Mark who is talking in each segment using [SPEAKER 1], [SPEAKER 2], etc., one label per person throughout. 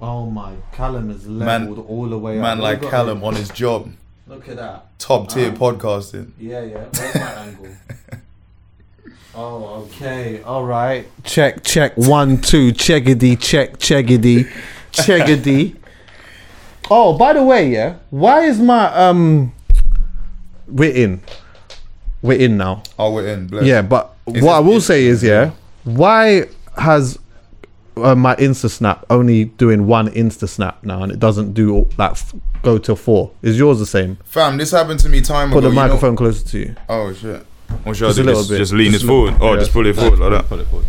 [SPEAKER 1] Oh my, Callum has leveled all the way up.
[SPEAKER 2] Man
[SPEAKER 1] What
[SPEAKER 2] like
[SPEAKER 1] we got
[SPEAKER 2] Callum on his job.
[SPEAKER 1] here? Look at that.
[SPEAKER 2] Top tier
[SPEAKER 1] Ah.
[SPEAKER 2] podcasting.
[SPEAKER 1] Yeah, yeah. Where's my angle? Oh, okay. All right. Check, check. One, two. Checkity, check, checkity, checkity. Oh, by the way, yeah. Why is my um? We're in. We're in now.
[SPEAKER 2] Oh, we're in. Bless.
[SPEAKER 1] Yeah, but
[SPEAKER 2] Is
[SPEAKER 1] what
[SPEAKER 2] it-
[SPEAKER 1] I will
[SPEAKER 2] is-
[SPEAKER 1] say is, yeah, why has uh, my Insta Snap only doing one Insta Snap now, and it doesn't do all that f- go to four? Is yours the same?
[SPEAKER 2] Fam, this happened to me time
[SPEAKER 1] Put
[SPEAKER 2] ago.
[SPEAKER 1] the
[SPEAKER 2] you know-
[SPEAKER 1] microphone closer to you.
[SPEAKER 2] Oh shit.
[SPEAKER 3] Or should
[SPEAKER 1] Just
[SPEAKER 3] I
[SPEAKER 1] a
[SPEAKER 3] do
[SPEAKER 1] little
[SPEAKER 3] this?
[SPEAKER 1] bit.
[SPEAKER 3] Just lean
[SPEAKER 1] Just
[SPEAKER 3] this
[SPEAKER 1] a little-
[SPEAKER 3] forward. Oh,
[SPEAKER 1] yeah.
[SPEAKER 3] just pull it forward like that.
[SPEAKER 4] Pull it forward.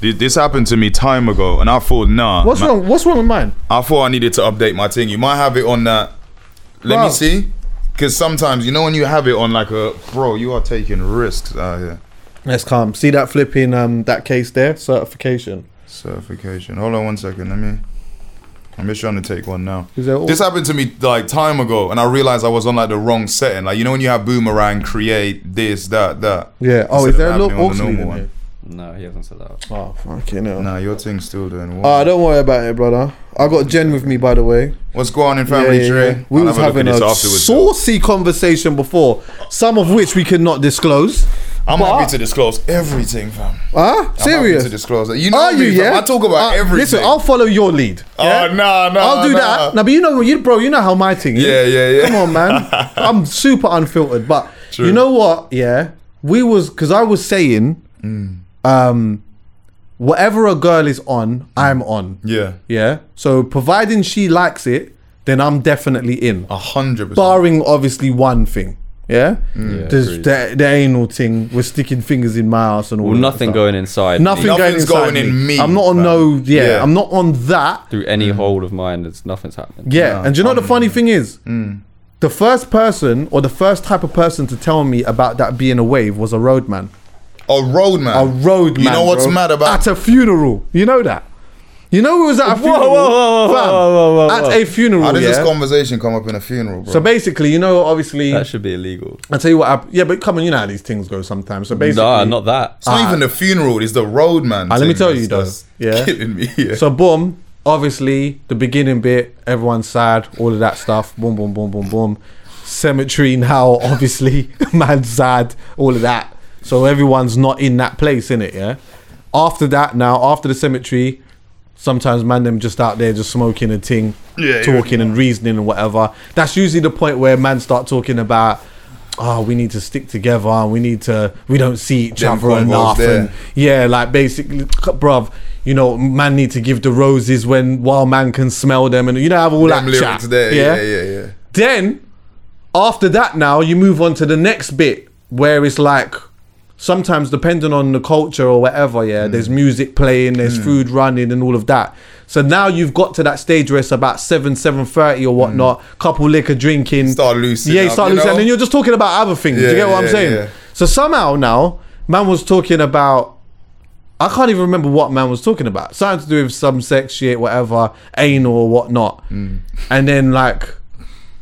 [SPEAKER 3] Th- This happened to me time ago, and I thought, nah.
[SPEAKER 1] What's
[SPEAKER 3] man,
[SPEAKER 1] wrong? What's wrong with mine?
[SPEAKER 2] I thought I needed to update my thing. You might have it on that. Let
[SPEAKER 1] Bro.
[SPEAKER 2] me see. Because sometimes, you know, when you have it on like a. Bro, you are taking risks out here.
[SPEAKER 1] Let's calm. See that flipping um that case there certification.
[SPEAKER 2] Certification. Hold on one second. Let me. I'm just trying to take one now.
[SPEAKER 1] Is that all?
[SPEAKER 2] This happened to me like time ago, and I realized I was on like the wrong setting. Like you know when you have boomerang, create this, that, that.
[SPEAKER 1] yeah. Oh, is
[SPEAKER 2] Instead of
[SPEAKER 1] there a
[SPEAKER 2] having
[SPEAKER 1] little
[SPEAKER 2] it on
[SPEAKER 1] aux
[SPEAKER 2] the
[SPEAKER 1] lead
[SPEAKER 2] normal
[SPEAKER 1] in
[SPEAKER 2] one.
[SPEAKER 1] here?
[SPEAKER 4] No, he hasn't said that.
[SPEAKER 1] Oh, fucking hell.
[SPEAKER 2] Nah, your thing's still doing.
[SPEAKER 1] Oh,
[SPEAKER 2] Well.
[SPEAKER 1] don't worry about it, brother. I got Jen with me, by the way.
[SPEAKER 2] What's going on in family Dre?
[SPEAKER 1] We
[SPEAKER 2] I'll
[SPEAKER 1] was
[SPEAKER 2] have a look
[SPEAKER 1] having
[SPEAKER 2] at
[SPEAKER 1] a
[SPEAKER 2] this afterwards, though.
[SPEAKER 1] saucy conversation before, some of which we could not disclose.
[SPEAKER 2] I'm
[SPEAKER 1] but-
[SPEAKER 2] happy to disclose everything, fam.
[SPEAKER 1] Huh?
[SPEAKER 2] I'm happy
[SPEAKER 1] Serious?
[SPEAKER 2] to disclose that. You know
[SPEAKER 1] Are
[SPEAKER 2] me,
[SPEAKER 1] you?
[SPEAKER 2] fam.
[SPEAKER 1] Yeah.
[SPEAKER 2] I talk about
[SPEAKER 1] Uh,
[SPEAKER 2] everything.
[SPEAKER 1] Listen, I'll follow your lead.
[SPEAKER 2] Oh no, no.
[SPEAKER 1] I'll do
[SPEAKER 2] no.
[SPEAKER 1] that. No, but you know, you bro, you know how my thing is.
[SPEAKER 2] Yeah, yeah, yeah.
[SPEAKER 1] Come on, man. I'm super unfiltered, but
[SPEAKER 2] True.
[SPEAKER 1] you know what? Yeah, we was because I was saying,
[SPEAKER 2] Mm.
[SPEAKER 1] um, whatever a girl is on, I'm on.
[SPEAKER 2] Yeah,
[SPEAKER 1] Yeah. So providing she likes it, then I'm definitely in.
[SPEAKER 2] a hundred percent.
[SPEAKER 1] Barring obviously one thing. Yeah.
[SPEAKER 2] Mm.
[SPEAKER 4] Yeah,
[SPEAKER 1] There's
[SPEAKER 4] agreed.
[SPEAKER 1] the, the anal thing. We're sticking fingers in my ass and all.
[SPEAKER 4] Well,
[SPEAKER 1] that
[SPEAKER 4] nothing
[SPEAKER 1] stuff.
[SPEAKER 4] going inside.
[SPEAKER 1] Nothing
[SPEAKER 4] me.
[SPEAKER 1] going,
[SPEAKER 2] Nothing's
[SPEAKER 1] inside
[SPEAKER 2] going in me,
[SPEAKER 1] I'm not on
[SPEAKER 2] fam.
[SPEAKER 1] no. Yeah,
[SPEAKER 2] Yeah.
[SPEAKER 1] I'm not on that.
[SPEAKER 4] through any hole of mine. It's nothing's happening.
[SPEAKER 1] Yeah,
[SPEAKER 2] No,
[SPEAKER 1] and do you know what the funny thing is?
[SPEAKER 2] Hmm.
[SPEAKER 1] The first person or the first type of person to tell me about that being a wave was a roadman.
[SPEAKER 2] A roadman.
[SPEAKER 1] A roadman.
[SPEAKER 2] You know what's
[SPEAKER 1] bro.
[SPEAKER 2] mad
[SPEAKER 1] at
[SPEAKER 2] about?
[SPEAKER 1] a funeral? You know that. You know who was at a funeral?
[SPEAKER 4] whoa, whoa, whoa,
[SPEAKER 1] Fam,
[SPEAKER 4] whoa, whoa, whoa, whoa.
[SPEAKER 1] At a funeral.
[SPEAKER 2] How does
[SPEAKER 1] yeah?
[SPEAKER 2] this conversation come up in a funeral, bro?
[SPEAKER 1] so basically, you know, obviously,
[SPEAKER 4] That should be illegal.
[SPEAKER 1] I tell you what, happened. yeah, but come on, you know how these things go sometimes. So basically,
[SPEAKER 4] nah, not that.
[SPEAKER 2] It's not even the funeral, it's the roadman.
[SPEAKER 1] Ah, let me
[SPEAKER 2] thing
[SPEAKER 1] tell you,
[SPEAKER 2] that's-
[SPEAKER 1] though.
[SPEAKER 2] that's
[SPEAKER 1] Yeah.
[SPEAKER 2] Killing me. Yeah.
[SPEAKER 1] So boom, obviously the beginning bit, everyone's sad, all of that stuff. Boom, boom, boom, boom, boom. Cemetery now, obviously, man's sad, all of that. So everyone's not in that place, in it, yeah. After that, now after the cemetery, sometimes man them just out there just smoking and ting,
[SPEAKER 2] Yeah,
[SPEAKER 1] talking and reasoning and whatever. That's usually the point where man start talking about. Oh, we need to stick together. and We need to. We don't see each
[SPEAKER 2] Them
[SPEAKER 1] other
[SPEAKER 2] convos
[SPEAKER 1] enough,
[SPEAKER 2] there.
[SPEAKER 1] and yeah, like basically, bruv, you know, man need to give the roses when while man can smell them, and you know, have all that
[SPEAKER 2] Them lyrics
[SPEAKER 1] chat.
[SPEAKER 2] there. Yeah, yeah, yeah.
[SPEAKER 1] Then, after that, now you move on to the next bit where it's like sometimes depending on the culture or whatever.
[SPEAKER 2] Hmm.
[SPEAKER 1] Yeah, there's music playing, there's food running, and all of that. So now you've got to that stage where it's about seven, seven thirty or whatnot. Couple liquor drinking.
[SPEAKER 2] Hmm. Start loosing
[SPEAKER 1] Yeah, you
[SPEAKER 2] up,
[SPEAKER 1] start
[SPEAKER 2] you
[SPEAKER 1] losing,
[SPEAKER 2] know?
[SPEAKER 1] and then you're just talking about other things.
[SPEAKER 2] Yeah,
[SPEAKER 1] you get what I'm
[SPEAKER 2] yeah,
[SPEAKER 1] saying?
[SPEAKER 2] yeah.
[SPEAKER 1] So somehow now, man was talking about I can't even remember what man was talking about. Something to do with some sex shit, whatever, anal or whatnot.
[SPEAKER 2] Mm.
[SPEAKER 1] And then like,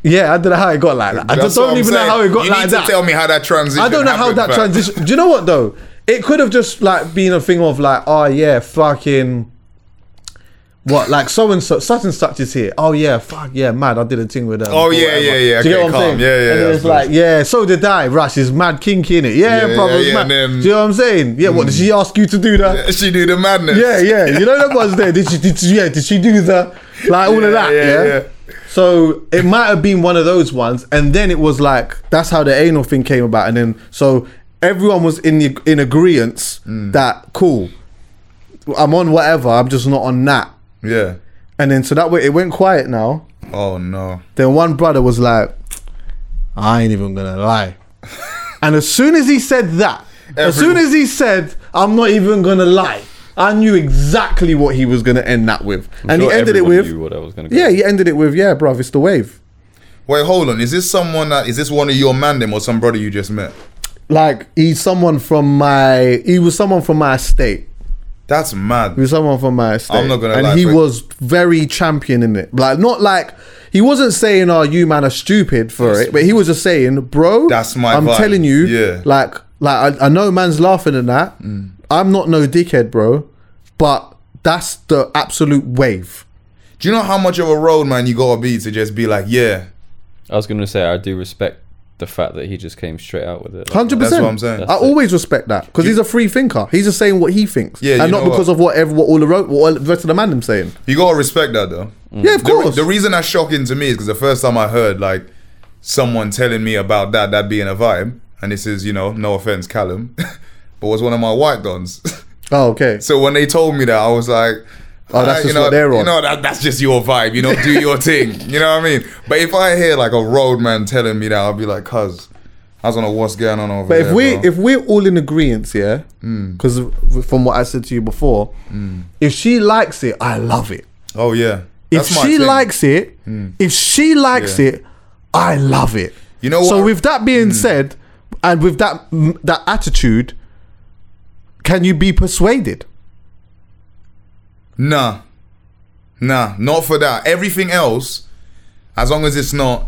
[SPEAKER 1] yeah, I don't know how it got like that. I
[SPEAKER 2] That's
[SPEAKER 1] just
[SPEAKER 2] what
[SPEAKER 1] don't
[SPEAKER 2] I'm
[SPEAKER 1] even
[SPEAKER 2] saying.
[SPEAKER 1] know how it got
[SPEAKER 2] you
[SPEAKER 1] like
[SPEAKER 2] need
[SPEAKER 1] that.
[SPEAKER 2] To tell me how that transition.
[SPEAKER 1] I don't know how
[SPEAKER 2] happened,
[SPEAKER 1] that
[SPEAKER 2] fam.
[SPEAKER 1] transition. Do you know what though? It could have just like been a thing of like, oh yeah, fucking. What like so and so such and such is here? Oh yeah, fuck yeah, mad! I did a thing with her.
[SPEAKER 2] Oh, yeah, yeah, yeah,
[SPEAKER 1] Do you
[SPEAKER 2] okay,
[SPEAKER 1] get what
[SPEAKER 2] calm.
[SPEAKER 1] I'm saying?
[SPEAKER 2] Yeah, yeah,
[SPEAKER 1] And then
[SPEAKER 2] yeah,
[SPEAKER 1] it's
[SPEAKER 2] I
[SPEAKER 1] like yeah, so did I. Rush is mad kinky in it. Yeah,
[SPEAKER 2] Yeah,
[SPEAKER 1] bro,
[SPEAKER 2] yeah,
[SPEAKER 1] it's
[SPEAKER 2] yeah,
[SPEAKER 1] mad.
[SPEAKER 2] and then- Hmm.
[SPEAKER 1] Do you know what I'm saying? Yeah, what did she ask you to do that?
[SPEAKER 2] She knew the madness.
[SPEAKER 1] Yeah, yeah. You know that was there. Did she? Did she, yeah? Did she do the like all of
[SPEAKER 2] Yeah,
[SPEAKER 1] that?
[SPEAKER 2] yeah,
[SPEAKER 1] Yeah,
[SPEAKER 2] yeah.
[SPEAKER 1] So it might have been one of those ones, and then it was like that's how the anal thing came about, and then so everyone was in the in agreement
[SPEAKER 2] Mm.
[SPEAKER 1] that cool, I'm on whatever, I'm just not on that,
[SPEAKER 2] Yeah.
[SPEAKER 1] and then so that way it went quiet now.
[SPEAKER 2] Oh no.
[SPEAKER 1] Then one brother was like, I ain't even gonna lie, and as soon as he said that, as soon
[SPEAKER 2] Everyone-
[SPEAKER 1] as he said, I'm not even gonna lie. I knew exactly what he was going to end that with. and
[SPEAKER 4] Sure
[SPEAKER 1] he ended it
[SPEAKER 4] everyone
[SPEAKER 1] with,
[SPEAKER 4] knew what I was gonna go.
[SPEAKER 1] yeah, he ended it with, yeah, bruv, it's the wave.
[SPEAKER 2] Wait, hold on. Is this someone that is this one of your man them or some brother you just met?
[SPEAKER 1] Like, he's someone from my, he was someone from my estate.
[SPEAKER 2] That's mad.
[SPEAKER 1] He was someone from my estate.
[SPEAKER 2] not gonna
[SPEAKER 1] And
[SPEAKER 2] lie,
[SPEAKER 1] he
[SPEAKER 2] Fred.
[SPEAKER 1] was very champion in it. Like, not like, he wasn't saying, oh, you man are stupid for it, but he was just saying, bro,
[SPEAKER 2] That's my
[SPEAKER 1] I'm
[SPEAKER 2] vibe.
[SPEAKER 1] telling you,
[SPEAKER 2] Yeah. Mm.
[SPEAKER 1] like, like I, I know man's laughing at that. I'm not no dickhead, bro, but that's the absolute wave.
[SPEAKER 2] Do you know how much of a road man you gotta be to just be like, yeah,
[SPEAKER 4] I was gonna say I do respect the fact that he just came straight out with it. Like,
[SPEAKER 1] Hundred
[SPEAKER 2] That's
[SPEAKER 1] percent.
[SPEAKER 2] what I'm saying.
[SPEAKER 1] I always respect that because he's a free thinker. He's just saying what he thinks,
[SPEAKER 2] Yeah,
[SPEAKER 1] and
[SPEAKER 2] you
[SPEAKER 1] not
[SPEAKER 2] know
[SPEAKER 1] because
[SPEAKER 2] what?
[SPEAKER 1] of whatever what all the ro- what all the rest of the man them saying.
[SPEAKER 2] you gotta respect that though.
[SPEAKER 1] Yeah, of
[SPEAKER 2] Mm. The re-
[SPEAKER 1] course.
[SPEAKER 2] The, reason that's shocking to me is because the first time I heard like someone telling me about that, that being a vibe, and this is, you know, no offense, Callum, but was one of my white dons.
[SPEAKER 1] oh, okay.
[SPEAKER 2] so when they told me that, I was like,
[SPEAKER 1] Oh, that's
[SPEAKER 2] "Ah, you
[SPEAKER 1] just
[SPEAKER 2] know,
[SPEAKER 1] what they're
[SPEAKER 2] You
[SPEAKER 1] on."
[SPEAKER 2] know, that, that's just your vibe. You know, do your thing. You know what I mean? But if I hear like a road man telling me that, I'll be like, cuz, I don't know what's going on over
[SPEAKER 1] But
[SPEAKER 2] there.
[SPEAKER 1] if we
[SPEAKER 2] bro." Hmm.
[SPEAKER 1] if we're all in agreement, yeah, because from what I said to you before, if she likes it, I love it.
[SPEAKER 2] oh yeah,
[SPEAKER 1] If
[SPEAKER 2] That's my
[SPEAKER 1] she
[SPEAKER 2] thing. Hmm.
[SPEAKER 1] likes it, if she likes
[SPEAKER 2] Yeah.
[SPEAKER 1] it, I love it.
[SPEAKER 2] You know
[SPEAKER 1] So
[SPEAKER 2] what? Hmm.
[SPEAKER 1] with that being said, and with that mm, that attitude, can you be persuaded?
[SPEAKER 2] Nah. Nah, not for that. Everything else, as long as it's not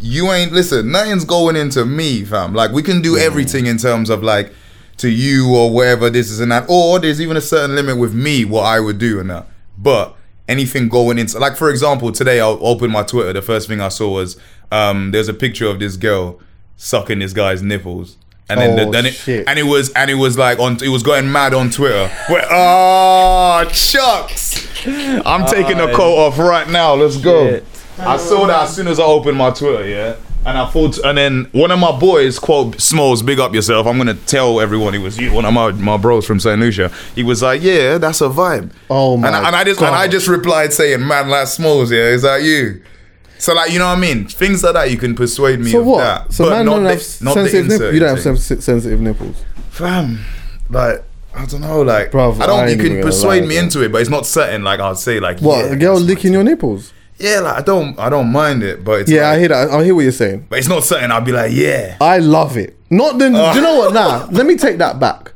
[SPEAKER 2] you ain't listen, nothing's going into me, fam. Like we can do everything in terms of like to you or wherever this is and that. Or there's even a certain limit with me what I would do and that. But anything going into like for example, today I'll open my Twitter. The first thing I saw was um there's a picture of this girl sucking this guy's nipples. And then,
[SPEAKER 1] Oh,
[SPEAKER 2] the, then it,
[SPEAKER 1] shit.
[SPEAKER 2] and it was and it was like on it was going mad on Twitter. Where, oh chucks! I'm taking the coat off right now. Let's go.
[SPEAKER 4] Shit.
[SPEAKER 2] I saw that as soon as I opened my Twitter, yeah. And I thought, and then one of my boys, quote, Smalls, big up yourself. I'm gonna tell everyone he was you, one of my, my bros from St. Lucia. He was like, yeah, that's a vibe.
[SPEAKER 1] Oh my
[SPEAKER 2] and, I- and I just and I
[SPEAKER 1] God.
[SPEAKER 2] just replied saying, man, like Smalls, yeah, is that you? So like, you know what I mean? Things like that, you can persuade me
[SPEAKER 1] So
[SPEAKER 2] of
[SPEAKER 1] what?
[SPEAKER 2] that.
[SPEAKER 1] so
[SPEAKER 2] but
[SPEAKER 1] man
[SPEAKER 2] not
[SPEAKER 1] don't
[SPEAKER 2] the-
[SPEAKER 1] have
[SPEAKER 2] not the
[SPEAKER 1] sensitive nipples. You
[SPEAKER 2] inserting
[SPEAKER 1] don't have
[SPEAKER 2] thing.
[SPEAKER 1] sensi- sensitive nipples.
[SPEAKER 2] fam, like. I don't know, like
[SPEAKER 1] Bruv,
[SPEAKER 2] I don't.
[SPEAKER 1] I
[SPEAKER 2] you
[SPEAKER 1] ain't
[SPEAKER 2] can
[SPEAKER 1] even
[SPEAKER 2] persuade
[SPEAKER 1] allowed,
[SPEAKER 2] me
[SPEAKER 1] bro.
[SPEAKER 2] into it, but it's not certain. Like I'd say, like
[SPEAKER 1] What
[SPEAKER 2] yeah,
[SPEAKER 1] a girl
[SPEAKER 2] that's my
[SPEAKER 1] licking your nipples?
[SPEAKER 2] yeah, like I don't, I don't mind it, but it's
[SPEAKER 1] Yeah,
[SPEAKER 2] like-
[SPEAKER 1] I hear that. I hear what you're saying.
[SPEAKER 2] but it's not something I'd be like, yeah,
[SPEAKER 1] I love it. Not then. do you know what? Nah, let me take that back.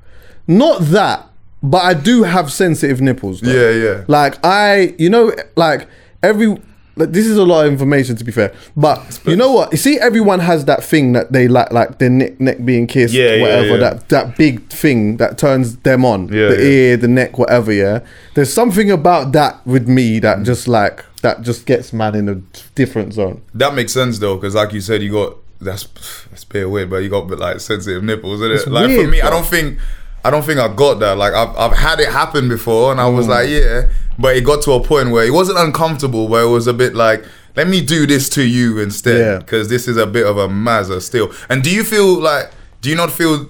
[SPEAKER 1] Not that, but I do have sensitive nipples. though.
[SPEAKER 2] Yeah, yeah.
[SPEAKER 1] Like I, you know, like every. Like, this is a lot of information to be fair, but you know what? You see, everyone has that thing that they like, like their neck, neck being kissed,
[SPEAKER 2] Yeah, yeah,
[SPEAKER 1] whatever.
[SPEAKER 2] yeah.
[SPEAKER 1] That that big thing that turns them on,
[SPEAKER 2] Yeah,
[SPEAKER 1] the
[SPEAKER 2] yeah.
[SPEAKER 1] ear, the neck, whatever. Yeah, there's something about that with me that just like that just gets man in a different zone.
[SPEAKER 2] that makes sense though, because like you said, you got that's that's a bit weird, but you got but like sensitive nipples, isn't it? like
[SPEAKER 1] weird,
[SPEAKER 2] for me, I
[SPEAKER 1] bro.
[SPEAKER 2] don't think, I don't think I got that. Like I've I've had it happen before, and I
[SPEAKER 1] Mm.
[SPEAKER 2] was like, yeah, but it got to a point where it wasn't uncomfortable, but it was a bit like. Let me do this to you
[SPEAKER 1] Yeah.
[SPEAKER 2] instead, because this is a bit of a mazza still. And do you feel like? Do you not feel?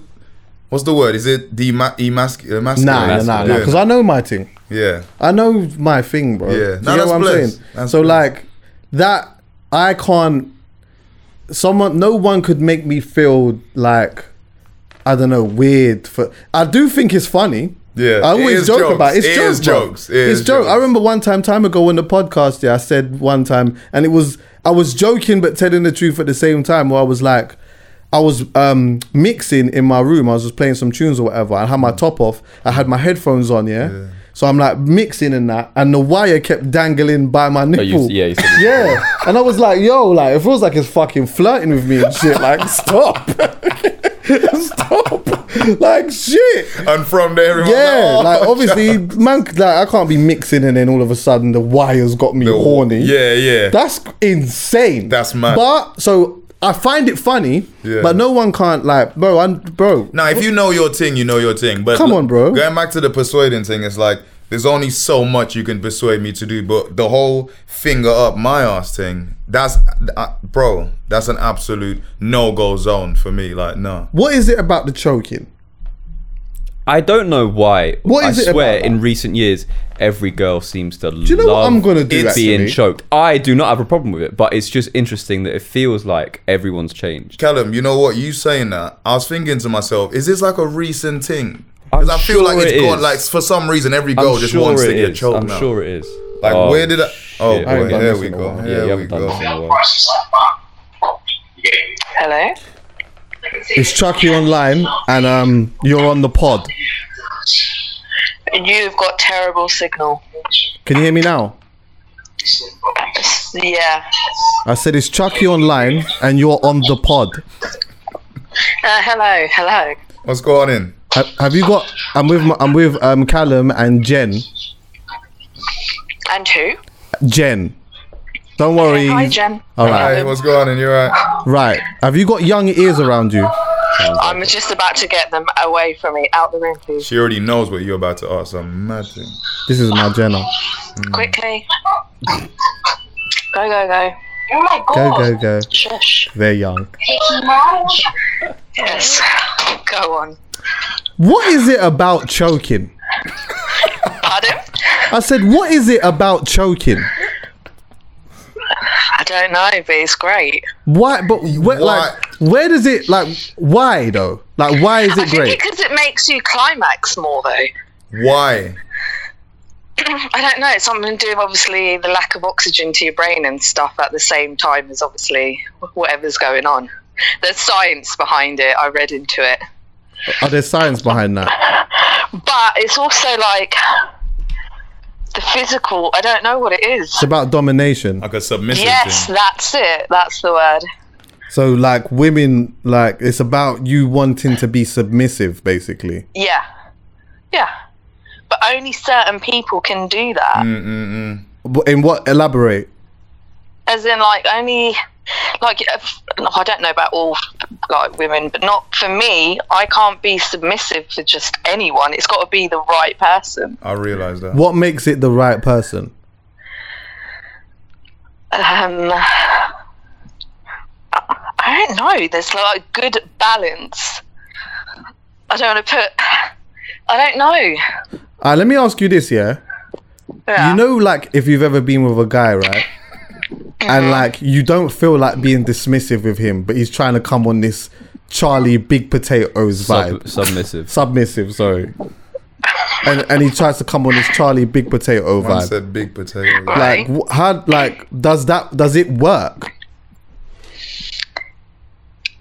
[SPEAKER 2] What's the word? Is it demasc? emascul-
[SPEAKER 1] Nah, nah, nah,
[SPEAKER 2] Yeah.
[SPEAKER 1] because I know my thing.
[SPEAKER 2] yeah.
[SPEAKER 1] I know my thing, bro.
[SPEAKER 2] Yeah.
[SPEAKER 1] Yeah, you
[SPEAKER 2] No,
[SPEAKER 1] know
[SPEAKER 2] that's
[SPEAKER 1] what I'm
[SPEAKER 2] bliss.
[SPEAKER 1] saying.
[SPEAKER 2] That's
[SPEAKER 1] so
[SPEAKER 2] bliss.
[SPEAKER 1] like that, I can't. Someone, no one could make me feel like I don't know weird. For I do think it's funny.
[SPEAKER 2] Yeah,
[SPEAKER 1] I
[SPEAKER 2] it
[SPEAKER 1] always
[SPEAKER 2] is
[SPEAKER 1] joke
[SPEAKER 2] jokes.
[SPEAKER 1] about it. it's
[SPEAKER 2] It
[SPEAKER 1] jokes.
[SPEAKER 2] is
[SPEAKER 1] bro.
[SPEAKER 2] jokes. It
[SPEAKER 1] it's
[SPEAKER 2] is
[SPEAKER 1] joke. I
[SPEAKER 2] jokes.
[SPEAKER 1] remember one time time ago on the podcast. Yeah, I said one time, and it was I was joking but telling the truth at the same time. Where I was like. I was um, mixing in my room. I was just playing some tunes or whatever. I had my top off. I had my headphones on. Yeah. So I'm like mixing and that, and the wire kept dangling by my
[SPEAKER 4] Oh, you,
[SPEAKER 1] nipple.
[SPEAKER 4] yeah, you said
[SPEAKER 1] Yeah. And I was like, yo, like, it feels like it's fucking flirting with me and shit. Like, stop. stop. Like, shit.
[SPEAKER 2] And from there, "Oh." everyone
[SPEAKER 1] Yeah.
[SPEAKER 2] was
[SPEAKER 1] Like, obviously, man, like, I can't be mixing and then all of a sudden the wires got me horny.
[SPEAKER 2] Yeah, yeah.
[SPEAKER 1] That's insane.
[SPEAKER 2] That's mad.
[SPEAKER 1] But, so. I find it funny,
[SPEAKER 2] Yeah.
[SPEAKER 1] but no one can't like, bro. I'm, bro,
[SPEAKER 2] now, if you know your thing, you know your thing. But
[SPEAKER 1] Come
[SPEAKER 2] look,
[SPEAKER 1] on, bro.
[SPEAKER 2] Going back to the persuading thing, it's like there's only so much you can persuade me to do. But the whole finger up my ass thing, that's uh, bro. That's an absolute no go zone for me. Like, no.
[SPEAKER 1] what is it about the choking?
[SPEAKER 4] I don't know why.
[SPEAKER 1] What is
[SPEAKER 4] I
[SPEAKER 1] it
[SPEAKER 4] swear,
[SPEAKER 1] about
[SPEAKER 4] in recent years, every girl seems to
[SPEAKER 1] you know what
[SPEAKER 4] love
[SPEAKER 1] I'm gonna do,
[SPEAKER 4] it being
[SPEAKER 1] actually?
[SPEAKER 4] choked. I do not have a problem with it, but it's just interesting that it feels like everyone's changed.
[SPEAKER 2] Callum, you know what? You saying that, I was thinking to myself, is this like a recent thing?
[SPEAKER 4] I'm
[SPEAKER 2] Because I feel like
[SPEAKER 4] sure
[SPEAKER 2] it's
[SPEAKER 4] it
[SPEAKER 2] gone.
[SPEAKER 4] is.
[SPEAKER 2] Like for some reason, every
[SPEAKER 4] I'm
[SPEAKER 2] girl just
[SPEAKER 4] sure
[SPEAKER 2] wants to
[SPEAKER 4] it
[SPEAKER 2] get
[SPEAKER 4] is.
[SPEAKER 2] choked
[SPEAKER 4] I'm
[SPEAKER 2] now.
[SPEAKER 4] sure it is.
[SPEAKER 2] Like,
[SPEAKER 4] Oh,
[SPEAKER 2] where did I? Oh
[SPEAKER 4] shit.
[SPEAKER 2] boy,
[SPEAKER 1] done
[SPEAKER 2] here
[SPEAKER 1] this
[SPEAKER 2] we
[SPEAKER 1] in a
[SPEAKER 2] go.
[SPEAKER 1] while.
[SPEAKER 4] Yeah, you
[SPEAKER 2] Here we
[SPEAKER 4] haven't done
[SPEAKER 2] go.
[SPEAKER 4] this in a while.
[SPEAKER 5] Hello?
[SPEAKER 1] It's Chucky online, and um, you're on the pod.
[SPEAKER 5] You've got terrible signal.
[SPEAKER 1] Can you hear me now?
[SPEAKER 5] Yeah.
[SPEAKER 1] I said it's Chucky online, and you're on the pod.
[SPEAKER 5] Uh, hello, hello.
[SPEAKER 2] What's going on? In?
[SPEAKER 1] Have, have you got? I'm with my, I'm with um Callum and Jen
[SPEAKER 5] And who?
[SPEAKER 1] Jen. Don't worry.
[SPEAKER 5] Hi, Jen.
[SPEAKER 1] All right.
[SPEAKER 2] Hey, what's going on? You're right.
[SPEAKER 1] Right. Have you got young ears around you?
[SPEAKER 5] I'm just about to get them away from me. Out the room, please.
[SPEAKER 2] She already knows what you're about to ask. So imagine.
[SPEAKER 1] This is my Jenna.
[SPEAKER 5] Quickly. go, go, go.
[SPEAKER 6] Oh my
[SPEAKER 1] Go,
[SPEAKER 6] god.
[SPEAKER 1] go, go.
[SPEAKER 5] Shush.
[SPEAKER 1] They're young.
[SPEAKER 6] Picky Marge.
[SPEAKER 5] Yes. Go on.
[SPEAKER 1] What is it about choking?
[SPEAKER 5] Pardon?
[SPEAKER 1] I said, what is it about choking?
[SPEAKER 5] I don't know, but it's great.
[SPEAKER 1] Why? But where, like, where does it like? Why though? Like, why is
[SPEAKER 5] I
[SPEAKER 1] it
[SPEAKER 5] think
[SPEAKER 1] great?
[SPEAKER 5] because it makes you climax more, though.
[SPEAKER 2] Why?
[SPEAKER 5] I don't know. It's something to do with obviously the lack of oxygen to your brain and stuff at the same time as obviously whatever's going on. There's science behind it. I read into it.
[SPEAKER 1] Are there Oh, science behind that?
[SPEAKER 5] But it's also like the physical. I don't know what it is.
[SPEAKER 1] It's about domination.
[SPEAKER 2] Like a submissive
[SPEAKER 5] Yes,
[SPEAKER 2] thing.
[SPEAKER 5] that's it. That's the word.
[SPEAKER 1] So, like, women, like, it's about you wanting to be submissive, basically.
[SPEAKER 5] Yeah. Yeah. But only certain people can do that.
[SPEAKER 1] But In what? Elaborate.
[SPEAKER 5] as in like only like if- I don't know about all like women, but not for me. I can't be submissive to just anyone. It's got to be the right person.
[SPEAKER 2] I realize that.
[SPEAKER 1] What makes it the right person?
[SPEAKER 5] Um, I don't know. There's like good balance. I don't want to put. I don't know.
[SPEAKER 1] Uh, let me ask you this, yeah.
[SPEAKER 5] Yeah.
[SPEAKER 1] You know, like if you've ever been with a guy, right?
[SPEAKER 5] Uh-huh.
[SPEAKER 1] And like you don't feel like being dismissive with him, but he's trying to come on this Charlie Big Potatoes vibe.
[SPEAKER 4] Sub- submissive.
[SPEAKER 1] Submissive, sorry. And and he tries to come on this Charlie Big Potato
[SPEAKER 2] I
[SPEAKER 1] vibe.
[SPEAKER 2] said big potato.
[SPEAKER 1] Like wh- how like does that does it work?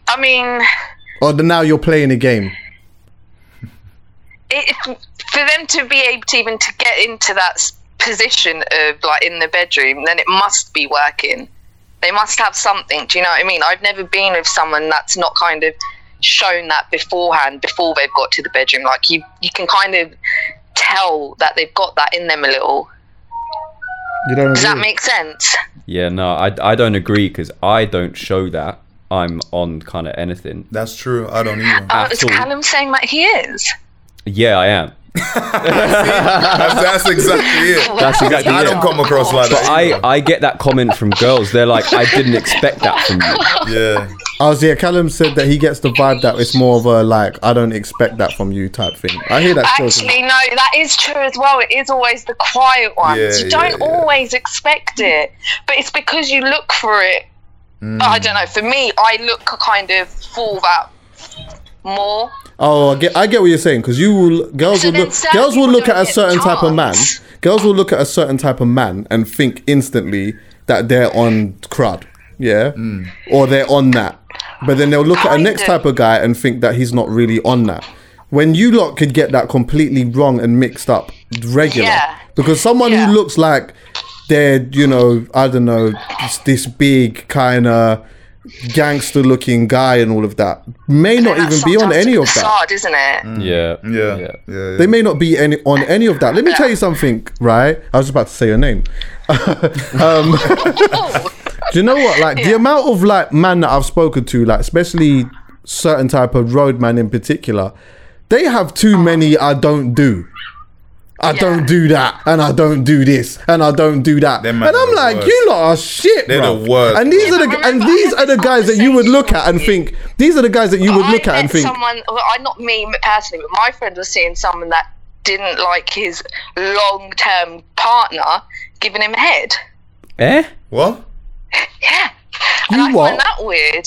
[SPEAKER 5] I mean,
[SPEAKER 1] Or the, now you're playing a game.
[SPEAKER 5] it, for them to be able to even to get into that s- position of like in the bedroom, then it must be working. They must have something. Do you know what I mean? I've never been with someone that's not kind of shown that beforehand before they've got to the bedroom. Like you, you can kind of tell that they've got that in them a little.
[SPEAKER 1] You don't
[SPEAKER 5] Does that
[SPEAKER 2] Mm.
[SPEAKER 1] agree?
[SPEAKER 5] make sense?
[SPEAKER 4] Yeah, no, I, I don't agree because I don't show that I'm on kind of anything.
[SPEAKER 2] That's true. I don't either.
[SPEAKER 5] Oh,
[SPEAKER 4] At
[SPEAKER 5] is
[SPEAKER 4] all.
[SPEAKER 5] Callum saying that he is?
[SPEAKER 4] Yeah, I am.
[SPEAKER 2] That's, that's exactly it.
[SPEAKER 4] That's exactly
[SPEAKER 2] I don't
[SPEAKER 4] it.
[SPEAKER 2] come across like
[SPEAKER 4] But
[SPEAKER 2] that.
[SPEAKER 4] I,
[SPEAKER 2] either.
[SPEAKER 4] I get that comment from girls. They're like, I didn't expect that from you.
[SPEAKER 2] yeah.
[SPEAKER 1] Oh, so yeah, Callum said that he gets the vibe that it's more of a like I don't expect that from you type thing. I hear that still. from-
[SPEAKER 5] Actually, no, that is true as well. It is always the quiet ones.
[SPEAKER 2] Yeah,
[SPEAKER 5] you don't
[SPEAKER 2] yeah, yeah.
[SPEAKER 5] always expect it, but it's because you look for it.
[SPEAKER 1] Hmm.
[SPEAKER 5] I don't know. For me, I look kind of for that more.
[SPEAKER 1] Oh, I get, I get what you're saying because you will girls
[SPEAKER 5] So
[SPEAKER 1] will
[SPEAKER 5] then
[SPEAKER 1] look
[SPEAKER 5] certain
[SPEAKER 1] girls will
[SPEAKER 5] people
[SPEAKER 1] look
[SPEAKER 5] don't
[SPEAKER 1] at a
[SPEAKER 5] get
[SPEAKER 1] certain type of man.
[SPEAKER 5] chance.
[SPEAKER 1] Girls will look at a certain type of man and think instantly that they're on crud, yeah,
[SPEAKER 5] Mm.
[SPEAKER 1] or they're on that. But then they'll look at a
[SPEAKER 5] Kind
[SPEAKER 1] next
[SPEAKER 5] of.
[SPEAKER 1] type of guy and think that he's not really on that. When you lot could get that completely wrong and mixed up regular,
[SPEAKER 5] Yeah.
[SPEAKER 1] because someone
[SPEAKER 5] Yeah.
[SPEAKER 1] who looks like they're you know I don't know this, this big kind of gangster looking guy and all of that may not
[SPEAKER 5] That's
[SPEAKER 1] even be on
[SPEAKER 5] sometimes
[SPEAKER 1] any
[SPEAKER 5] a
[SPEAKER 1] of that. Hmm.
[SPEAKER 5] facade, isn't
[SPEAKER 4] Yeah.
[SPEAKER 5] it?
[SPEAKER 2] Yeah.
[SPEAKER 4] Yeah.
[SPEAKER 2] Yeah. yeah.
[SPEAKER 1] They may not be any on any of that. Let me tell you something, right? I was about to say your name. um, do you know what? Like the amount of like man that I've spoken to, like especially certain type of roadman in particular, they have too
[SPEAKER 5] Uh-huh.
[SPEAKER 1] many. I don't do. I don't do that, and I don't do this, and I don't do that,
[SPEAKER 2] Them
[SPEAKER 1] and
[SPEAKER 2] man are
[SPEAKER 1] I'm
[SPEAKER 2] the
[SPEAKER 1] like,
[SPEAKER 2] worst.
[SPEAKER 1] you lot are shit.
[SPEAKER 2] They're
[SPEAKER 1] bruv.
[SPEAKER 2] the worst.
[SPEAKER 1] And these are the
[SPEAKER 5] but
[SPEAKER 1] and
[SPEAKER 5] remember, I
[SPEAKER 1] these
[SPEAKER 5] had
[SPEAKER 1] are the
[SPEAKER 5] this
[SPEAKER 1] guys that you would look at and
[SPEAKER 5] conversation
[SPEAKER 1] think. These are the guys that you would
[SPEAKER 5] I
[SPEAKER 1] look at
[SPEAKER 5] met
[SPEAKER 1] and think.
[SPEAKER 5] someone. Well, I not me personally, but my friend was seeing someone that didn't like his long-term partner giving him head.
[SPEAKER 4] Eh?
[SPEAKER 2] What?
[SPEAKER 5] Yeah,
[SPEAKER 1] You
[SPEAKER 5] and I
[SPEAKER 1] what?
[SPEAKER 5] find that weird.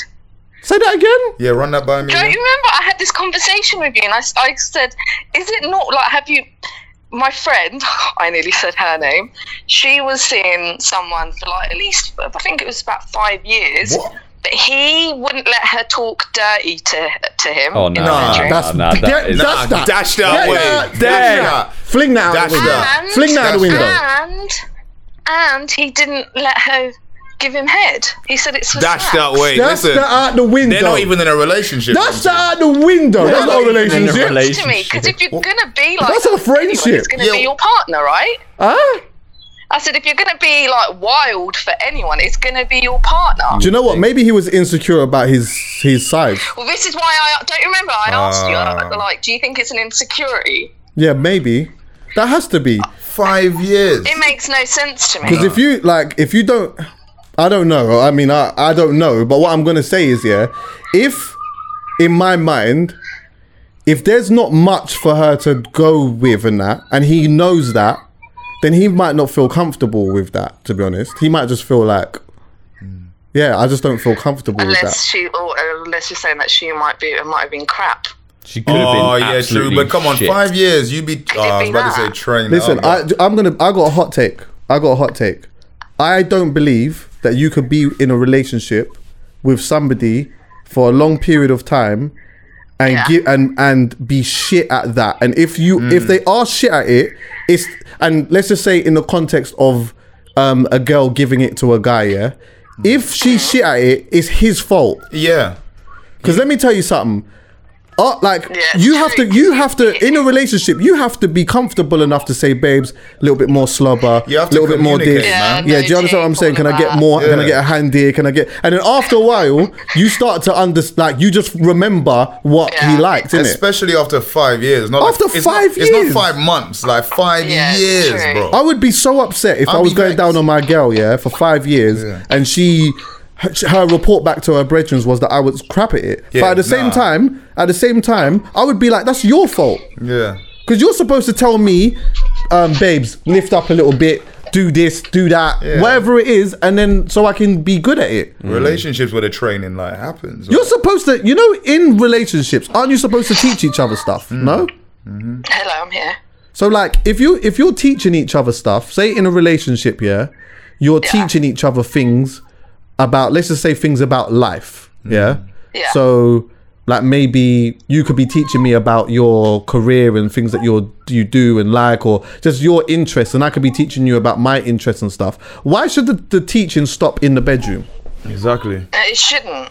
[SPEAKER 1] Say that again.
[SPEAKER 2] Yeah, run that by me.
[SPEAKER 5] Don't
[SPEAKER 2] man.
[SPEAKER 5] you remember I had this conversation with you and I, s- I said, is it not like, have you, my friend, I nearly said her name, she was seeing someone for like at least, I think it was about five years,
[SPEAKER 2] What?
[SPEAKER 5] but he wouldn't let her talk dirty to, to him.
[SPEAKER 4] Oh, no.
[SPEAKER 2] Nah,
[SPEAKER 4] no,
[SPEAKER 1] That's
[SPEAKER 4] no, that
[SPEAKER 1] yeah,
[SPEAKER 4] is-
[SPEAKER 1] that's that.
[SPEAKER 2] Dash that
[SPEAKER 1] Yeah,
[SPEAKER 2] way.
[SPEAKER 1] yeah,
[SPEAKER 2] Dash
[SPEAKER 1] yeah.
[SPEAKER 2] that.
[SPEAKER 1] Fling that out
[SPEAKER 2] Dash
[SPEAKER 1] the window.
[SPEAKER 2] that.
[SPEAKER 5] And,
[SPEAKER 1] Fling that out the
[SPEAKER 2] That's
[SPEAKER 1] window.
[SPEAKER 5] and, and he didn't let her give him head. He said it's for
[SPEAKER 2] Dash
[SPEAKER 5] sex.
[SPEAKER 2] that way.
[SPEAKER 1] That's
[SPEAKER 2] Listen,
[SPEAKER 1] that out the window.
[SPEAKER 2] they're not even in a relationship.
[SPEAKER 1] That's
[SPEAKER 2] them
[SPEAKER 1] that out the window. That's not a
[SPEAKER 2] not even in a
[SPEAKER 1] relationship.
[SPEAKER 4] rela-
[SPEAKER 5] To me, because if you're gonna be like
[SPEAKER 1] That's a
[SPEAKER 5] that with anyone,
[SPEAKER 1] friendship.
[SPEAKER 5] it's gonna
[SPEAKER 2] Yeah.
[SPEAKER 5] be your partner, right?
[SPEAKER 1] huh?
[SPEAKER 5] I said, if you're going to be like wild for anyone, it's going to be your partner.
[SPEAKER 1] Do you know what? Maybe he was insecure about his his size.
[SPEAKER 5] Well, this is why I don't remember. I asked you, I-
[SPEAKER 2] Ah.
[SPEAKER 5] like, do you think it's an insecurity?
[SPEAKER 1] Yeah, maybe. That has to be.
[SPEAKER 2] Five years.
[SPEAKER 5] It makes no sense to me.
[SPEAKER 1] Because if you like, if you don't, I don't know. I mean, I, I don't know. But what I'm gonna say is, yeah, if in my mind, if there's not much for her to go with and that, and he knows that, then he might not feel comfortable with that. To be honest, he might just feel like, yeah, I just don't feel comfortable with
[SPEAKER 5] unless
[SPEAKER 1] that.
[SPEAKER 5] she, or uh, let's just say that she might be, it might have been crap.
[SPEAKER 4] She could have been
[SPEAKER 2] Oh yeah, true. But come on,
[SPEAKER 4] shit.
[SPEAKER 2] five years. You be. Oh, I was about to say train.
[SPEAKER 1] Listen,
[SPEAKER 2] oh,
[SPEAKER 1] I, I'm gonna. I got a hot take. I got a hot take. I don't believe that you could be in a relationship with somebody for a long period of time and
[SPEAKER 5] Yeah.
[SPEAKER 1] give and and be shit at that. And if you if they are shit at it, it's and let's just say in the context of um, a girl giving it to a guy, yeah. If she's shit at it, it's his fault.
[SPEAKER 2] yeah.
[SPEAKER 1] Because let me tell you something. Uh, like
[SPEAKER 5] Yeah,
[SPEAKER 1] you have to,
[SPEAKER 5] true.
[SPEAKER 1] you have to in a relationship, you have to be comfortable enough to say, "Babes, a little bit more slobber,
[SPEAKER 2] You have to
[SPEAKER 1] little bit more
[SPEAKER 2] communicate,
[SPEAKER 1] dick."
[SPEAKER 2] man.
[SPEAKER 1] Yeah, do you understand what I'm saying? Can I get more? Can I
[SPEAKER 2] Yeah.
[SPEAKER 1] get a hand here? Can I get? And then after a while, you start to understand. Like you just remember what he
[SPEAKER 5] Yeah.
[SPEAKER 1] liked, innit?
[SPEAKER 2] Especially after five years. Not
[SPEAKER 1] After
[SPEAKER 2] like, it's
[SPEAKER 1] five
[SPEAKER 2] not, It's
[SPEAKER 1] years?
[SPEAKER 2] not five months. Like five
[SPEAKER 5] Yeah,
[SPEAKER 2] years,
[SPEAKER 5] true.
[SPEAKER 2] bro.
[SPEAKER 1] I would be so upset if i
[SPEAKER 2] I'd
[SPEAKER 1] was
[SPEAKER 2] be
[SPEAKER 1] going
[SPEAKER 2] vexed.
[SPEAKER 1] down on my girl, yeah, for five years,
[SPEAKER 2] Yeah.
[SPEAKER 1] and she, her, her report back to her brethren was that I was crap at it.
[SPEAKER 2] Yeah,
[SPEAKER 1] but at the same
[SPEAKER 2] nah.
[SPEAKER 1] time, at the same time, I would be like, "That's your fault."
[SPEAKER 2] yeah.
[SPEAKER 1] Because you're supposed to tell me, um, babes, lift up a little bit, do this, do that,
[SPEAKER 2] Yeah.
[SPEAKER 1] whatever it is, and then so I can be good at it.
[SPEAKER 4] Mm.
[SPEAKER 2] Relationships where the training like happens.
[SPEAKER 1] You're supposed to, you know, in relationships, aren't you supposed to teach each other stuff? No.
[SPEAKER 5] Hello, I'm here.
[SPEAKER 1] So like, if you if you're teaching each other stuff, say in a relationship, yeah, you're teaching each other things about, let's just say things about life, yeah.
[SPEAKER 5] Yeah.
[SPEAKER 1] So like maybe you could be teaching me about your career and things that you're you do and like, or just your interests, and I could be teaching you about my interests and stuff. Why should the, the teaching stop in the bedroom?
[SPEAKER 3] Exactly.
[SPEAKER 5] Uh, It shouldn't.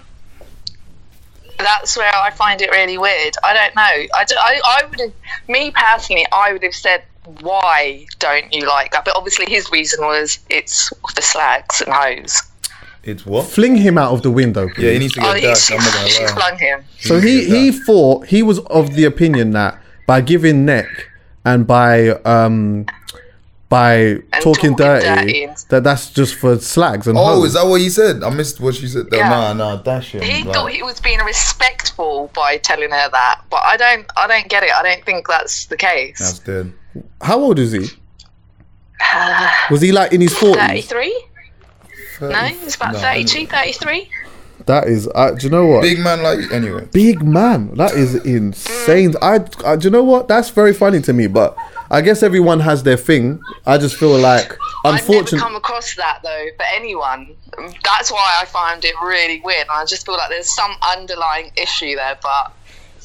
[SPEAKER 5] That's where I find it really weird. I don't know. I, d- I, I would have, me personally, I would have said, why don't you like that? But obviously, his reason was it's for slags and hoes.
[SPEAKER 2] it's what?
[SPEAKER 1] Fling him out of the window. Please.
[SPEAKER 2] Yeah, he needs to
[SPEAKER 5] Oh,
[SPEAKER 2] get
[SPEAKER 5] yeah,
[SPEAKER 2] ducked.
[SPEAKER 5] she,
[SPEAKER 2] I'm not
[SPEAKER 5] she
[SPEAKER 2] gonna lie.
[SPEAKER 5] flung him.
[SPEAKER 1] So he
[SPEAKER 2] He's a
[SPEAKER 1] he thought he was of the opinion that by giving neck and by um by talking
[SPEAKER 5] talking
[SPEAKER 1] dirty,
[SPEAKER 5] dirty.
[SPEAKER 1] that that's just for slags and
[SPEAKER 2] Oh,
[SPEAKER 1] hoes.
[SPEAKER 2] is that what he said? I missed what she said.
[SPEAKER 5] Yeah.
[SPEAKER 2] Nah, nah, dash him.
[SPEAKER 5] He
[SPEAKER 2] like-
[SPEAKER 5] thought he was being respectful by telling her that, but I don't. I don't get it. I don't think that's the case.
[SPEAKER 2] That's dead.
[SPEAKER 1] How old is he? Was he like in his forties?
[SPEAKER 5] Thirty-three. No, it's about
[SPEAKER 2] No,
[SPEAKER 5] thirty-two, thirty-three.
[SPEAKER 1] That is, uh, do you know what? Big,
[SPEAKER 2] Big man like anyway.
[SPEAKER 1] man, that is insane. I, I, do you know what? That's very funny to me, but I guess everyone has their thing. I just feel like,
[SPEAKER 5] I've never
[SPEAKER 1] unfortunately,
[SPEAKER 5] come across that though for anyone. That's why I find it really weird. I just feel like there's some underlying issue there, but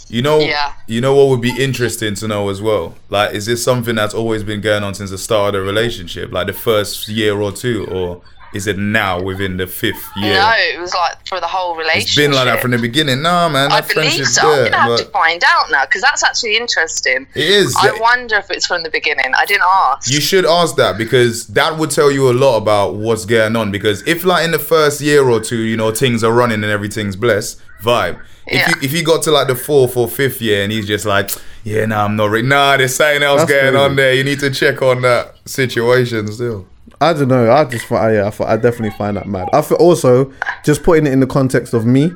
[SPEAKER 2] You know,
[SPEAKER 5] Yeah.
[SPEAKER 2] you know what would be interesting to know as well. Like, is this something that's always been going on since the start of the relationship, like the first year or two, or is it now within the fifth year?
[SPEAKER 5] no, it was like for the whole relationship.
[SPEAKER 2] It's been like that from the beginning. Nah, man,
[SPEAKER 5] I
[SPEAKER 2] that
[SPEAKER 5] believe
[SPEAKER 2] friendship's
[SPEAKER 5] so. I'm
[SPEAKER 2] there.
[SPEAKER 5] gonna have to
[SPEAKER 2] But
[SPEAKER 5] find out now because that's actually interesting.
[SPEAKER 2] it is.
[SPEAKER 5] I wonder if it's from the beginning. I didn't ask.
[SPEAKER 2] You should ask that because that would tell you a lot about what's going on. Because if like in the first year or two, you know, things are running and everything's blessed, vibe. If
[SPEAKER 5] Yeah.
[SPEAKER 2] you if you got to like the fourth or fifth year and he's just like, yeah, nah, I'm not ready. Nah, there's something else
[SPEAKER 1] That's
[SPEAKER 2] going
[SPEAKER 1] crazy.
[SPEAKER 2] on there. You need to check on that situation still.
[SPEAKER 1] I don't know. I just thought, oh, yeah, I thought I definitely find that mad. I feel also just putting it in the context of me.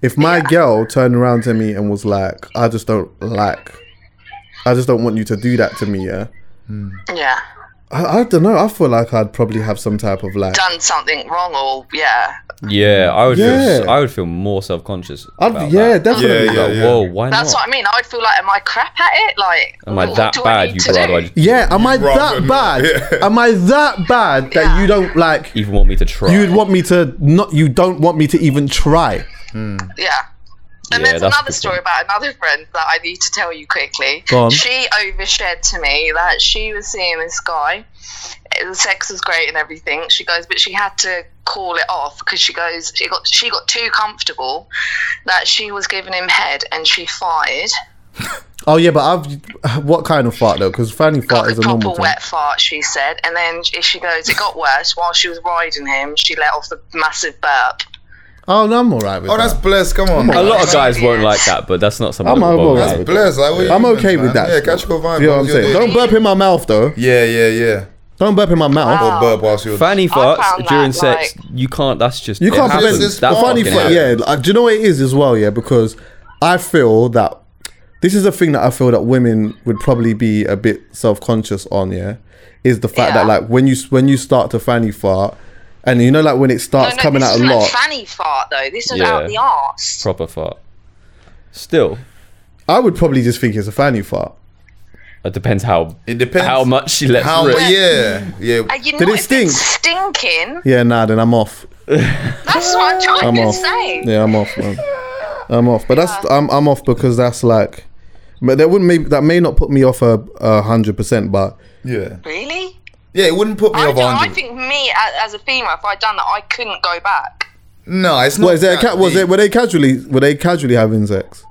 [SPEAKER 1] If my girl turned around to me and was like, "I just don't like, I just don't want you to do that to me," yeah.
[SPEAKER 5] yeah,
[SPEAKER 1] I, I don't know. I feel like I'd probably have some type of like.
[SPEAKER 5] done something wrong or yeah.
[SPEAKER 4] Yeah, I would.
[SPEAKER 1] Yeah.
[SPEAKER 4] Feel, I would feel more self-conscious.
[SPEAKER 1] I'd,
[SPEAKER 4] about
[SPEAKER 1] yeah,
[SPEAKER 4] that.
[SPEAKER 1] definitely.
[SPEAKER 2] Yeah, yeah.
[SPEAKER 4] Like, whoa, why
[SPEAKER 5] That's
[SPEAKER 4] not?
[SPEAKER 5] what I mean. I'd feel like, am I crap at it? Like,
[SPEAKER 4] Am I
[SPEAKER 5] what
[SPEAKER 4] that
[SPEAKER 5] do I
[SPEAKER 4] bad,
[SPEAKER 5] need
[SPEAKER 4] you
[SPEAKER 5] to
[SPEAKER 4] brother?
[SPEAKER 5] do?
[SPEAKER 4] I just-
[SPEAKER 1] Yeah, am I
[SPEAKER 2] Rather
[SPEAKER 1] that
[SPEAKER 2] not,
[SPEAKER 1] bad?
[SPEAKER 2] yeah.
[SPEAKER 1] Am I that bad that
[SPEAKER 5] Yeah.
[SPEAKER 1] you don't like?
[SPEAKER 4] even want me to try.
[SPEAKER 1] You'd want me to not. You don't want me to even try.
[SPEAKER 5] Yeah. And
[SPEAKER 4] Yeah,
[SPEAKER 5] there's
[SPEAKER 4] that's
[SPEAKER 5] another
[SPEAKER 4] good
[SPEAKER 5] story about another friend that I need to tell you quickly.
[SPEAKER 1] Go on.
[SPEAKER 5] She overshared to me that she was seeing this guy. The sex was great and everything. She goes, but she had to call it off because she goes, she got she got too comfortable that she was giving him head and she farted.
[SPEAKER 1] Oh yeah, but I've what kind of fart though? Because fanny fart
[SPEAKER 5] Got
[SPEAKER 1] is
[SPEAKER 5] the
[SPEAKER 1] a
[SPEAKER 5] proper
[SPEAKER 1] normal thing.
[SPEAKER 5] wet fart, she said, and then she she goes, "It got worse while she was riding him. She let off the massive burp."
[SPEAKER 1] Oh no, I'm alright with
[SPEAKER 2] Oh, that's
[SPEAKER 1] that.
[SPEAKER 2] blessed. Come on.
[SPEAKER 4] A lot of guys won't
[SPEAKER 5] Yeah.
[SPEAKER 4] like that, but that's not something.
[SPEAKER 1] I'm
[SPEAKER 4] that will
[SPEAKER 1] over
[SPEAKER 4] bother
[SPEAKER 1] that.
[SPEAKER 4] me.
[SPEAKER 2] That's blessed. Like, what you
[SPEAKER 1] I'm
[SPEAKER 2] doing,
[SPEAKER 1] okay with
[SPEAKER 2] man?
[SPEAKER 1] that.
[SPEAKER 2] Yeah, catch your vibe.
[SPEAKER 1] You know what
[SPEAKER 2] man.
[SPEAKER 1] I'm
[SPEAKER 2] You're
[SPEAKER 1] saying?
[SPEAKER 2] doing-
[SPEAKER 1] Don't burp in my mouth though.
[SPEAKER 2] Yeah, yeah, yeah.
[SPEAKER 1] Don't burp in my mouth.
[SPEAKER 5] Wow.
[SPEAKER 2] Or burp whilst you're.
[SPEAKER 4] Fanny
[SPEAKER 5] found
[SPEAKER 4] farts
[SPEAKER 5] that,
[SPEAKER 4] during sex,
[SPEAKER 5] like-
[SPEAKER 4] you can't. That's just
[SPEAKER 1] You
[SPEAKER 4] it
[SPEAKER 1] can't
[SPEAKER 4] happens.
[SPEAKER 1] prevent this.
[SPEAKER 4] That
[SPEAKER 1] funny
[SPEAKER 4] fucking
[SPEAKER 1] fa-
[SPEAKER 4] happens.
[SPEAKER 1] yeah. Like, do you know what it is as well? Yeah, because I feel that this is a thing that I feel that women would probably be a bit self-conscious on. Yeah, is the fact that
[SPEAKER 5] Yeah.
[SPEAKER 1] like when you when you start to fanny fart, and you know like when it starts coming
[SPEAKER 5] this
[SPEAKER 1] out a
[SPEAKER 5] isn't
[SPEAKER 1] lot,
[SPEAKER 5] fanny fart though. This was
[SPEAKER 4] Yeah.
[SPEAKER 5] out the arse.
[SPEAKER 4] proper fart. Still,
[SPEAKER 1] I would probably just think it's a fanny fart.
[SPEAKER 4] it depends how
[SPEAKER 2] It depends.
[SPEAKER 4] how much she lets
[SPEAKER 2] How?
[SPEAKER 4] rip.
[SPEAKER 2] Yeah, yeah.
[SPEAKER 5] And you know,
[SPEAKER 1] Did it
[SPEAKER 5] if it's stinking.
[SPEAKER 1] Yeah, nah, then I'm off.
[SPEAKER 5] That's what I'm trying
[SPEAKER 1] I'm
[SPEAKER 5] to
[SPEAKER 1] off.
[SPEAKER 5] say.
[SPEAKER 1] Yeah, I'm off, man. I'm off. But that's I'm I'm off because that's like, but that wouldn't maybe that may not put me off a a hundred percent, but
[SPEAKER 2] Yeah.
[SPEAKER 5] Really?
[SPEAKER 2] Yeah, it wouldn't put me
[SPEAKER 5] I,
[SPEAKER 2] over
[SPEAKER 5] don't, I
[SPEAKER 2] 100.
[SPEAKER 5] think me as, as a female, if I'd done that, I couldn't go back.
[SPEAKER 2] No, it's not.
[SPEAKER 1] what is there? A
[SPEAKER 2] that
[SPEAKER 1] cat? Was
[SPEAKER 2] deep.
[SPEAKER 1] it? Were they casually? Were they casually having sex?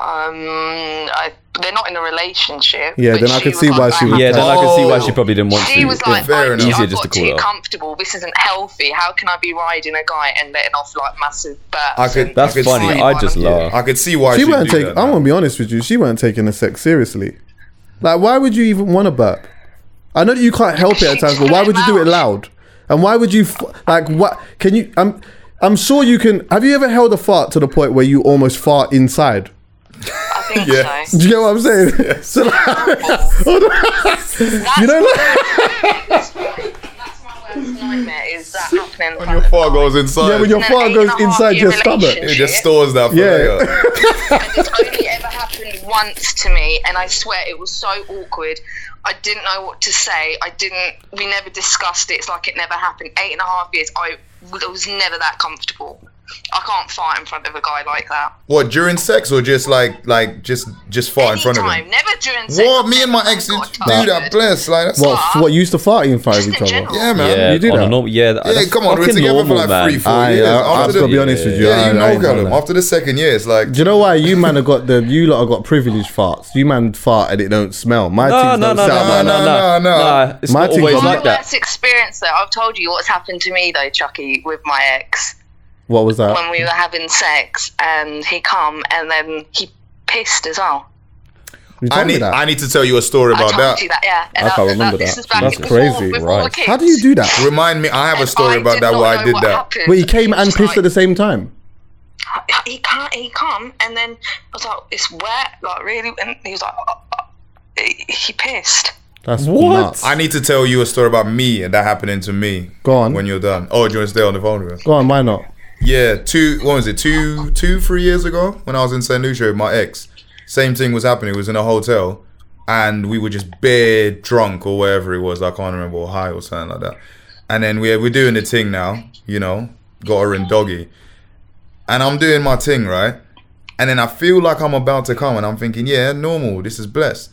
[SPEAKER 5] Um, I, they're not in a relationship.
[SPEAKER 1] Yeah,
[SPEAKER 5] but
[SPEAKER 1] then I
[SPEAKER 5] she
[SPEAKER 1] could
[SPEAKER 5] was
[SPEAKER 1] see
[SPEAKER 5] like,
[SPEAKER 1] why she
[SPEAKER 5] "I'm
[SPEAKER 1] would-
[SPEAKER 4] Yeah, then I can see why
[SPEAKER 2] Oh.
[SPEAKER 4] she probably didn't want
[SPEAKER 5] She
[SPEAKER 4] to.
[SPEAKER 5] was like,
[SPEAKER 2] fair
[SPEAKER 5] I,
[SPEAKER 2] enough.
[SPEAKER 5] I
[SPEAKER 4] Easier just
[SPEAKER 5] got
[SPEAKER 4] to call
[SPEAKER 5] too
[SPEAKER 4] her.
[SPEAKER 5] comfortable. This isn't healthy. How can I be riding a guy and letting off like massive burps?
[SPEAKER 2] I could-
[SPEAKER 5] and
[SPEAKER 4] That's
[SPEAKER 2] I could
[SPEAKER 4] funny.
[SPEAKER 2] see
[SPEAKER 4] I
[SPEAKER 5] why
[SPEAKER 4] just
[SPEAKER 5] I'm-
[SPEAKER 4] laugh.
[SPEAKER 2] I could see why
[SPEAKER 1] she
[SPEAKER 2] she'd
[SPEAKER 1] weren't
[SPEAKER 2] do
[SPEAKER 1] taking.
[SPEAKER 2] that
[SPEAKER 1] I'm
[SPEAKER 2] now.
[SPEAKER 1] gonna be honest with you. She weren't taking the sex seriously. Like, why would you even want to burp? I know that you can't help it at times, but why would you do it loud? And why would you f- like? What can you? I'm. I'm sure you can. Have you ever held a fart to the point where you almost fart inside?
[SPEAKER 5] I think
[SPEAKER 2] Yeah.
[SPEAKER 5] so.
[SPEAKER 1] Do you get what I'm saying? so like, you know, like,
[SPEAKER 5] That's my worst nightmare is that happening.
[SPEAKER 2] When your fart goes inside.
[SPEAKER 1] yeah, when your
[SPEAKER 5] No,
[SPEAKER 1] fart
[SPEAKER 5] eight
[SPEAKER 1] goes
[SPEAKER 5] and a half
[SPEAKER 1] inside
[SPEAKER 5] year
[SPEAKER 1] your stomach.
[SPEAKER 5] relationship.
[SPEAKER 2] It just stores that for
[SPEAKER 1] Yeah.
[SPEAKER 2] later.
[SPEAKER 5] It's only ever happened once to me, and I swear it was so awkward. I didn't know what to say. I didn't. We never discussed it. It's like it never happened. Eight and a half years. I, I was never that comfortable. I can't fight in front of a guy like that.
[SPEAKER 2] What during sex or just like like just just fart in front of
[SPEAKER 5] Anytime,
[SPEAKER 2] him?
[SPEAKER 5] never during sex.
[SPEAKER 2] What me and my ex used to do that. Bless like that's
[SPEAKER 1] What? f- What used to fart in front of
[SPEAKER 5] Just
[SPEAKER 1] each
[SPEAKER 5] in
[SPEAKER 1] other?
[SPEAKER 5] general.
[SPEAKER 2] yeah man.
[SPEAKER 4] yeah,
[SPEAKER 1] You do
[SPEAKER 4] on a
[SPEAKER 1] that?
[SPEAKER 4] normal- yeah, that-
[SPEAKER 2] Yeah,
[SPEAKER 4] that's
[SPEAKER 2] come on, we're
[SPEAKER 4] fucking
[SPEAKER 2] together for
[SPEAKER 4] normal,
[SPEAKER 2] like
[SPEAKER 4] man.
[SPEAKER 2] three, four
[SPEAKER 1] I,
[SPEAKER 2] years.
[SPEAKER 1] I, I've
[SPEAKER 2] After
[SPEAKER 1] got to
[SPEAKER 2] the-
[SPEAKER 1] be honest with you.
[SPEAKER 2] Yeah,
[SPEAKER 1] I,
[SPEAKER 2] you
[SPEAKER 1] I
[SPEAKER 2] know,
[SPEAKER 1] ain't done
[SPEAKER 2] Callum.
[SPEAKER 1] that.
[SPEAKER 2] After the second year, it's like
[SPEAKER 1] Do you know why you man have got the you lot have got privileged farts? You man fart and it don't smell. My
[SPEAKER 4] No,
[SPEAKER 1] teeth
[SPEAKER 4] no,
[SPEAKER 1] don't
[SPEAKER 4] no, no,
[SPEAKER 1] sound
[SPEAKER 4] no,
[SPEAKER 1] like that.
[SPEAKER 4] no, no,
[SPEAKER 2] no, no.
[SPEAKER 4] no. It's
[SPEAKER 1] My
[SPEAKER 4] not
[SPEAKER 1] team's
[SPEAKER 4] always
[SPEAKER 1] on
[SPEAKER 5] My
[SPEAKER 4] like that.
[SPEAKER 5] worst experience, though. I've told you what's happened to me, though, Chucky, with my ex
[SPEAKER 1] What was that?
[SPEAKER 5] when we were having sex, and he come and then he pissed as well.
[SPEAKER 1] You
[SPEAKER 2] I
[SPEAKER 1] told me
[SPEAKER 2] need
[SPEAKER 1] that.
[SPEAKER 2] I need to tell you a story
[SPEAKER 5] I
[SPEAKER 2] about
[SPEAKER 5] told
[SPEAKER 2] that.
[SPEAKER 5] you that, yeah. And
[SPEAKER 4] I can't remember
[SPEAKER 5] This
[SPEAKER 4] that.
[SPEAKER 5] is back
[SPEAKER 4] That's
[SPEAKER 5] before-
[SPEAKER 4] crazy,
[SPEAKER 5] before
[SPEAKER 4] right.
[SPEAKER 5] the kids.
[SPEAKER 1] How do you do that?
[SPEAKER 2] Remind me, I have a story
[SPEAKER 5] I
[SPEAKER 2] about
[SPEAKER 5] did
[SPEAKER 2] that
[SPEAKER 5] not
[SPEAKER 2] where I
[SPEAKER 5] know
[SPEAKER 2] did
[SPEAKER 5] what
[SPEAKER 2] that.
[SPEAKER 5] happened.
[SPEAKER 1] Wait, he came and
[SPEAKER 5] was
[SPEAKER 1] pissed at
[SPEAKER 5] like,
[SPEAKER 1] the same time.
[SPEAKER 5] He can't. He come, and then I was like, "It's wet, like really." And he was like, oh, oh, oh. "He pissed."
[SPEAKER 1] That's
[SPEAKER 4] What?
[SPEAKER 1] nuts.
[SPEAKER 2] I need to tell you a story about me and that happening to me.
[SPEAKER 1] Go on.
[SPEAKER 2] When you're done. Oh, do you want to stay on the phone with us?
[SPEAKER 1] Go on, why not?
[SPEAKER 2] Yeah, two. What was it? Two, two, three years ago when I was in St. Lucia with my ex. Same thing was happening. It was in a hotel, and we were just bare drunk or whatever it was. I can't remember or high or something like that. And then we we're doing the thing now. You know, got her in doggy, and I'm doing my thing right. And then I feel like I'm about to come, and I'm thinking, yeah, normal. This is blessed.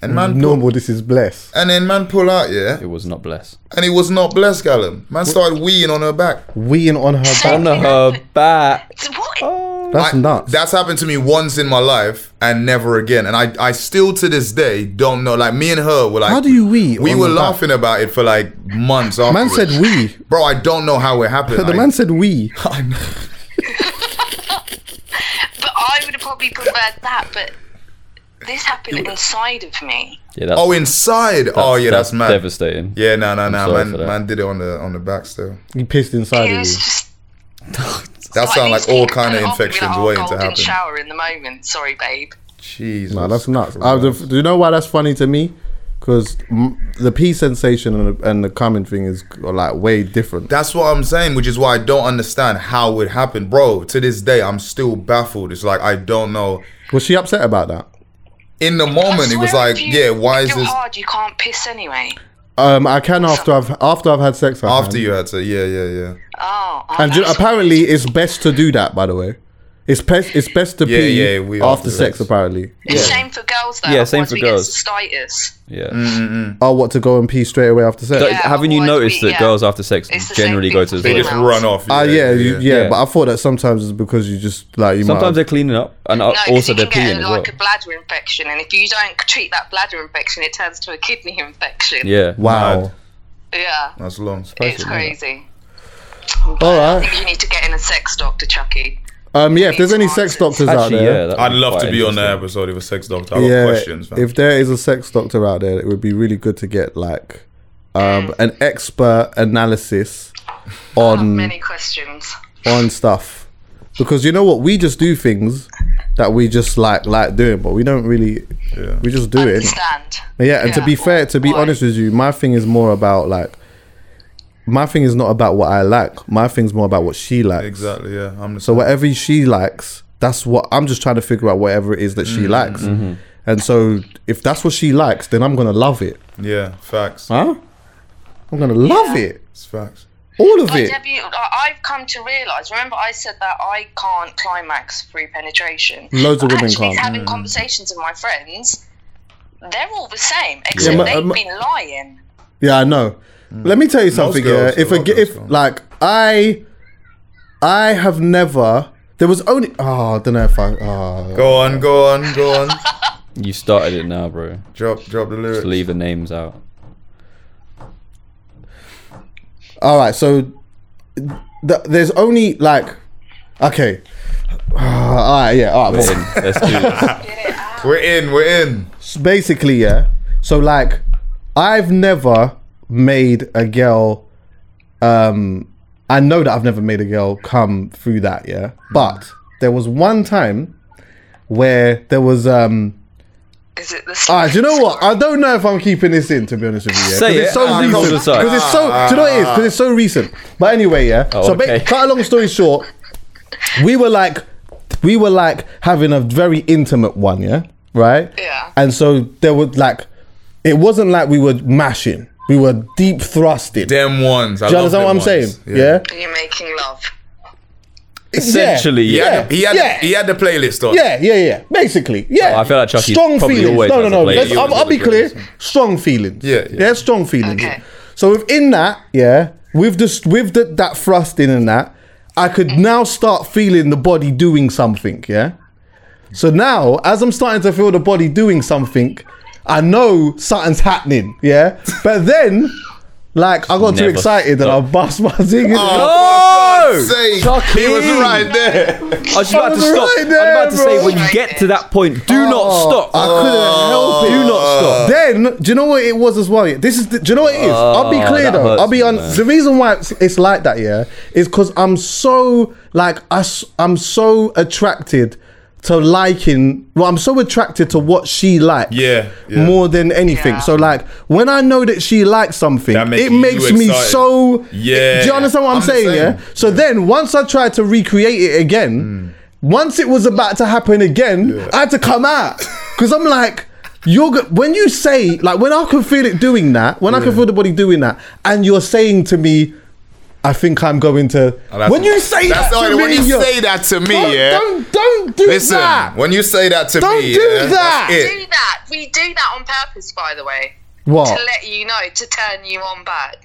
[SPEAKER 2] And man, pull-
[SPEAKER 1] Normal, this is bless.
[SPEAKER 2] and then man pull out, yeah.
[SPEAKER 4] It was not blessed.
[SPEAKER 2] And it was not blessed, Callum. Man started weeing on her back.
[SPEAKER 1] Weeing on her
[SPEAKER 4] On
[SPEAKER 1] back.
[SPEAKER 4] her back.
[SPEAKER 5] So What?
[SPEAKER 4] Oh.
[SPEAKER 1] That's
[SPEAKER 2] I-
[SPEAKER 1] nuts.
[SPEAKER 2] That's happened to me once in my life and never again. And I, I still to this day don't know. Like me and her were like,
[SPEAKER 1] How do you wee
[SPEAKER 2] We
[SPEAKER 1] on
[SPEAKER 2] were
[SPEAKER 1] the back?
[SPEAKER 2] laughing about it for like months. After
[SPEAKER 1] Man said we.
[SPEAKER 2] bro, I don't know how it happened.
[SPEAKER 1] The
[SPEAKER 2] I-
[SPEAKER 1] man said we.
[SPEAKER 2] I know.
[SPEAKER 5] But I would have probably preferred that. But this happened inside of me.
[SPEAKER 4] Yeah, that's,
[SPEAKER 2] oh, inside. oh yeah, that's, mad.
[SPEAKER 4] devastating.
[SPEAKER 2] Yeah, no, no, no.
[SPEAKER 4] sorry
[SPEAKER 2] Man,
[SPEAKER 4] for that.
[SPEAKER 2] man did it on the on the back still.
[SPEAKER 1] He pissed inside
[SPEAKER 5] It
[SPEAKER 1] of
[SPEAKER 5] was
[SPEAKER 1] you.
[SPEAKER 5] just
[SPEAKER 2] That sound like
[SPEAKER 5] these
[SPEAKER 2] all
[SPEAKER 5] people
[SPEAKER 2] kind of
[SPEAKER 5] turn up and be
[SPEAKER 2] infections
[SPEAKER 5] like, "Oh,
[SPEAKER 2] waiting to
[SPEAKER 5] golden
[SPEAKER 2] happen.
[SPEAKER 5] Shower in the moment. Sorry, babe.
[SPEAKER 2] Jesus.
[SPEAKER 1] Nah, that's nuts. I,
[SPEAKER 2] Christ.
[SPEAKER 1] do you know why that's funny to me? Because the pee sensation and the, and the coming thing is uh, like way different.
[SPEAKER 2] That's what I'm saying, which is why I don't understand how it happened, bro. To this day, I'm still baffled. It's like I don't know.
[SPEAKER 1] Was she upset about that?
[SPEAKER 2] In the
[SPEAKER 5] I
[SPEAKER 2] moment, Oh, it was
[SPEAKER 5] swear
[SPEAKER 2] like,
[SPEAKER 5] if you
[SPEAKER 2] yeah, why is
[SPEAKER 5] do
[SPEAKER 2] this?
[SPEAKER 5] hard? You can't piss anyway.
[SPEAKER 1] Um, I can after I've after I've had sex. I
[SPEAKER 2] After
[SPEAKER 1] can.
[SPEAKER 2] you had to, yeah, yeah, yeah.
[SPEAKER 5] Oh, oh,
[SPEAKER 1] And ju-
[SPEAKER 5] that's-
[SPEAKER 1] apparently, it's best to do that. By the way, It's best. It's best to
[SPEAKER 2] Yeah,
[SPEAKER 1] pee
[SPEAKER 2] yeah, we
[SPEAKER 1] after
[SPEAKER 2] after
[SPEAKER 1] sex,
[SPEAKER 2] sex.
[SPEAKER 1] apparently.
[SPEAKER 5] It's shame for girls though.
[SPEAKER 4] Yeah, same
[SPEAKER 5] otherwise
[SPEAKER 4] for
[SPEAKER 5] we
[SPEAKER 4] girls. Uh,
[SPEAKER 5] Get cystitis.
[SPEAKER 4] Yeah.
[SPEAKER 2] Mm.
[SPEAKER 1] Oh, what to go and pee straight away after sex?
[SPEAKER 4] Don't-
[SPEAKER 5] Yeah,
[SPEAKER 4] haven't you
[SPEAKER 5] otherwise
[SPEAKER 4] noticed
[SPEAKER 5] we-
[SPEAKER 4] that
[SPEAKER 5] yeah.
[SPEAKER 4] girls after sex
[SPEAKER 5] It's the same
[SPEAKER 4] generally
[SPEAKER 5] thing
[SPEAKER 4] go
[SPEAKER 5] for
[SPEAKER 4] to the
[SPEAKER 2] They
[SPEAKER 5] Well,
[SPEAKER 4] toilet?
[SPEAKER 2] just
[SPEAKER 5] no.
[SPEAKER 2] run off.
[SPEAKER 1] Ah, yeah, you- yeah,
[SPEAKER 4] Yeah.
[SPEAKER 1] But I thought that sometimes it's because you just like you
[SPEAKER 4] Sometimes
[SPEAKER 1] might.
[SPEAKER 4] they're cleaning up, and uh,
[SPEAKER 5] No, 'cause
[SPEAKER 4] also
[SPEAKER 5] you
[SPEAKER 4] they're
[SPEAKER 5] can
[SPEAKER 4] peeing as
[SPEAKER 5] get a,
[SPEAKER 4] well.
[SPEAKER 5] like a bladder infection, and if you don't treat that bladder infection, it turns to a kidney infection.
[SPEAKER 4] Yeah.
[SPEAKER 1] Wow.
[SPEAKER 2] Mad.
[SPEAKER 5] yeah,
[SPEAKER 2] That's long.
[SPEAKER 5] it's crazy.
[SPEAKER 1] All
[SPEAKER 5] I
[SPEAKER 1] right.
[SPEAKER 5] think you need to get in a sex doctor, Chucky.
[SPEAKER 1] Um. Yeah. If there's any sex doctors out
[SPEAKER 4] Actually, yeah.
[SPEAKER 1] there,
[SPEAKER 4] that'd
[SPEAKER 2] I'd love
[SPEAKER 4] quite
[SPEAKER 2] to be on that
[SPEAKER 4] interesting.
[SPEAKER 2] episode of a sex doctor. I've
[SPEAKER 1] yeah.
[SPEAKER 2] got questions, man.
[SPEAKER 1] if there is a sex doctor out there, it would be really good to get like, um, an expert analysis
[SPEAKER 5] I have
[SPEAKER 1] on
[SPEAKER 5] Oh, many questions.
[SPEAKER 1] on stuff because you know what we just do things that we just like like doing but we don't really we just do it innit?
[SPEAKER 5] Understand?
[SPEAKER 1] yeah and to be fair to be
[SPEAKER 5] Why?
[SPEAKER 1] honest with you my thing is more about like my thing is not about what i like my thing's more about what she likes
[SPEAKER 2] exactly, yeah. I'm the
[SPEAKER 1] so whatever she likes that's what i'm just trying to figure out whatever it is that
[SPEAKER 2] Mm-hmm.
[SPEAKER 1] she likes and so if that's what she likes then i'm gonna love it
[SPEAKER 2] Yeah, facts.
[SPEAKER 1] huh i'm gonna love it
[SPEAKER 2] It's facts.
[SPEAKER 1] all of
[SPEAKER 5] Like,
[SPEAKER 1] it
[SPEAKER 5] have you, I- I've come to realise. Remember, I said that I can't climax through penetration.
[SPEAKER 1] Loads of
[SPEAKER 5] But
[SPEAKER 1] women
[SPEAKER 5] actually
[SPEAKER 1] can't.
[SPEAKER 5] Having conversations with my friends, they're all the same, except
[SPEAKER 1] ma-
[SPEAKER 5] they've
[SPEAKER 1] ma-
[SPEAKER 5] been lying.
[SPEAKER 1] Yeah, I know. Let me tell you something.
[SPEAKER 2] Mm. girls,
[SPEAKER 1] yeah, if
[SPEAKER 2] a
[SPEAKER 1] a,
[SPEAKER 2] lot
[SPEAKER 1] g-
[SPEAKER 2] of girls
[SPEAKER 1] if
[SPEAKER 2] don't.
[SPEAKER 1] like I, I have never. There was only. Oh, I don't know if I. Oh,
[SPEAKER 2] Go on, go on, go on.
[SPEAKER 4] You started it now, bro.
[SPEAKER 2] drop, drop the lyrics.
[SPEAKER 4] Just leave the names out.
[SPEAKER 1] All right, so th- there's only like. Okay. Ah, all right. Yeah. All right.
[SPEAKER 4] Let's
[SPEAKER 1] well,
[SPEAKER 4] do this.
[SPEAKER 2] We're in, we're in.
[SPEAKER 1] s- basically, yeah. So like, I've never made a girl. Um, I know that I've never made a girl come through that. Yeah, but there was one time where there was um
[SPEAKER 5] Is it the
[SPEAKER 1] Ah,
[SPEAKER 5] same?
[SPEAKER 1] do you know what? I don't know if I'm keeping this in, to be honest with you. Yeah. 'Cause
[SPEAKER 4] Say
[SPEAKER 1] it's
[SPEAKER 4] it.
[SPEAKER 1] so
[SPEAKER 4] Ah,
[SPEAKER 1] recent.
[SPEAKER 4] come to the side.
[SPEAKER 1] Because it's so. Do you know what it is? Because it's so recent. But anyway, yeah.
[SPEAKER 4] Oh,
[SPEAKER 1] so, ba-
[SPEAKER 4] okay.
[SPEAKER 1] cut a long story short, we were like, we were like having a very intimate one, yeah, right?
[SPEAKER 5] Yeah.
[SPEAKER 1] And so there was like, it wasn't like we were mashing. We were deep thrusting. Do
[SPEAKER 2] Them ones. I
[SPEAKER 1] you
[SPEAKER 2] love
[SPEAKER 1] understand
[SPEAKER 2] them
[SPEAKER 1] what I'm
[SPEAKER 2] ones.
[SPEAKER 1] saying? Yeah.
[SPEAKER 5] You're making love.
[SPEAKER 4] Essentially,
[SPEAKER 2] He,
[SPEAKER 4] yeah.
[SPEAKER 2] Had the, he, had
[SPEAKER 1] Yeah.
[SPEAKER 2] the, he had the playlist on.
[SPEAKER 1] Yeah, yeah, yeah. Basically, yeah.
[SPEAKER 4] Oh, I feel like Chucky
[SPEAKER 1] strong
[SPEAKER 4] probably
[SPEAKER 1] feelings.
[SPEAKER 4] always
[SPEAKER 1] no, no,
[SPEAKER 4] has a
[SPEAKER 1] no.
[SPEAKER 4] play.
[SPEAKER 1] Let's,
[SPEAKER 4] He
[SPEAKER 1] I'll,
[SPEAKER 4] always
[SPEAKER 1] I'll be
[SPEAKER 4] has a
[SPEAKER 1] clear. Strong feelings.
[SPEAKER 2] Yeah,
[SPEAKER 1] yeah.
[SPEAKER 2] yeah.
[SPEAKER 1] strong feelings.
[SPEAKER 5] Okay.
[SPEAKER 1] So within that, yeah, with just with the, that thrusting and that, I could now start feeling the body doing something. Yeah. So now, as I'm starting to feel the body doing something, I know something's happening. Yeah. But then, like, I got too
[SPEAKER 4] Never
[SPEAKER 1] excited and I bust my zing.
[SPEAKER 2] Oh,
[SPEAKER 4] No!
[SPEAKER 2] for God's sake.
[SPEAKER 1] Chucky.
[SPEAKER 2] He was right there.
[SPEAKER 4] I was just about
[SPEAKER 1] I
[SPEAKER 4] to
[SPEAKER 1] was
[SPEAKER 4] stop.
[SPEAKER 1] right
[SPEAKER 4] I'm
[SPEAKER 1] there,
[SPEAKER 4] about to say
[SPEAKER 1] bro. Oh.
[SPEAKER 4] when you get to that point, do not stop.
[SPEAKER 1] I couldn't help it.
[SPEAKER 4] do not
[SPEAKER 2] Uh.
[SPEAKER 4] stop.
[SPEAKER 1] Then, do you know what it was as well? yeah? This is, the, do you know what it is? I'll be
[SPEAKER 4] Oh,
[SPEAKER 1] clear
[SPEAKER 4] that
[SPEAKER 1] though.
[SPEAKER 4] hurts
[SPEAKER 1] I'll be
[SPEAKER 4] me,
[SPEAKER 1] on.
[SPEAKER 4] man.
[SPEAKER 1] The reason why it's, it's like that, yeah, is because I'm so like I, am so attracted to liking. Well, I'm so attracted to what she likes.
[SPEAKER 2] Yeah, yeah.
[SPEAKER 1] More than anything.
[SPEAKER 5] Yeah.
[SPEAKER 1] So like when I know that she likes something,
[SPEAKER 2] That makes
[SPEAKER 1] it
[SPEAKER 2] you
[SPEAKER 1] makes me
[SPEAKER 2] excited.
[SPEAKER 1] so.
[SPEAKER 2] Yeah.
[SPEAKER 1] Do you understand what I'm,
[SPEAKER 2] I'm the
[SPEAKER 1] saying?
[SPEAKER 2] same.
[SPEAKER 1] Yeah. So then once I tried to recreate it
[SPEAKER 2] Mm.
[SPEAKER 1] again, once it was about to happen again, I had to come out because I'm like, you're go- when you say like when I can feel it doing that, when I can feel the body doing that, and you're saying to me, I think I'm going to.
[SPEAKER 2] Oh, that's-
[SPEAKER 1] When you say
[SPEAKER 2] that's
[SPEAKER 1] that
[SPEAKER 2] not-
[SPEAKER 1] to
[SPEAKER 2] when
[SPEAKER 1] me,
[SPEAKER 2] you
[SPEAKER 1] you're-
[SPEAKER 2] say that to me,
[SPEAKER 1] don't,
[SPEAKER 2] yeah.
[SPEAKER 1] don't don't do
[SPEAKER 2] Listen,
[SPEAKER 1] that.
[SPEAKER 2] when you say that to
[SPEAKER 1] Don't
[SPEAKER 2] me,
[SPEAKER 1] do
[SPEAKER 2] yeah,
[SPEAKER 1] that.
[SPEAKER 2] That's
[SPEAKER 5] Do
[SPEAKER 2] it.
[SPEAKER 5] that. We do that on purpose, by the way.
[SPEAKER 1] What?
[SPEAKER 5] To let you know, to turn you on back.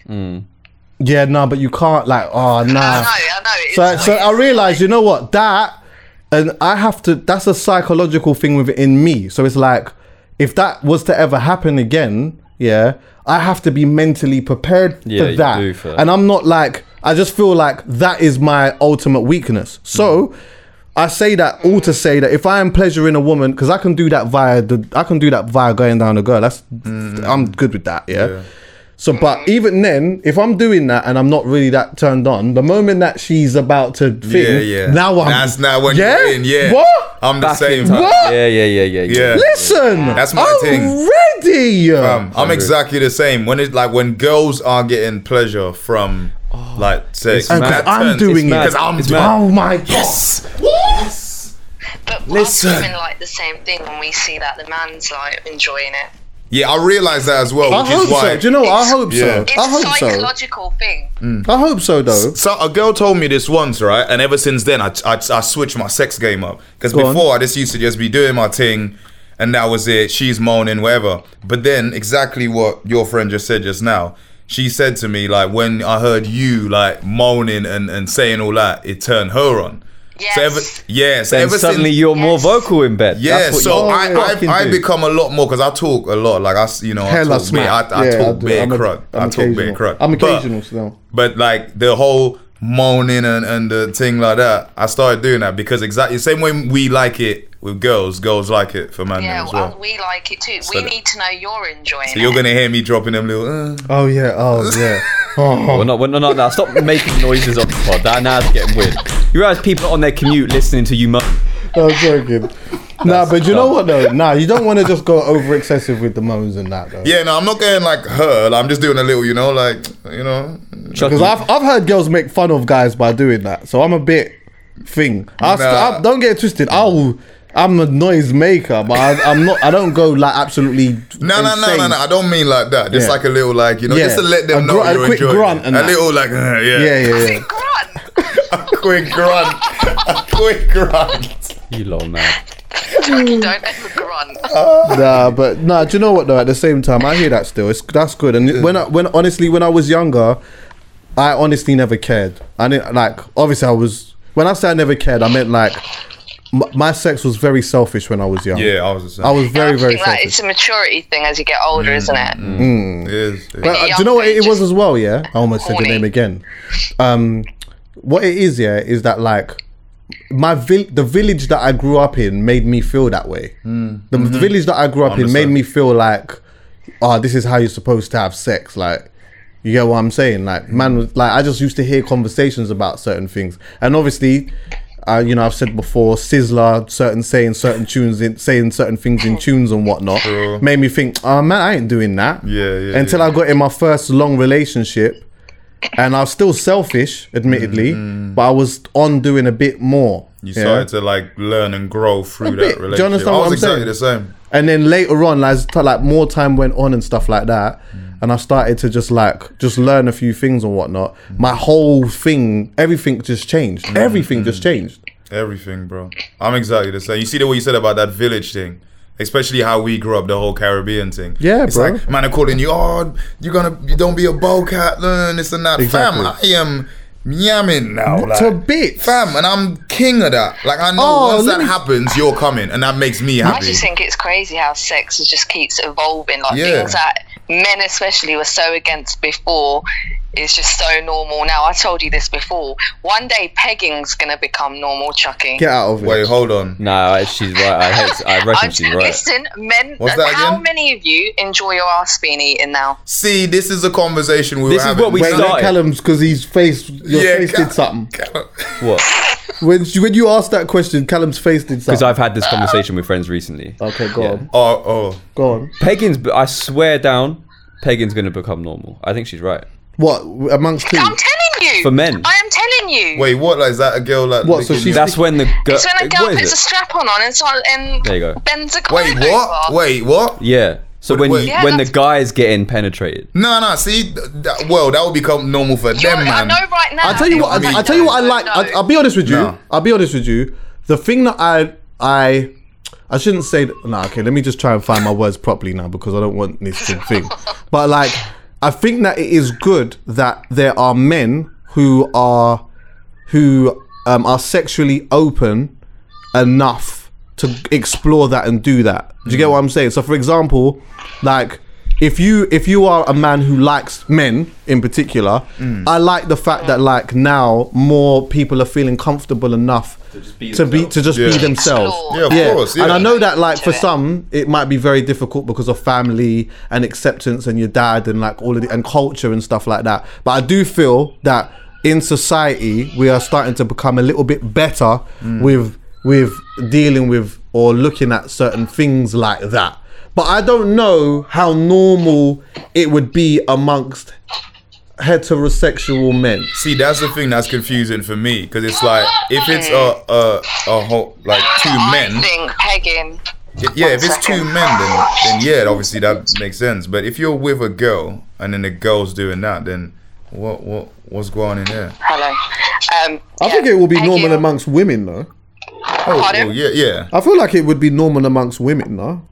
[SPEAKER 1] Yeah, no, but you can't like. Oh nah.
[SPEAKER 5] I know, I know. It's
[SPEAKER 1] So, so
[SPEAKER 5] weird.
[SPEAKER 1] I realized, you know what, that, and I have to, that's a psychological thing within me. So it's like, if that was to ever happen again, yeah, I have to be mentally prepared
[SPEAKER 4] Yeah,
[SPEAKER 1] for,
[SPEAKER 4] you
[SPEAKER 1] that.
[SPEAKER 4] do for that.
[SPEAKER 1] And I'm not like, I just feel like that is my ultimate weakness.
[SPEAKER 4] Mm.
[SPEAKER 1] So I say that all to say that if I am pleasuring a woman, because I can do that via the, I can do that via going down a girl. That's,
[SPEAKER 4] Mm.
[SPEAKER 1] I'm good with that. yeah. So,
[SPEAKER 2] Mm.
[SPEAKER 1] but even then, if I'm doing that and I'm not really that turned on, the moment that she's about to thing,
[SPEAKER 2] Yeah, yeah.
[SPEAKER 1] now I'm.
[SPEAKER 2] That's not when
[SPEAKER 1] yeah?
[SPEAKER 2] you're in, yeah.
[SPEAKER 1] What?
[SPEAKER 2] I'm the
[SPEAKER 4] Back in
[SPEAKER 2] same.
[SPEAKER 4] time.
[SPEAKER 2] man.
[SPEAKER 1] What?
[SPEAKER 4] Yeah, yeah, yeah, yeah,
[SPEAKER 2] Yeah.
[SPEAKER 1] Listen,
[SPEAKER 2] That's my
[SPEAKER 1] I'm
[SPEAKER 2] thing.
[SPEAKER 1] Ready.
[SPEAKER 2] Um, I'm exactly the same. When it's like when girls are getting pleasure from like sex,
[SPEAKER 1] And 'cause
[SPEAKER 2] that
[SPEAKER 1] I'm
[SPEAKER 2] turns-
[SPEAKER 1] doing it.
[SPEAKER 2] Because I'm
[SPEAKER 4] It's
[SPEAKER 2] doing
[SPEAKER 4] mad.
[SPEAKER 1] oh my god.
[SPEAKER 2] Yes.
[SPEAKER 5] But us
[SPEAKER 2] Listen.
[SPEAKER 5] women like the same thing when we see that the man's like enjoying it.
[SPEAKER 2] Yeah, I realized that as well,
[SPEAKER 1] I
[SPEAKER 2] which
[SPEAKER 1] hope
[SPEAKER 2] is why.
[SPEAKER 1] so. Do you know? what? I hope so. Mm.
[SPEAKER 2] Yeah.
[SPEAKER 5] It's
[SPEAKER 1] I
[SPEAKER 5] a
[SPEAKER 1] hope so.
[SPEAKER 5] psychological thing.
[SPEAKER 1] I hope so, though.
[SPEAKER 2] So a girl told me this once, right? And ever since then, I I, I switched my sex game up because
[SPEAKER 1] Go on.
[SPEAKER 2] before I just used to just be doing my thing, and that was it. She's moaning, whatever. But then, exactly what your friend just said just now, she said to me like, when I heard you like moaning and and saying all that, it turned her on.
[SPEAKER 5] Yes.
[SPEAKER 2] So ever, yeah. So
[SPEAKER 4] Then
[SPEAKER 2] ever
[SPEAKER 4] suddenly
[SPEAKER 2] since,
[SPEAKER 4] you're more
[SPEAKER 5] Yes.
[SPEAKER 4] vocal in bed.
[SPEAKER 2] yeah,
[SPEAKER 4] That's what
[SPEAKER 2] so
[SPEAKER 4] you
[SPEAKER 2] I,
[SPEAKER 4] fucking
[SPEAKER 2] I, I
[SPEAKER 4] do.
[SPEAKER 2] become a lot more because I talk a lot. Like I, s- you know, I
[SPEAKER 1] Hella
[SPEAKER 2] talk, bit, I,
[SPEAKER 1] smack.
[SPEAKER 2] I
[SPEAKER 1] Yeah,
[SPEAKER 2] talk
[SPEAKER 1] do.
[SPEAKER 2] bit
[SPEAKER 1] I'm a-
[SPEAKER 2] crud.
[SPEAKER 1] I'm
[SPEAKER 2] I talk bit
[SPEAKER 1] occasional.
[SPEAKER 2] crud.
[SPEAKER 1] I'm
[SPEAKER 2] But-
[SPEAKER 1] occasional still.
[SPEAKER 2] but like the whole moaning and, and the thing like that, I started doing that because exactly the same way we like it with girls, girls like it for men
[SPEAKER 5] Yeah,
[SPEAKER 2] as
[SPEAKER 5] well,
[SPEAKER 2] well.
[SPEAKER 5] we like it too. we
[SPEAKER 2] that-
[SPEAKER 5] need to know you're enjoying
[SPEAKER 2] So you're
[SPEAKER 5] it.
[SPEAKER 2] gonna hear me dropping them little. Uh.
[SPEAKER 1] Oh yeah. Oh yeah. Oh,
[SPEAKER 4] Well, no, well, no, no, no, stop making noises on the pod. That now it's getting weird. You realize people are on their commute listening to you moan.
[SPEAKER 1] I'm joking. Nah, but you know what though? Nah, you don't want to just go over excessive with the moans and that though.
[SPEAKER 2] Yeah, no, I'm not getting like her. like, I'm just doing a little, you know, like you know.
[SPEAKER 1] Because I've, I've heard girls make fun of guys by doing that, so I'm a bit thing. I, st-
[SPEAKER 2] Nah.
[SPEAKER 1] I- don't get it twisted. I'll I'm a noise maker, but I, I'm not. I don't go like absolutely.
[SPEAKER 2] No, no, no, no, no. I don't mean like that. Just
[SPEAKER 1] Yeah.
[SPEAKER 2] like a little, like you know,
[SPEAKER 1] Yeah.
[SPEAKER 2] just to let
[SPEAKER 1] A
[SPEAKER 2] them know
[SPEAKER 1] gru- a
[SPEAKER 2] you're
[SPEAKER 1] quick
[SPEAKER 2] enjoying.
[SPEAKER 1] grunt
[SPEAKER 2] it.
[SPEAKER 1] and
[SPEAKER 2] a
[SPEAKER 1] that.
[SPEAKER 2] little, like uh, yeah,
[SPEAKER 1] Yeah, yeah, yeah.
[SPEAKER 5] Grunt.
[SPEAKER 2] a quick grunt, a quick grunt.
[SPEAKER 4] You little man.
[SPEAKER 1] Mm.
[SPEAKER 5] Don't ever grunt.
[SPEAKER 1] nah, but nah. Do you know what though? At the same time, I hear that still. It's that's good. And when I, when honestly, when I was younger, I honestly never cared. I didn't like. Obviously, I was. When I say I never cared, I meant like m- my sex was very selfish when I was young.
[SPEAKER 2] Yeah, I was the same.
[SPEAKER 1] I was
[SPEAKER 5] I
[SPEAKER 1] very very
[SPEAKER 5] think that it's
[SPEAKER 1] selfish.
[SPEAKER 5] a maturity thing as you get older,
[SPEAKER 2] Mm.
[SPEAKER 5] isn't it?
[SPEAKER 2] It is, it is.
[SPEAKER 1] But, uh, do you know what it, it was as well? Yeah, I almost said the
[SPEAKER 5] Horny.
[SPEAKER 1] name again. Um, what it is, yeah, is that like my vil- the village that I grew up in made me feel that way.
[SPEAKER 2] Hmm.
[SPEAKER 1] The
[SPEAKER 2] Mm-hmm.
[SPEAKER 1] village that I grew up in made
[SPEAKER 2] Understand.
[SPEAKER 1] me feel like, oh, this is how you're supposed to have sex. Like, you get what I'm saying? Like,
[SPEAKER 2] Hmm.
[SPEAKER 1] man, was- like I just used to hear conversations about certain things, and obviously. Uh, you know, I've said before, Sizzler, certain saying certain tunes, in, saying certain things in tunes and whatnot, made me think, oh man, I ain't doing that.
[SPEAKER 2] Yeah, yeah,
[SPEAKER 1] Until
[SPEAKER 2] yeah.
[SPEAKER 1] I got in my first long relationship, and I was still selfish, admittedly, but I was on doing a bit more.
[SPEAKER 2] Mm. You
[SPEAKER 1] yeah?
[SPEAKER 2] started to like learn and grow through
[SPEAKER 1] bit.
[SPEAKER 2] that
[SPEAKER 1] Do you
[SPEAKER 2] relationship.
[SPEAKER 1] understand
[SPEAKER 2] I
[SPEAKER 1] what
[SPEAKER 2] was
[SPEAKER 1] I'm
[SPEAKER 2] exactly
[SPEAKER 1] saying?
[SPEAKER 2] the same.
[SPEAKER 1] And then later on, like, as t- like more time went on and stuff like that,
[SPEAKER 2] Mm.
[SPEAKER 1] and I started to just like just learn a few things and whatnot.
[SPEAKER 2] Mm.
[SPEAKER 1] My whole thing, everything just changed. Everything just
[SPEAKER 2] Mm.
[SPEAKER 1] changed.
[SPEAKER 2] Everything, bro. I'm exactly the same. You see the way you said about that village thing, especially how we grew up, the whole Caribbean thing.
[SPEAKER 1] Yeah,
[SPEAKER 2] it's
[SPEAKER 1] bro.
[SPEAKER 2] like man are calling you, oh, you're gonna, you don't be a bowcat, learn this and that.
[SPEAKER 1] Exactly.
[SPEAKER 2] Fam, I am yamming now, like,
[SPEAKER 1] to bits.
[SPEAKER 2] fam, and I'm king of that. Like I know
[SPEAKER 1] Oh,
[SPEAKER 2] once
[SPEAKER 1] let
[SPEAKER 2] that
[SPEAKER 1] me-
[SPEAKER 2] happens, you're coming, and that makes me
[SPEAKER 5] I
[SPEAKER 2] happy.
[SPEAKER 5] just think it's crazy how sex is just keeps evolving. Like
[SPEAKER 2] Yeah.
[SPEAKER 5] things that men especially were so against before is just so normal now. I told you this before. One day pegging's gonna become normal, Chucky.
[SPEAKER 1] Get out of it.
[SPEAKER 2] Wait, hold on.
[SPEAKER 4] Nah, she's right. I hate. I reckon
[SPEAKER 5] I'm,
[SPEAKER 4] she's right.
[SPEAKER 5] Listen, men.
[SPEAKER 2] What's that
[SPEAKER 5] how
[SPEAKER 2] again?
[SPEAKER 5] many of you enjoy your ass being eaten now?
[SPEAKER 2] See, this is a conversation we
[SPEAKER 4] This
[SPEAKER 2] were
[SPEAKER 4] is
[SPEAKER 2] having.
[SPEAKER 4] what we
[SPEAKER 1] Wait, let
[SPEAKER 4] started.
[SPEAKER 1] Callum's because his face, your
[SPEAKER 2] Yeah,
[SPEAKER 1] face
[SPEAKER 2] Cal-
[SPEAKER 1] did something.
[SPEAKER 4] What?
[SPEAKER 1] When you, when you asked that question, Callum's face did
[SPEAKER 4] Because
[SPEAKER 1] something.
[SPEAKER 4] I've had this conversation with friends recently.
[SPEAKER 1] okay, go
[SPEAKER 4] Yeah.
[SPEAKER 1] on,
[SPEAKER 2] Oh, oh.
[SPEAKER 1] go on.
[SPEAKER 4] Pegging's. I swear down. Pegging's gonna become normal. I think she's right.
[SPEAKER 1] What amongst who?
[SPEAKER 5] I'm telling you.
[SPEAKER 4] For men.
[SPEAKER 5] I am telling you.
[SPEAKER 2] Wait, what? Like, is that a girl? Like,
[SPEAKER 1] What, so
[SPEAKER 2] licking
[SPEAKER 1] she's-
[SPEAKER 2] you?
[SPEAKER 4] That's when the girl.
[SPEAKER 5] It's when a girl
[SPEAKER 4] what is
[SPEAKER 5] puts a
[SPEAKER 4] it?
[SPEAKER 5] strap on on and, so, and
[SPEAKER 4] There you go.
[SPEAKER 5] bends a
[SPEAKER 2] Wait,
[SPEAKER 5] cloak
[SPEAKER 2] what?
[SPEAKER 5] over.
[SPEAKER 2] Wait, what?
[SPEAKER 4] Yeah. So when
[SPEAKER 2] wait.
[SPEAKER 4] you-
[SPEAKER 5] Yeah,
[SPEAKER 4] when the
[SPEAKER 5] that's-
[SPEAKER 4] guys getting penetrated.
[SPEAKER 2] No, no. See, th- that, well, that would become normal for
[SPEAKER 5] You're-
[SPEAKER 2] them,
[SPEAKER 5] I
[SPEAKER 2] man.
[SPEAKER 5] know right now.
[SPEAKER 1] I tell you what.
[SPEAKER 5] Right
[SPEAKER 1] I, I tell you what. I
[SPEAKER 5] now,
[SPEAKER 1] like. I,
[SPEAKER 5] know.
[SPEAKER 1] I'll be honest with you.
[SPEAKER 2] No.
[SPEAKER 1] I'll be honest with you. The thing that I I I shouldn't say. No, okay. Let me just try and find my words properly now because I don't want this to thing. But like, I think that it is good that there are men who are who um, are sexually open enough to explore that and do that. Do you get what I'm saying? So, for example, like if you if you are a man who likes men in particular, I like the fact that like now more people are feeling comfortable enough to just be to, just be
[SPEAKER 2] Yeah.
[SPEAKER 1] themselves.
[SPEAKER 5] Explore.
[SPEAKER 2] Yeah, of course. Yeah.
[SPEAKER 1] And I know that like
[SPEAKER 5] To
[SPEAKER 1] for
[SPEAKER 5] it.
[SPEAKER 1] some it might be very difficult because of family and acceptance and your dad and like all of the and culture and stuff like that. But I do feel that in society we are starting to become a little bit better with with dealing with or looking at certain things like that. But I don't know how normal it would be amongst heterosexual men.
[SPEAKER 2] See, that's the thing that's confusing for me because it's like if it's a a a whole like two
[SPEAKER 5] I
[SPEAKER 2] men.
[SPEAKER 5] think pegging
[SPEAKER 2] Y- Yeah, if it's two
[SPEAKER 5] second.
[SPEAKER 2] men, then, then yeah, obviously that makes sense. But if you're with a girl and then the girl's doing that, then what what what's going on in there?
[SPEAKER 5] Hello. Um,
[SPEAKER 1] I
[SPEAKER 5] yeah.
[SPEAKER 1] think it will be
[SPEAKER 5] Thank
[SPEAKER 1] normal
[SPEAKER 5] you.
[SPEAKER 1] amongst women, though.
[SPEAKER 2] Oh,
[SPEAKER 5] Pardon?
[SPEAKER 2] oh yeah, yeah.
[SPEAKER 1] I feel like it would be normal amongst women, no?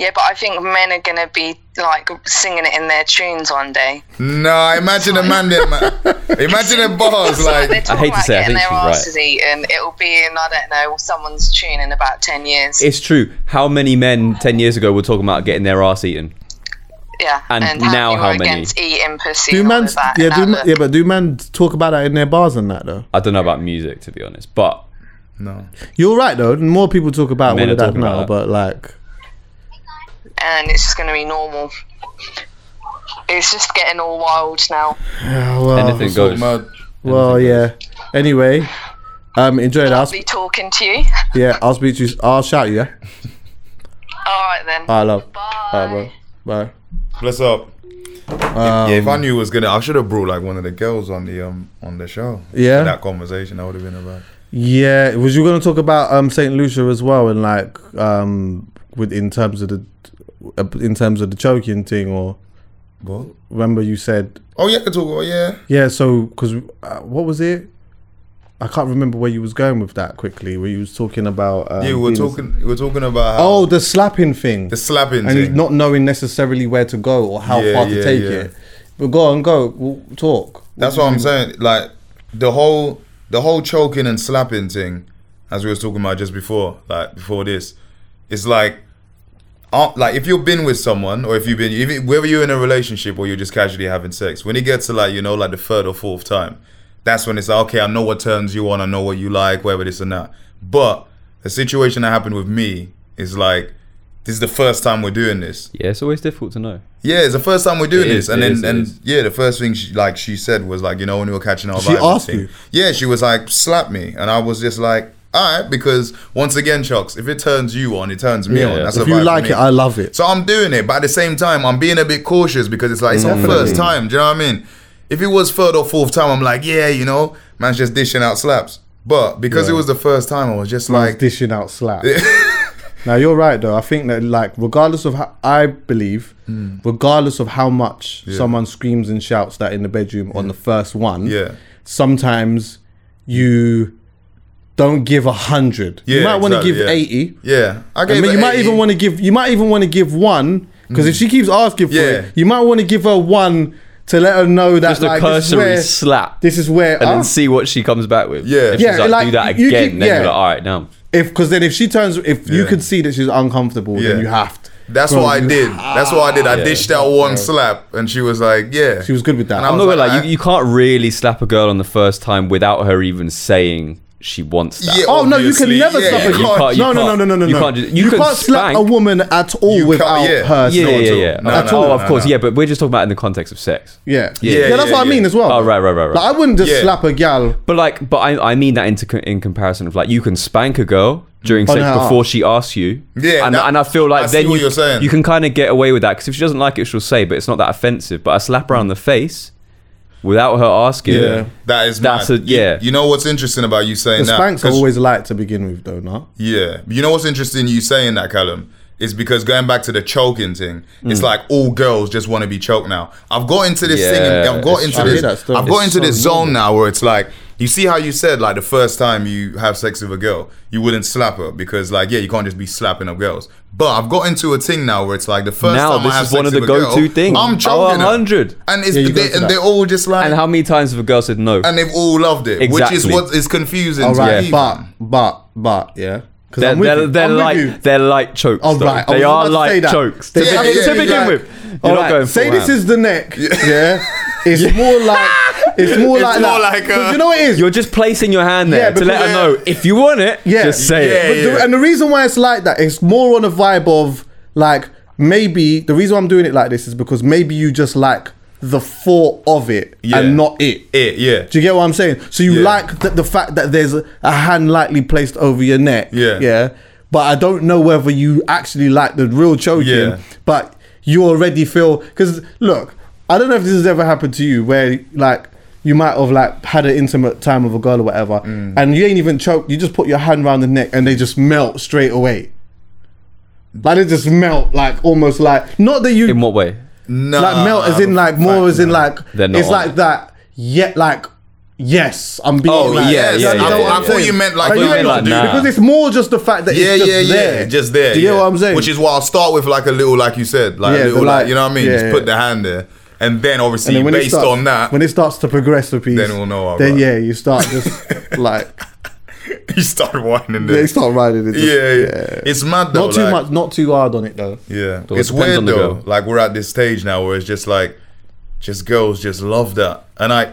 [SPEAKER 5] Yeah, but I think men are gonna be like singing it in their tunes one day.
[SPEAKER 2] No, imagine a man that. ma- imagine a boss
[SPEAKER 5] They're
[SPEAKER 2] like.
[SPEAKER 5] talking
[SPEAKER 4] hate to
[SPEAKER 5] about
[SPEAKER 4] say it, I
[SPEAKER 5] getting
[SPEAKER 4] think
[SPEAKER 5] their
[SPEAKER 4] she's right.
[SPEAKER 5] asses eaten. It'll be in I don't know someone's tune in about ten years.
[SPEAKER 4] It's true. How many men ten years ago were talking about getting their ass eaten?
[SPEAKER 5] yeah,
[SPEAKER 4] and now
[SPEAKER 5] you
[SPEAKER 4] how
[SPEAKER 5] are
[SPEAKER 4] many?
[SPEAKER 5] Against eating pussy.
[SPEAKER 1] Do
[SPEAKER 5] and all
[SPEAKER 1] man,
[SPEAKER 5] of that,
[SPEAKER 1] yeah,
[SPEAKER 5] and
[SPEAKER 1] do
[SPEAKER 5] that
[SPEAKER 1] man,
[SPEAKER 5] look.
[SPEAKER 1] yeah, but do man talk about that in their bars and that though?
[SPEAKER 4] I don't know about music to be honest, but
[SPEAKER 2] No.
[SPEAKER 1] You're right though. More people talk about all
[SPEAKER 4] Men are
[SPEAKER 1] of that
[SPEAKER 4] talking about
[SPEAKER 1] now,
[SPEAKER 4] that.
[SPEAKER 1] but like,
[SPEAKER 5] and it's just gonna be normal. It's just getting all wild now.
[SPEAKER 1] yeah, well,
[SPEAKER 4] anything
[SPEAKER 2] Talking
[SPEAKER 4] goes.
[SPEAKER 2] about-
[SPEAKER 1] well, yeah. Anyway, um, enjoy that. I'll,
[SPEAKER 5] Be
[SPEAKER 1] sp-
[SPEAKER 5] talking to you.
[SPEAKER 1] yeah, I'll speak to you. I'll shout you. Yeah,
[SPEAKER 5] All right then.
[SPEAKER 1] I love.
[SPEAKER 5] Bye.
[SPEAKER 1] All right, bro. Bye.
[SPEAKER 2] Bless up.
[SPEAKER 1] Um,
[SPEAKER 2] yeah, if I knew it was gonna, I should have brought like one of the girls on the um on the show.
[SPEAKER 1] Yeah.
[SPEAKER 2] that conversation that would have been about.
[SPEAKER 1] Yeah, was you gonna talk about um Saint Lucia as well, and like um with in terms of the uh, in terms of the choking thing, or
[SPEAKER 2] What?
[SPEAKER 1] remember you said
[SPEAKER 2] Oh yeah, I could talk about yeah.
[SPEAKER 1] yeah? So because uh, what was it? I can't remember where you was going with that quickly. Where you was talking about um,
[SPEAKER 2] Yeah, we were
[SPEAKER 1] being-
[SPEAKER 2] talking. We were talking about how
[SPEAKER 1] Oh, the slapping thing,
[SPEAKER 2] the slapping
[SPEAKER 1] and
[SPEAKER 2] thing.
[SPEAKER 1] not knowing necessarily where to go or how
[SPEAKER 2] Yeah,
[SPEAKER 1] far to
[SPEAKER 2] yeah,
[SPEAKER 1] take
[SPEAKER 2] yeah.
[SPEAKER 1] it. But go on, go w talk.
[SPEAKER 2] That's what I'm saying. Like the whole the whole choking and slapping thing, as we was talking about just before, like before this, it's like, uh, like if you've been with someone or if you've been, if it- whether you're in a relationship or you're just casually having sex, when it gets to like you know like the third or fourth time, that's when it's like okay, I know what turns you on, I know what you like, whatever this and that. But the situation that happened with me is like. This is the first time we're doing this.
[SPEAKER 4] Yeah, it's always difficult to know.
[SPEAKER 2] Yeah, it's the first time we're doing
[SPEAKER 4] It
[SPEAKER 2] this,
[SPEAKER 4] is,
[SPEAKER 2] and
[SPEAKER 4] it
[SPEAKER 2] then
[SPEAKER 4] is, it
[SPEAKER 2] and
[SPEAKER 4] is.
[SPEAKER 2] yeah, the first thing she like she said was like, you know, when we were catching our
[SPEAKER 1] She
[SPEAKER 2] vibes and
[SPEAKER 1] asked
[SPEAKER 2] thing.
[SPEAKER 1] you?
[SPEAKER 2] yeah, she was like, slap me, and I was just like, all right, because once again, chucks, if it turns you on, it turns me
[SPEAKER 4] Yeah,
[SPEAKER 2] on.
[SPEAKER 4] yeah.
[SPEAKER 2] That's a
[SPEAKER 1] If
[SPEAKER 2] vibe
[SPEAKER 1] you
[SPEAKER 2] for
[SPEAKER 1] like
[SPEAKER 2] me.
[SPEAKER 1] it, I love it.
[SPEAKER 2] So I'm doing it, but at the same time, I'm being a bit cautious because it's like it's our
[SPEAKER 4] Mm.
[SPEAKER 2] first time. Do you know what I mean? If it was third or fourth time, I'm like, yeah, you know, man's just dishing out slaps. But because it was the first time, I was just
[SPEAKER 1] like
[SPEAKER 2] like,
[SPEAKER 1] dishing out slap. now you're right though. I think that like regardless of how I believe,
[SPEAKER 2] Mm.
[SPEAKER 1] regardless of how much someone screams and shouts that in the bedroom on the first one,
[SPEAKER 2] Yeah.
[SPEAKER 1] sometimes you don't give a hundred. you
[SPEAKER 2] Yeah,
[SPEAKER 1] might want to
[SPEAKER 2] exactly,
[SPEAKER 1] give
[SPEAKER 2] yeah.
[SPEAKER 1] eighty.
[SPEAKER 2] yeah, I
[SPEAKER 1] I
[SPEAKER 2] gave
[SPEAKER 1] mean,
[SPEAKER 2] her
[SPEAKER 1] you might
[SPEAKER 2] 80.
[SPEAKER 1] even want to give. You might even want to give one because if she keeps asking for
[SPEAKER 2] Mm. Yeah.
[SPEAKER 1] it, you might want to give her one to let her know that
[SPEAKER 4] Just a
[SPEAKER 1] like, this is
[SPEAKER 4] cursory
[SPEAKER 1] where
[SPEAKER 4] slap,
[SPEAKER 1] This is where
[SPEAKER 4] and
[SPEAKER 1] ah.
[SPEAKER 4] then see what she comes back with.
[SPEAKER 2] Yeah.
[SPEAKER 4] if
[SPEAKER 1] Yeah,
[SPEAKER 4] she's like,
[SPEAKER 1] like,
[SPEAKER 4] do that
[SPEAKER 1] you
[SPEAKER 4] again,
[SPEAKER 1] keep-
[SPEAKER 4] then
[SPEAKER 1] yeah.
[SPEAKER 4] you're like, all right, now.
[SPEAKER 1] If because then if she turns, if you
[SPEAKER 2] Yeah.
[SPEAKER 1] could see that she's uncomfortable,
[SPEAKER 2] Yeah.
[SPEAKER 1] then you have to.
[SPEAKER 2] That's
[SPEAKER 1] Bro,
[SPEAKER 2] what I
[SPEAKER 1] you-
[SPEAKER 2] did. That's what I did. I
[SPEAKER 4] Ah, Yeah.
[SPEAKER 2] dished out one slap, and she was like, "Yeah."
[SPEAKER 1] She was good with that.
[SPEAKER 2] And I
[SPEAKER 1] I'm
[SPEAKER 4] I'm
[SPEAKER 2] was
[SPEAKER 4] not gonna
[SPEAKER 2] like, "Ah,
[SPEAKER 4] lie,
[SPEAKER 2] "I-
[SPEAKER 4] you, you can't really slap a girl on the first time without her even saying she wants that.
[SPEAKER 2] Yeah,
[SPEAKER 1] Oh no, you can
[SPEAKER 2] obviously.
[SPEAKER 1] never
[SPEAKER 2] Yeah,
[SPEAKER 1] slap
[SPEAKER 2] you
[SPEAKER 1] a girl.
[SPEAKER 2] can't-
[SPEAKER 1] No,
[SPEAKER 4] you
[SPEAKER 1] no, no,
[SPEAKER 4] can't-
[SPEAKER 1] no, no, no,
[SPEAKER 4] you
[SPEAKER 1] no.
[SPEAKER 4] can't do- you can
[SPEAKER 1] slap a
[SPEAKER 4] spank.
[SPEAKER 1] woman at all
[SPEAKER 2] You can't-
[SPEAKER 1] without
[SPEAKER 2] yeah.
[SPEAKER 1] her.
[SPEAKER 4] Yeah,
[SPEAKER 2] No,
[SPEAKER 4] yeah,
[SPEAKER 2] at
[SPEAKER 4] yeah,
[SPEAKER 2] all.
[SPEAKER 4] yeah.
[SPEAKER 2] No,
[SPEAKER 4] At
[SPEAKER 2] no,
[SPEAKER 4] all,
[SPEAKER 2] no,
[SPEAKER 4] of course.
[SPEAKER 2] no.
[SPEAKER 4] Yeah, but we're just talking about it in the context of sex.
[SPEAKER 1] Yeah, yeah,
[SPEAKER 4] Yeah.
[SPEAKER 1] That's
[SPEAKER 2] Yeah,
[SPEAKER 1] what I mean
[SPEAKER 2] yeah.
[SPEAKER 1] as well.
[SPEAKER 4] Oh, right, right, right, right.
[SPEAKER 1] Like, I wouldn't just
[SPEAKER 2] Yeah.
[SPEAKER 1] slap a gal.
[SPEAKER 4] But like, but I, I mean that in, to, in comparison of like you can spank a girl during
[SPEAKER 1] On
[SPEAKER 4] sex
[SPEAKER 1] her
[SPEAKER 4] before
[SPEAKER 1] arse.
[SPEAKER 4] she asks you.
[SPEAKER 2] Yeah,
[SPEAKER 4] and,
[SPEAKER 2] that-
[SPEAKER 4] and I feel like
[SPEAKER 2] I see
[SPEAKER 4] then
[SPEAKER 2] what
[SPEAKER 4] you
[SPEAKER 2] you're saying.
[SPEAKER 4] you can kind of get away with that because if she doesn't like it, she'll say, but it's not that offensive. But a slap around the face without her asking.
[SPEAKER 1] Yeah.
[SPEAKER 2] That is
[SPEAKER 4] That's
[SPEAKER 2] mad.
[SPEAKER 4] a- yeah.
[SPEAKER 2] You, you know what's interesting about you saying
[SPEAKER 1] The
[SPEAKER 2] that?
[SPEAKER 1] spanks are
[SPEAKER 2] 'Cause-
[SPEAKER 1] always light to begin with, though. No,
[SPEAKER 2] Yeah. You know what's interesting you saying that, Callum, is because going back to the choking thing, it's
[SPEAKER 4] Hmm.
[SPEAKER 2] like all girls just want to be choked now. I've got into this thing.
[SPEAKER 4] Yeah,
[SPEAKER 2] I've got
[SPEAKER 4] it's
[SPEAKER 2] into
[SPEAKER 1] true. I
[SPEAKER 2] this.
[SPEAKER 1] hear that stuff.
[SPEAKER 2] I've got
[SPEAKER 1] It's
[SPEAKER 2] into this
[SPEAKER 1] so
[SPEAKER 2] zone now where it's like. You see how you said like the first time you have sex with a girl, you wouldn't slap her because like yeah, you can't just be slapping up girls. But I've got into a thing now where it's like the first
[SPEAKER 4] Now
[SPEAKER 2] time I
[SPEAKER 4] this
[SPEAKER 2] have
[SPEAKER 4] is
[SPEAKER 2] sex
[SPEAKER 4] one of the
[SPEAKER 2] with a girl,
[SPEAKER 4] go-to things.
[SPEAKER 2] I'm choking
[SPEAKER 4] Oh,
[SPEAKER 2] her.
[SPEAKER 4] 100.
[SPEAKER 2] and it's
[SPEAKER 1] Yeah, you go
[SPEAKER 2] they,
[SPEAKER 1] to
[SPEAKER 2] and
[SPEAKER 1] that.
[SPEAKER 2] they're all just like
[SPEAKER 4] And how many times have a girl said no?
[SPEAKER 2] and they've all loved it, which is
[SPEAKER 4] Exactly.
[SPEAKER 2] what is confusing.
[SPEAKER 1] all
[SPEAKER 2] to
[SPEAKER 1] right,
[SPEAKER 2] me.
[SPEAKER 1] but but but yeah, because
[SPEAKER 4] They're,
[SPEAKER 1] I'm with
[SPEAKER 4] they're,
[SPEAKER 1] you.
[SPEAKER 4] they're
[SPEAKER 1] I'm with
[SPEAKER 4] like
[SPEAKER 1] you.
[SPEAKER 4] they're like chokes.
[SPEAKER 1] All
[SPEAKER 4] though.
[SPEAKER 1] right, I
[SPEAKER 4] they
[SPEAKER 1] was about
[SPEAKER 4] are
[SPEAKER 1] to say
[SPEAKER 4] like
[SPEAKER 1] that.
[SPEAKER 4] chokes.
[SPEAKER 1] They-
[SPEAKER 2] Yeah,
[SPEAKER 4] to
[SPEAKER 2] yeah, yeah,
[SPEAKER 4] begin
[SPEAKER 2] yeah.
[SPEAKER 4] with, you're not
[SPEAKER 1] Alright,
[SPEAKER 4] going
[SPEAKER 1] say
[SPEAKER 4] full
[SPEAKER 1] this
[SPEAKER 4] out.
[SPEAKER 1] is the neck. Yeah, it's more like it's more
[SPEAKER 2] It's
[SPEAKER 1] like
[SPEAKER 2] more
[SPEAKER 1] that.
[SPEAKER 2] like, uh,
[SPEAKER 1] 'Cause you know what it is.
[SPEAKER 4] You're just placing your hand
[SPEAKER 1] Yeah,
[SPEAKER 4] there to
[SPEAKER 1] because-
[SPEAKER 4] let her know if you want it.
[SPEAKER 1] Yeah.
[SPEAKER 4] just say
[SPEAKER 2] Yeah,
[SPEAKER 4] it.
[SPEAKER 1] But the- and the reason why it's like that, it's more on a vibe of like maybe the reason why I'm doing it like this is because maybe you just like the thought of it
[SPEAKER 2] Yeah.
[SPEAKER 1] and not it.
[SPEAKER 2] it, yeah,
[SPEAKER 1] Do you get what I'm saying? So you
[SPEAKER 2] Yeah.
[SPEAKER 1] like the, the fact that there's a a hand lightly placed over your neck.
[SPEAKER 2] Yeah.
[SPEAKER 1] Yeah. But I don't know whether you actually like the real choking,
[SPEAKER 2] Yeah.
[SPEAKER 1] but you already feel because look, I don't know if this has ever happened to you where like you might have like had an intimate time with a girl or
[SPEAKER 2] Mm.
[SPEAKER 1] whatever, and you ain't even choked. You just put your hand around the neck and they just melt straight away. Like they just melt, like almost like not that you
[SPEAKER 4] In what way?
[SPEAKER 2] Nah,
[SPEAKER 1] like melt as in like more as in like
[SPEAKER 4] They're not
[SPEAKER 1] it's
[SPEAKER 4] on.
[SPEAKER 1] like that yet like yes I'm being
[SPEAKER 2] Oh,
[SPEAKER 1] like,
[SPEAKER 2] yeah,
[SPEAKER 1] this.
[SPEAKER 4] yeah,
[SPEAKER 1] You know
[SPEAKER 4] yeah,
[SPEAKER 1] what I'm
[SPEAKER 4] yeah, yeah.
[SPEAKER 2] I thought
[SPEAKER 1] saying?
[SPEAKER 2] you meant like-
[SPEAKER 1] Are
[SPEAKER 2] I
[SPEAKER 1] you
[SPEAKER 2] thought you
[SPEAKER 1] know
[SPEAKER 4] meant like, nah.
[SPEAKER 1] because it's more just the fact that
[SPEAKER 2] Yeah,
[SPEAKER 1] it's just
[SPEAKER 2] yeah,
[SPEAKER 1] there.
[SPEAKER 2] yeah, just there.
[SPEAKER 1] Do you
[SPEAKER 2] yeah.
[SPEAKER 1] know what I'm saying?
[SPEAKER 2] Which is why I'll start with like a little, like you said, like
[SPEAKER 1] Yeah,
[SPEAKER 2] a little,
[SPEAKER 1] the
[SPEAKER 2] like,
[SPEAKER 1] light.
[SPEAKER 2] you know what I mean.
[SPEAKER 1] Yeah,
[SPEAKER 2] just
[SPEAKER 1] yeah.
[SPEAKER 2] put the hand there, and then obviously
[SPEAKER 1] when it
[SPEAKER 2] based
[SPEAKER 1] starts-
[SPEAKER 2] on that,
[SPEAKER 1] when it starts to progress the piece,
[SPEAKER 2] Then we'll know our
[SPEAKER 1] Then
[SPEAKER 2] vibe.
[SPEAKER 1] yeah, you start just like
[SPEAKER 2] you start whining.
[SPEAKER 1] they
[SPEAKER 2] This.
[SPEAKER 1] start riding it.
[SPEAKER 2] Yeah,
[SPEAKER 1] Just,
[SPEAKER 2] yeah, it's mad though.
[SPEAKER 1] Not too
[SPEAKER 2] like-
[SPEAKER 1] much, not too hard on it though.
[SPEAKER 2] Yeah,
[SPEAKER 4] it
[SPEAKER 2] it's
[SPEAKER 4] depends
[SPEAKER 2] weird
[SPEAKER 4] on the
[SPEAKER 2] though.
[SPEAKER 4] girl.
[SPEAKER 2] Like we're at this stage now where it's just like, just girls just love that, and I,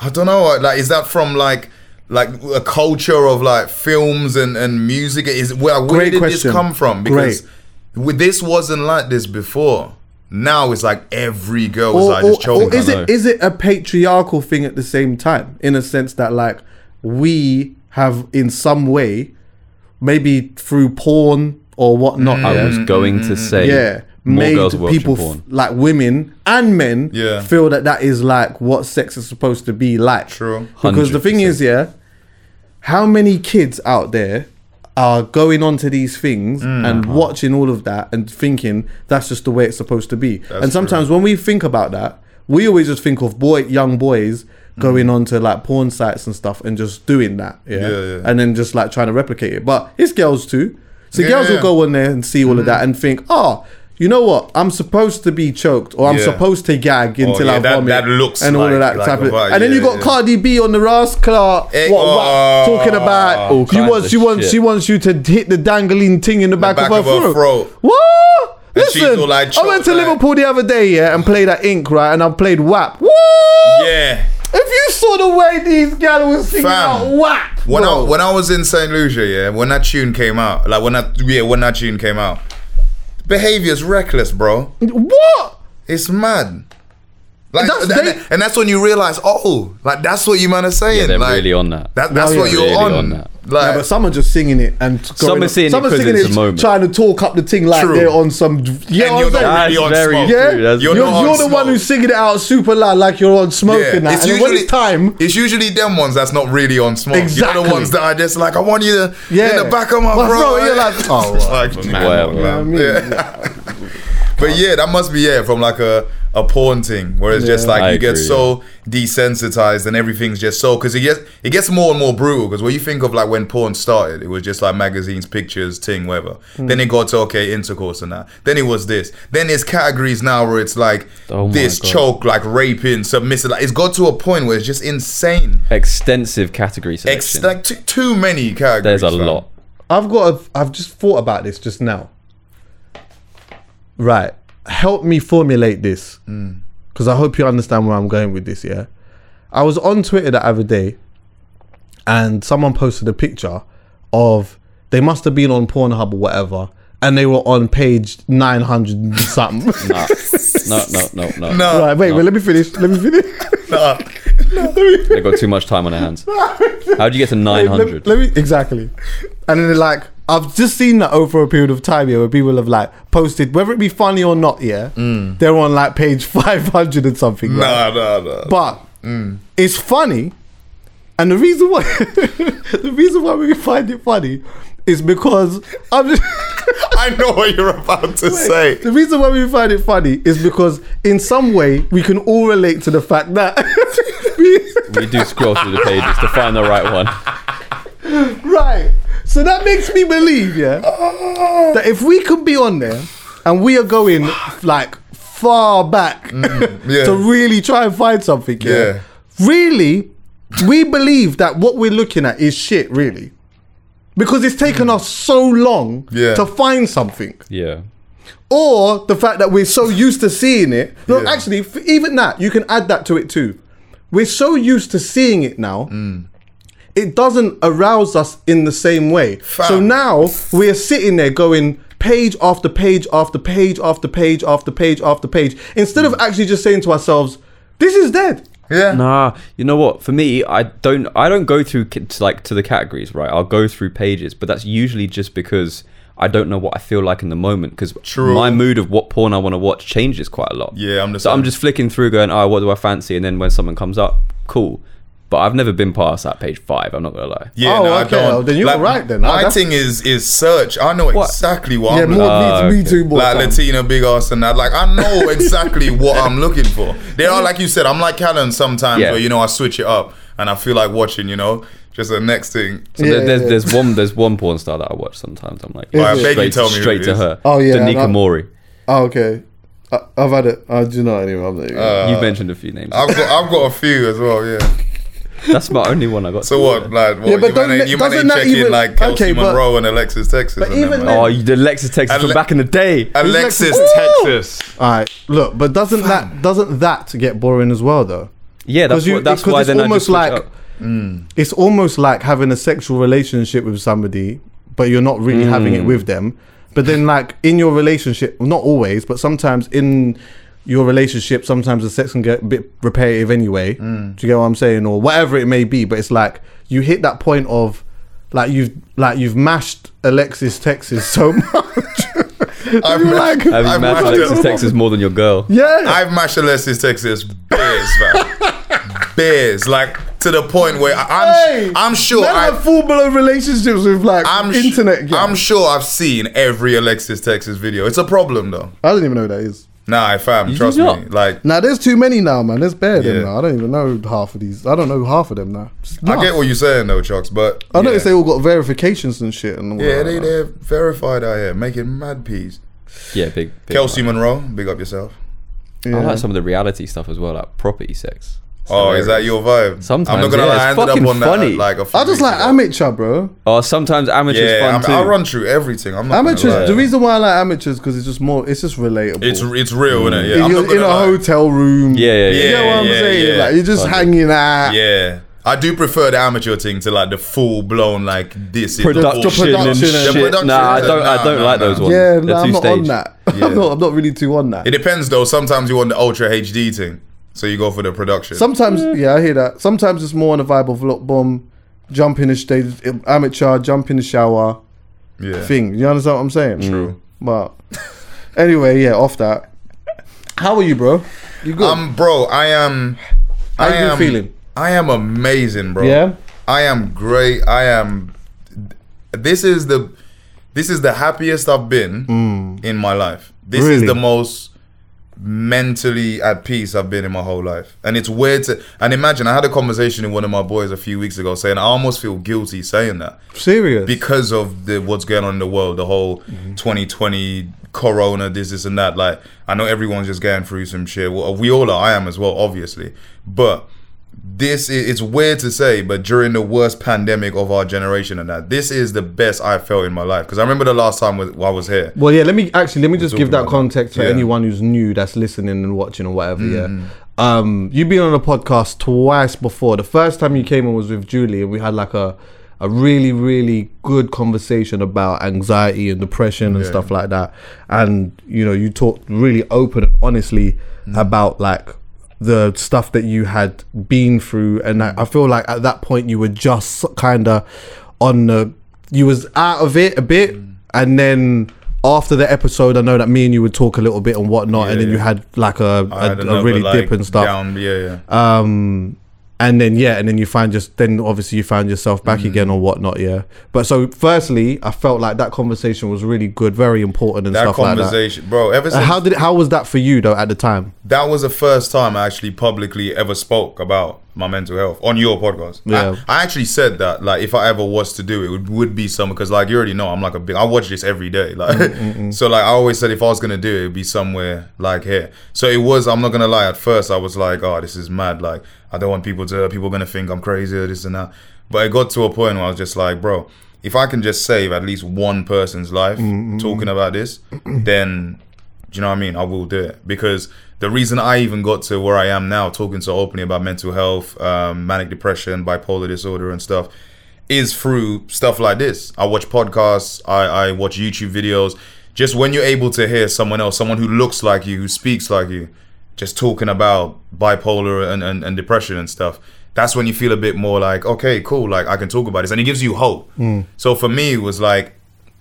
[SPEAKER 2] I don't know. Like, is that from like, like a culture of like films and and music? Is where where
[SPEAKER 1] Great
[SPEAKER 2] did
[SPEAKER 1] question.
[SPEAKER 2] this come from?
[SPEAKER 1] Great.
[SPEAKER 2] Because with this wasn't like this before. Now it's like every girl is
[SPEAKER 1] Or,
[SPEAKER 2] like just
[SPEAKER 1] or- or
[SPEAKER 2] choking.
[SPEAKER 1] is
[SPEAKER 2] her.
[SPEAKER 1] it is it a patriarchal thing at the same time? In a sense that like we have in some way, maybe through porn or whatnot, um,
[SPEAKER 4] I
[SPEAKER 1] yeah,
[SPEAKER 4] was going
[SPEAKER 2] Mm-hmm.
[SPEAKER 4] to say.
[SPEAKER 1] yeah,
[SPEAKER 4] more
[SPEAKER 1] made
[SPEAKER 4] girls are watching
[SPEAKER 1] people f-
[SPEAKER 4] porn.
[SPEAKER 1] like women and men
[SPEAKER 2] Yeah.
[SPEAKER 1] feel that that is like what sex is supposed to be like.
[SPEAKER 2] True.
[SPEAKER 1] Because the thing is, yeah, how many kids out there are going onto these things and watching all of that and thinking that's just the way it's supposed to be? and sometimes when we think about that, we always just think of boy, young boys going onto like porn sites and stuff and just doing that, yeah,
[SPEAKER 2] Yeah, yeah.
[SPEAKER 1] and then just like trying to replicate it. But it's girls too, so
[SPEAKER 2] Yeah,
[SPEAKER 1] girls
[SPEAKER 2] yeah.
[SPEAKER 1] will go on there and see all of
[SPEAKER 2] Mm-hmm.
[SPEAKER 1] that and think, oh. You know what? I'm supposed to be choked, or I'm
[SPEAKER 2] Yeah. Oh,
[SPEAKER 1] supposed to gag until
[SPEAKER 2] yeah,
[SPEAKER 1] I
[SPEAKER 2] that-
[SPEAKER 1] vomit,
[SPEAKER 2] that looks
[SPEAKER 1] and all of
[SPEAKER 2] like-
[SPEAKER 1] that
[SPEAKER 2] like
[SPEAKER 1] type
[SPEAKER 2] a
[SPEAKER 1] of.
[SPEAKER 2] vibe.
[SPEAKER 1] And then
[SPEAKER 2] Yeah,
[SPEAKER 1] you got
[SPEAKER 2] yeah.
[SPEAKER 1] Cardi B on the Rascal
[SPEAKER 2] Eh,
[SPEAKER 1] what, what,
[SPEAKER 2] oh.
[SPEAKER 1] talking about
[SPEAKER 2] All
[SPEAKER 1] she
[SPEAKER 4] kinds
[SPEAKER 1] wants
[SPEAKER 4] of
[SPEAKER 1] she wants
[SPEAKER 4] shit.
[SPEAKER 1] she wants you to hit the dangling thing in the back,
[SPEAKER 2] back
[SPEAKER 1] of, her throat. What?
[SPEAKER 2] And she's
[SPEAKER 1] Listen,
[SPEAKER 2] all like
[SPEAKER 1] I went to
[SPEAKER 2] choked, like-
[SPEAKER 1] Liverpool the other day, yeah, and played at Ink, right? And I played WAP. What?
[SPEAKER 2] Yeah.
[SPEAKER 1] If you saw the way these gals was singing
[SPEAKER 2] Fam.
[SPEAKER 1] out WAP,
[SPEAKER 2] When I,
[SPEAKER 1] bro.
[SPEAKER 2] when I was in St. Lucia, yeah, when that tune came out, like when that yeah, when that tune came out, behavior's reckless, bro.
[SPEAKER 1] what?
[SPEAKER 2] It's mad. Like,
[SPEAKER 1] That's-
[SPEAKER 2] and, and-
[SPEAKER 1] they-
[SPEAKER 2] and that's when you realize, oh, like that's what you man are saying.
[SPEAKER 4] they're
[SPEAKER 2] like,
[SPEAKER 4] really on that.
[SPEAKER 2] That, that's
[SPEAKER 1] No,
[SPEAKER 2] what
[SPEAKER 1] Oh, yeah.
[SPEAKER 2] you're
[SPEAKER 4] Really
[SPEAKER 2] on.
[SPEAKER 4] on that.
[SPEAKER 1] Yeah,
[SPEAKER 2] Like,
[SPEAKER 1] but some are just singing it and going-
[SPEAKER 4] are singing it
[SPEAKER 1] some are
[SPEAKER 4] 'cause
[SPEAKER 1] singing
[SPEAKER 4] it's a
[SPEAKER 1] it,
[SPEAKER 4] moment.
[SPEAKER 1] trying to talk up the thing like
[SPEAKER 2] True.
[SPEAKER 1] they're on some. Yeah,
[SPEAKER 2] and you're
[SPEAKER 1] I'm saying?
[SPEAKER 2] not really
[SPEAKER 4] That's
[SPEAKER 2] on
[SPEAKER 4] very
[SPEAKER 2] smoke.
[SPEAKER 4] true,
[SPEAKER 1] Yeah,
[SPEAKER 4] that's-
[SPEAKER 1] you're,
[SPEAKER 2] You're
[SPEAKER 1] you're,
[SPEAKER 2] not on
[SPEAKER 1] the one
[SPEAKER 2] smoke.
[SPEAKER 1] who's singing it out super loud, like you're on smoke and that. and when it's time,
[SPEAKER 2] It's usually them ones that's not really on smoke. You know
[SPEAKER 1] Exactly.
[SPEAKER 2] the ones that are just like, I want you to
[SPEAKER 1] Yeah.
[SPEAKER 2] in the back of my
[SPEAKER 1] Well,
[SPEAKER 2] bro.
[SPEAKER 1] bro, you're like, oh,
[SPEAKER 2] It's like,
[SPEAKER 4] Whatever.
[SPEAKER 1] you know what I mean?
[SPEAKER 2] But yeah, that must be yeah from like a a porn thing where it's just
[SPEAKER 1] Yeah.
[SPEAKER 2] like
[SPEAKER 4] I
[SPEAKER 2] you get
[SPEAKER 4] agree,
[SPEAKER 2] so desensitized and everything's just so because it gets it gets more and more brutal because when you think of like when porn started, it was just like magazines, pictures, ting, whatever.
[SPEAKER 1] Mm.
[SPEAKER 2] Then it got to okay intercourse and that. Then it was this. Then there's categories now where it's like
[SPEAKER 4] Oh my
[SPEAKER 2] this
[SPEAKER 4] God.
[SPEAKER 2] choke, like raping, submissive. Like it's got to a point where it's just insane.
[SPEAKER 4] Extensive category
[SPEAKER 2] Ex-
[SPEAKER 4] selection.
[SPEAKER 2] like too, too many categories.
[SPEAKER 4] There's a
[SPEAKER 2] fam.
[SPEAKER 4] lot.
[SPEAKER 1] I've got. A, I've just thought about this just now. Right, help me formulate this because I hope you understand where I'm going with this. Yeah, I was on Twitter the other day, and someone posted a picture of they must have been on Pornhub or whatever, and they were on page nine hundred and something.
[SPEAKER 4] Nah. Ah. No, no, no, no.
[SPEAKER 2] No,
[SPEAKER 1] right, wait, wait, let me finish. Let me finish.
[SPEAKER 4] They got too much time on their hands. How do you get to
[SPEAKER 1] Hey, let-
[SPEAKER 4] 900?
[SPEAKER 1] Let, me exactly. And then they're like, I've just seen that over a period of time here, where people have like posted, whether it be funny or not, yeah,
[SPEAKER 2] Mm.
[SPEAKER 1] they're on like page five hundred and something. right?
[SPEAKER 2] nah, nah, nah.
[SPEAKER 1] But
[SPEAKER 2] Mm.
[SPEAKER 1] it's funny, and the reason why the reason why we find it funny is because I'm just.
[SPEAKER 2] I know what you're about to say.
[SPEAKER 1] The reason why we find it funny is because in some way we can all relate to the fact that we,
[SPEAKER 4] We do scroll through the pages to find the right one.
[SPEAKER 1] Right. So that makes me believe, yeah,
[SPEAKER 2] Ah.
[SPEAKER 1] that if we can be on there and we are going like far back
[SPEAKER 2] Mm. yeah.
[SPEAKER 1] to really try and find something, yeah,
[SPEAKER 2] Yeah.
[SPEAKER 1] really, we believe that what we're looking at is shit, really. Because it's taken us so long
[SPEAKER 2] Mm. Yeah.
[SPEAKER 1] to find something
[SPEAKER 4] Yeah.
[SPEAKER 1] or the fact that we're so used to seeing it. No,
[SPEAKER 2] Yeah.
[SPEAKER 1] actually, f- even that you can add that to it too. We're so used to seeing it now. It doesn't arouse us in the same way. So
[SPEAKER 2] Fam.
[SPEAKER 1] now we're sitting there going page after page after page after page after page after page instead of actually just saying to ourselves, "This is dead."
[SPEAKER 2] Yeah.
[SPEAKER 4] Nah, you know what? For me, I don't. I don't go through ca- to like to the categories, right? I'll go through pages, but that's usually just because I don't know what I feel like in the moment. Because
[SPEAKER 2] True.
[SPEAKER 4] my mood of what porn I want to watch changes quite a lot.
[SPEAKER 2] Yeah, I'm the
[SPEAKER 4] so I'm
[SPEAKER 2] same.
[SPEAKER 4] just flicking through, going, "Oh, what do I fancy?" And then when something comes up, cool. but I've never been past that page five. I'm not gonna lie.
[SPEAKER 2] Yeah,
[SPEAKER 1] Oh,
[SPEAKER 2] no,
[SPEAKER 1] okay.
[SPEAKER 2] I
[SPEAKER 1] Well,
[SPEAKER 2] don't.
[SPEAKER 1] then you're right then. Ah,
[SPEAKER 2] My
[SPEAKER 1] that's-
[SPEAKER 2] thing is is search. I know
[SPEAKER 4] What?
[SPEAKER 2] exactly what
[SPEAKER 1] Yeah,
[SPEAKER 2] I'm
[SPEAKER 1] more
[SPEAKER 2] looking
[SPEAKER 4] Ah,
[SPEAKER 1] me, me
[SPEAKER 4] okay.
[SPEAKER 1] too, more.
[SPEAKER 2] like
[SPEAKER 1] time.
[SPEAKER 2] Latina, big ass, and that. Like I know exactly what I'm looking for. There are, like you said, I'm like Callan sometimes,
[SPEAKER 4] Yeah.
[SPEAKER 2] where you know I switch it up and I feel like watching. You know, just the next thing.
[SPEAKER 4] So
[SPEAKER 1] Yeah,
[SPEAKER 4] there- there's
[SPEAKER 1] yeah.
[SPEAKER 4] there's one there's one porn star that I watch sometimes. I'm like,
[SPEAKER 1] Is
[SPEAKER 4] oh,
[SPEAKER 1] it?
[SPEAKER 2] Maybe
[SPEAKER 4] straight,
[SPEAKER 2] tell me who
[SPEAKER 4] straight
[SPEAKER 2] it
[SPEAKER 4] to
[SPEAKER 2] is.
[SPEAKER 4] her.
[SPEAKER 1] Oh, yeah,
[SPEAKER 4] Danica
[SPEAKER 1] that-
[SPEAKER 4] Mori.
[SPEAKER 1] Oh, okay. I, I've had it. I do not anymore. I'm not even-
[SPEAKER 4] you
[SPEAKER 2] Uh,
[SPEAKER 4] mentioned a few names.
[SPEAKER 2] I've got I've got a few as well. Yeah.
[SPEAKER 4] That's my only one I got.
[SPEAKER 2] So what? Like what?
[SPEAKER 1] Yeah, but
[SPEAKER 2] you might
[SPEAKER 1] don't-
[SPEAKER 2] ain't- you might
[SPEAKER 1] doesn't
[SPEAKER 2] ain't
[SPEAKER 1] that
[SPEAKER 2] checking
[SPEAKER 1] even-
[SPEAKER 2] like Kelsey
[SPEAKER 1] okay, but-
[SPEAKER 2] Monroe and Alexis Texas.
[SPEAKER 1] but
[SPEAKER 2] and them,
[SPEAKER 1] even
[SPEAKER 2] like-
[SPEAKER 4] Oh, you, the Lexus Texas from
[SPEAKER 2] Ale-
[SPEAKER 4] back in the day.
[SPEAKER 2] Alexis
[SPEAKER 1] Alexis-
[SPEAKER 2] Texas.
[SPEAKER 1] All right, look, but doesn't that doesn't that get boring as well though?
[SPEAKER 4] Yeah, that's,
[SPEAKER 1] Because you,
[SPEAKER 4] what, that's
[SPEAKER 1] because
[SPEAKER 4] why
[SPEAKER 1] it's
[SPEAKER 4] then I just
[SPEAKER 1] almost
[SPEAKER 4] switch
[SPEAKER 1] like Mm.
[SPEAKER 4] up.
[SPEAKER 1] it's almost like having a sexual relationship with somebody, but you're not really having
[SPEAKER 4] Mm.
[SPEAKER 1] it with them. But then, like in your relationship, not always, but sometimes in your relationship, sometimes the sex can get a bit repetitive anyway.
[SPEAKER 4] Mm.
[SPEAKER 1] Do you get what I'm saying, or whatever it may be? But it's like you hit that point of like you've like you've mashed Alexis Texas so much.
[SPEAKER 2] I've
[SPEAKER 1] You're
[SPEAKER 2] mashed-
[SPEAKER 1] like-
[SPEAKER 4] Have you
[SPEAKER 2] I've
[SPEAKER 4] matched
[SPEAKER 2] mashed
[SPEAKER 4] Alexis
[SPEAKER 2] it.
[SPEAKER 4] Texas more than your girl?
[SPEAKER 1] yeah,
[SPEAKER 2] I've mashed Alexis Texas bears, man. bears, like to the point where I- I'm,
[SPEAKER 1] Hey,
[SPEAKER 2] I'm sure
[SPEAKER 1] Men
[SPEAKER 2] I,
[SPEAKER 1] have full blown relationships with like
[SPEAKER 2] I'm sh-
[SPEAKER 1] internet. girls.
[SPEAKER 2] I'm sure I've seen every Alexis Texas video. It's a problem though.
[SPEAKER 1] I don't even know who that is.
[SPEAKER 2] Nah, fam,
[SPEAKER 4] You
[SPEAKER 2] trust
[SPEAKER 4] do
[SPEAKER 2] me.
[SPEAKER 4] not.
[SPEAKER 2] Like
[SPEAKER 1] Now there's too many now, man. There's bare of
[SPEAKER 2] Yeah.
[SPEAKER 1] them now. I don't even know half of these. I don't know half of them now. It's
[SPEAKER 2] I
[SPEAKER 1] nuts.
[SPEAKER 2] get what you're saying though, Chucks, but
[SPEAKER 1] I noticed they all got verifications and shit. And all that.
[SPEAKER 2] yeah, they they're verified out here, making mad peas.
[SPEAKER 4] Yeah, big. big
[SPEAKER 2] Kelsey Monroe, big up yourself.
[SPEAKER 1] Yeah.
[SPEAKER 4] I like some of the reality stuff as well, like property sex.
[SPEAKER 2] Oh, is that your vibe?
[SPEAKER 4] Sometimes,
[SPEAKER 2] I'm not gonna
[SPEAKER 4] yeah,
[SPEAKER 2] lie,
[SPEAKER 4] it's
[SPEAKER 2] I ended
[SPEAKER 4] fucking
[SPEAKER 2] up on
[SPEAKER 4] funny.
[SPEAKER 2] that. Like a few
[SPEAKER 1] I just
[SPEAKER 2] weeks
[SPEAKER 1] like
[SPEAKER 2] ago.
[SPEAKER 1] amateur, bro.
[SPEAKER 4] Oh, sometimes amateurs
[SPEAKER 2] Yeah,
[SPEAKER 4] fun
[SPEAKER 2] I'm, I
[SPEAKER 4] too.
[SPEAKER 2] run through everything. I'm not gonna
[SPEAKER 1] Amateurs.
[SPEAKER 2] lie.
[SPEAKER 1] The reason why I like amateurs because it's just more. It's just relatable.
[SPEAKER 2] it's it's real, innit? Yeah,
[SPEAKER 1] if
[SPEAKER 2] I'm not
[SPEAKER 1] you're Mm. in a
[SPEAKER 2] gonna lie.
[SPEAKER 1] hotel room.
[SPEAKER 4] Yeah, yeah,
[SPEAKER 1] You
[SPEAKER 4] yeah.
[SPEAKER 1] get what I'm
[SPEAKER 2] Yeah,
[SPEAKER 1] saying?
[SPEAKER 2] yeah.
[SPEAKER 1] Like you're just hanging out.
[SPEAKER 2] Yeah. I do prefer the amateur thing to like the full blown like this is
[SPEAKER 4] Production,
[SPEAKER 2] bullshit.
[SPEAKER 4] and
[SPEAKER 1] production and-
[SPEAKER 4] shit.
[SPEAKER 1] The
[SPEAKER 2] production
[SPEAKER 4] nah, I
[SPEAKER 2] is-
[SPEAKER 4] don't. I
[SPEAKER 2] nah,
[SPEAKER 4] don't
[SPEAKER 2] nah,
[SPEAKER 4] like
[SPEAKER 2] nah.
[SPEAKER 4] those ones.
[SPEAKER 1] Yeah,
[SPEAKER 4] They're
[SPEAKER 1] nah, I'm
[SPEAKER 4] two
[SPEAKER 1] not on
[SPEAKER 4] stage.
[SPEAKER 1] that.
[SPEAKER 2] Yeah.
[SPEAKER 1] I'm, not, I'm not really too on that.
[SPEAKER 2] It depends though. Sometimes you want the ultra HD thing, so you go for the production.
[SPEAKER 1] Sometimes, yeah, I hear that. Sometimes it's more on the vibe of look, bomb, jump in the stage, amateur, jump in the shower
[SPEAKER 2] yeah.
[SPEAKER 1] thing. You understand what I'm saying? Mm.
[SPEAKER 2] True.
[SPEAKER 1] But anyway, yeah, off that. How are you, bro? You good?
[SPEAKER 2] Um, bro, I am.
[SPEAKER 1] How
[SPEAKER 2] I
[SPEAKER 1] you
[SPEAKER 2] am,
[SPEAKER 1] feeling?
[SPEAKER 2] I am amazing, bro.
[SPEAKER 1] Yeah?
[SPEAKER 2] I am great. I am. This is the, this is the happiest I've been in my life. This
[SPEAKER 1] Mm.
[SPEAKER 2] is
[SPEAKER 1] Really?
[SPEAKER 2] the most mentally at peace I've been in my whole life. And it's weird to and imagine I had a conversation with one of my boys a few weeks ago saying I almost feel guilty saying that
[SPEAKER 1] Serious?
[SPEAKER 2] because of the what's going on in the world, the whole
[SPEAKER 1] Mm-hmm.
[SPEAKER 2] 2020 corona, this, this, and that. Like, I know everyone's just going through some shit. Well, we all are. I am as well, obviously. But this is, it's weird to say, but during the worst pandemic of our generation and that, this is the best I felt in my life. Because I remember the last time was- I was here.
[SPEAKER 1] Well, yeah. Let me actually let me just
[SPEAKER 2] talking
[SPEAKER 1] give that
[SPEAKER 2] about that.
[SPEAKER 1] context for
[SPEAKER 2] Yeah. Mm-hmm.
[SPEAKER 1] anyone who's new that's listening and watching or whatever. Yeah. Um, you've been on a podcast twice before. The first time you came on was with Julie, and we had like a a really really good conversation about anxiety and depression and stuff like that. And you know, you talked really open and honestly
[SPEAKER 2] Mm.
[SPEAKER 1] about like the stuff that you had been through and I, I feel like at that point you were just kind of on the you was out of it a bit
[SPEAKER 2] Mm.
[SPEAKER 1] and then after the episode i know that me and you would talk a little bit and whatnot and then you had like a,
[SPEAKER 2] I had
[SPEAKER 1] a, a
[SPEAKER 2] another,
[SPEAKER 1] really
[SPEAKER 2] like,
[SPEAKER 1] dip and stuff
[SPEAKER 2] Down, yeah, yeah.
[SPEAKER 1] um and then yeah and then you find just then obviously you found yourself
[SPEAKER 2] Mm.
[SPEAKER 1] back again or whatnot yeah but so firstly i felt like that conversation was really good very important and
[SPEAKER 2] that
[SPEAKER 1] stuff like
[SPEAKER 2] conversation, bro. Ever
[SPEAKER 1] that
[SPEAKER 2] since
[SPEAKER 1] how did it, how was that for you though at the time
[SPEAKER 2] that was the first time I actually publicly ever spoke about my mental health on your podcast. I-
[SPEAKER 1] Yeah.
[SPEAKER 2] I, actually said that like if I ever was to do it, it would, would be somewhere because like you already know I'm like a big I watch this every day like so like I always said if I was gonna do it, it'd be somewhere like here. So it was I'm not gonna lie at first I was like oh this is mad like I don't want people to people gonna think I'm crazy or this and that. But it got to a point where I was just like bro if I can just save at least one person's life talking about this then do you know what I mean? I will do it because the reason I even got to where I am now, talking so openly about mental health, um, manic depression, bipolar disorder, and stuff, is through stuff like this. I watch podcasts, I, I watch YouTube videos. Just when you're able to hear someone else, someone who looks like you, who speaks like you, just talking about bipolar and, and, and depression and stuff, that's when you feel a bit more like, okay, cool, like I can talk about this. And it gives you hope. So for me, it was like,